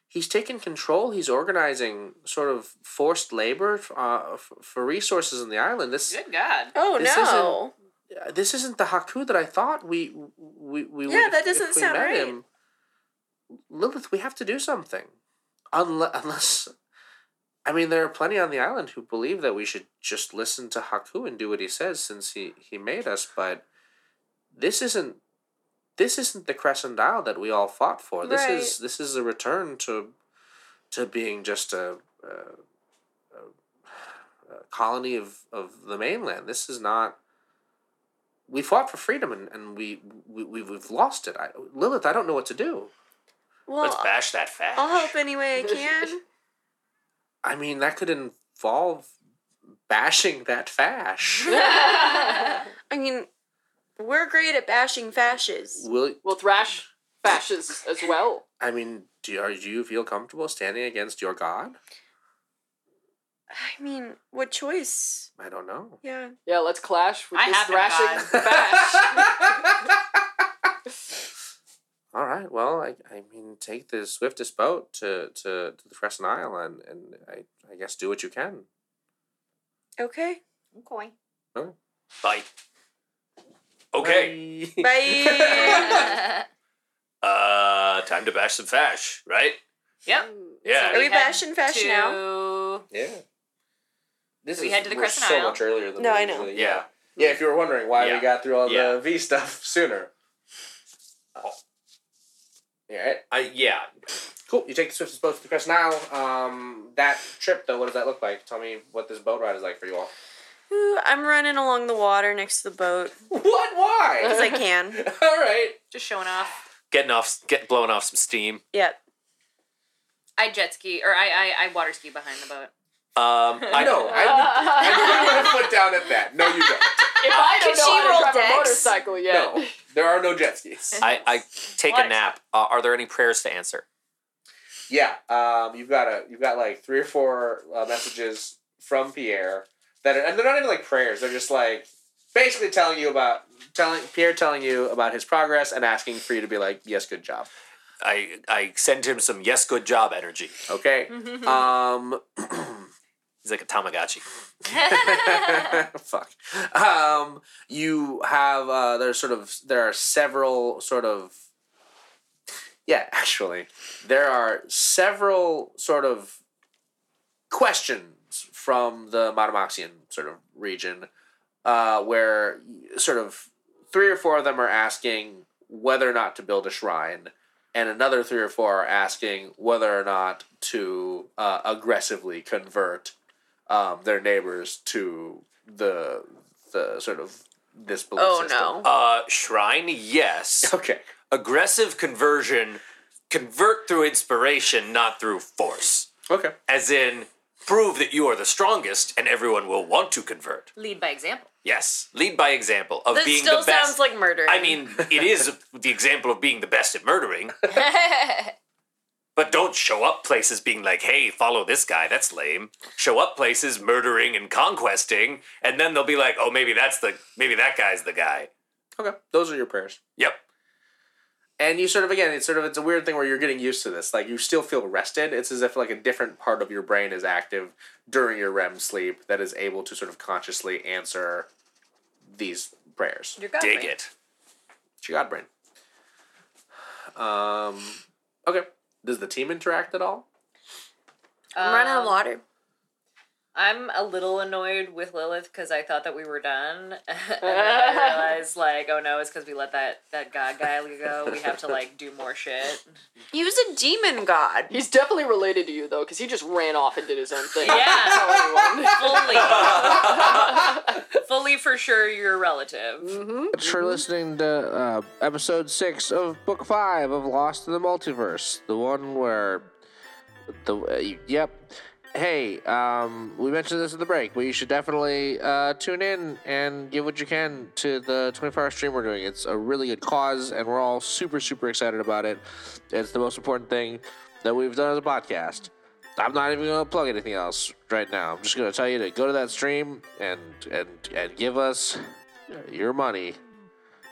[SPEAKER 2] he's taken control. He's organizing sort of forced labor uh, f- for resources in the island. This
[SPEAKER 3] Good God.
[SPEAKER 7] Oh
[SPEAKER 2] This
[SPEAKER 7] no!
[SPEAKER 2] uh, this isn't the Haku that I thought we we we would
[SPEAKER 7] Yeah,
[SPEAKER 2] if- if
[SPEAKER 7] that doesn't
[SPEAKER 2] we
[SPEAKER 7] sound
[SPEAKER 2] met
[SPEAKER 7] right.
[SPEAKER 2] him. Lilith, we have to do something. Unless, unless I mean there are plenty on the island who believe that we should just listen to Haku and do what he says since he he made us, but this isn't this isn't the crescent dial that we all fought for. This
[SPEAKER 7] Right.
[SPEAKER 2] is this is a return to to being just a, a, a, a colony of, of the mainland. This is not we fought for freedom and, and we, we, we we've lost it. I, Lilith, I don't know what to do.
[SPEAKER 5] Let's
[SPEAKER 7] Well,
[SPEAKER 5] bash that fat.
[SPEAKER 7] I'll help any way I can.
[SPEAKER 2] I mean, that could involve bashing that fash.
[SPEAKER 7] I mean, we're great at bashing fascists.
[SPEAKER 2] Will
[SPEAKER 6] we'll thrash fascists as well.
[SPEAKER 2] I mean, do are you feel comfortable standing against your god?
[SPEAKER 7] I mean, what choice?
[SPEAKER 2] I don't know.
[SPEAKER 7] Yeah.
[SPEAKER 6] Yeah, let's clash with
[SPEAKER 3] I
[SPEAKER 6] this
[SPEAKER 3] have no
[SPEAKER 6] thrashing bash.
[SPEAKER 2] All right. Well, I, I mean, take the swiftest boat to to, to the Crescent Isle, and, and I, I guess do what you can.
[SPEAKER 7] Okay.
[SPEAKER 4] Okay.
[SPEAKER 5] Bite. Okay.
[SPEAKER 2] Bye.
[SPEAKER 7] Bye.
[SPEAKER 5] Uh, time to bash some fash, right?
[SPEAKER 3] Yep.
[SPEAKER 5] Yeah.
[SPEAKER 7] Are we bashing fashion
[SPEAKER 3] to-
[SPEAKER 7] now?
[SPEAKER 2] Yeah. This
[SPEAKER 3] We head to the
[SPEAKER 2] we're
[SPEAKER 3] Crescent
[SPEAKER 2] so
[SPEAKER 3] Isle.
[SPEAKER 2] much earlier than
[SPEAKER 7] No,
[SPEAKER 2] we
[SPEAKER 7] I know.
[SPEAKER 2] usually-
[SPEAKER 5] yeah.
[SPEAKER 2] Yeah, if you were wondering why
[SPEAKER 5] Yeah.
[SPEAKER 2] we got through all
[SPEAKER 5] Yeah.
[SPEAKER 2] the V stuff sooner. Uh, All right.
[SPEAKER 5] I yeah.
[SPEAKER 2] Cool. You take the swiftest boat to the Crescent Isle. Um, that trip though, what does that look like? Tell me what this boat ride is like for you all.
[SPEAKER 7] Ooh, I'm running along the water next to the boat
[SPEAKER 2] What? Why?
[SPEAKER 7] because I can.
[SPEAKER 2] all right.
[SPEAKER 3] Just showing off.
[SPEAKER 5] Getting off, get blowing off some steam.
[SPEAKER 7] Yep.
[SPEAKER 3] I jet ski, or I, I, I water ski behind the boat.
[SPEAKER 5] Um, I
[SPEAKER 2] No, I, I put my foot down at that. No, you don't.
[SPEAKER 6] If I don't
[SPEAKER 4] Can
[SPEAKER 6] know
[SPEAKER 4] she
[SPEAKER 6] how
[SPEAKER 4] roll
[SPEAKER 6] to drive
[SPEAKER 4] dex?
[SPEAKER 6] a motorcycle yet.
[SPEAKER 2] No, there are no jet skis.
[SPEAKER 5] I, I take a
[SPEAKER 3] What?
[SPEAKER 5] nap. Uh, are there any prayers to answer?
[SPEAKER 2] Yeah, um, you've got a you've got like three or four uh, messages from Pierre that are, and they're not even like prayers. They're just like basically telling you about telling Pierre telling you about his progress and asking for you to be like, yes, good job.
[SPEAKER 5] I I send him some yes, good job energy.
[SPEAKER 2] Okay. um,
[SPEAKER 5] He's like a Tamagotchi.
[SPEAKER 2] fuck. Um, you have uh, there's sort of there are several sort of yeah actually there are several sort of questions from the Monomoxian sort of region uh, where sort of three or four of them are asking whether or not to build a shrine and another three or four are asking whether or not to uh, aggressively convert um, their neighbors to the the sort of this belief
[SPEAKER 7] Oh
[SPEAKER 2] system.
[SPEAKER 7] no.
[SPEAKER 5] Uh, shrine, yes.
[SPEAKER 2] Okay.
[SPEAKER 5] Aggressive conversion, convert through inspiration, not through force.
[SPEAKER 2] Okay.
[SPEAKER 5] As in, prove that you are the strongest, and everyone will want to convert.
[SPEAKER 3] Lead by example.
[SPEAKER 5] Yes, lead by example of
[SPEAKER 7] That
[SPEAKER 5] being
[SPEAKER 7] still
[SPEAKER 5] the best.
[SPEAKER 7] sounds like murder.
[SPEAKER 5] I mean, it is the example of being the best at murdering. But don't show up places being like, hey, follow this guy, that's lame. Show up places murdering and conquesting, and then they'll be like, oh, maybe that's the, maybe that guy's the guy.
[SPEAKER 11] Okay, those are your prayers.
[SPEAKER 5] Yep.
[SPEAKER 11] And you sort of again, it's sort of it's a weird thing where you're getting used to this. Like you still feel rested. It's as if like a different part of your brain is active during your REM sleep that is able to sort of consciously answer these prayers.
[SPEAKER 4] You're good.
[SPEAKER 5] Dig it.
[SPEAKER 11] It's your God brain. Um, okay. Does the team interact at all?
[SPEAKER 7] I'm running out
[SPEAKER 4] Um,
[SPEAKER 7] of water.
[SPEAKER 4] I'm a little annoyed with Lilith because I thought that we were done, and then I realized like, oh no, it's because we let that that god guy go. We have to like do more shit.
[SPEAKER 7] Use a demon god.
[SPEAKER 6] He's definitely related to you though, because he just ran off and did his own thing.
[SPEAKER 4] Yeah,
[SPEAKER 6] mm-hmm.
[SPEAKER 4] fully, fully for sure, your relative.
[SPEAKER 2] Thanks for listening to uh, episode six of book five of Lost in the Multiverse, the one where the uh, y- yep. Hey, um, we mentioned this at the break, but you should definitely uh, tune in and give what you can to the 24 hour stream we're doing. It's a really good cause, and we're all super, super excited about it. It's the most important thing that we've done as a podcast. I'm not even gonna plug anything else right now. I'm just gonna tell you to go to that stream and and and give us your money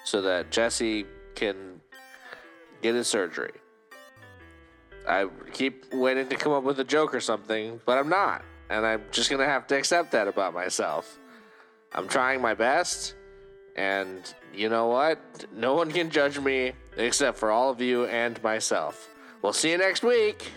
[SPEAKER 2] so that Jesse can get his surgery. I keep waiting to come up with a joke or something, but I'm not. And I'm just going to have to accept that about myself. I'm trying my best. And you know what? No one can judge me except for all of you and myself. We'll see you next week.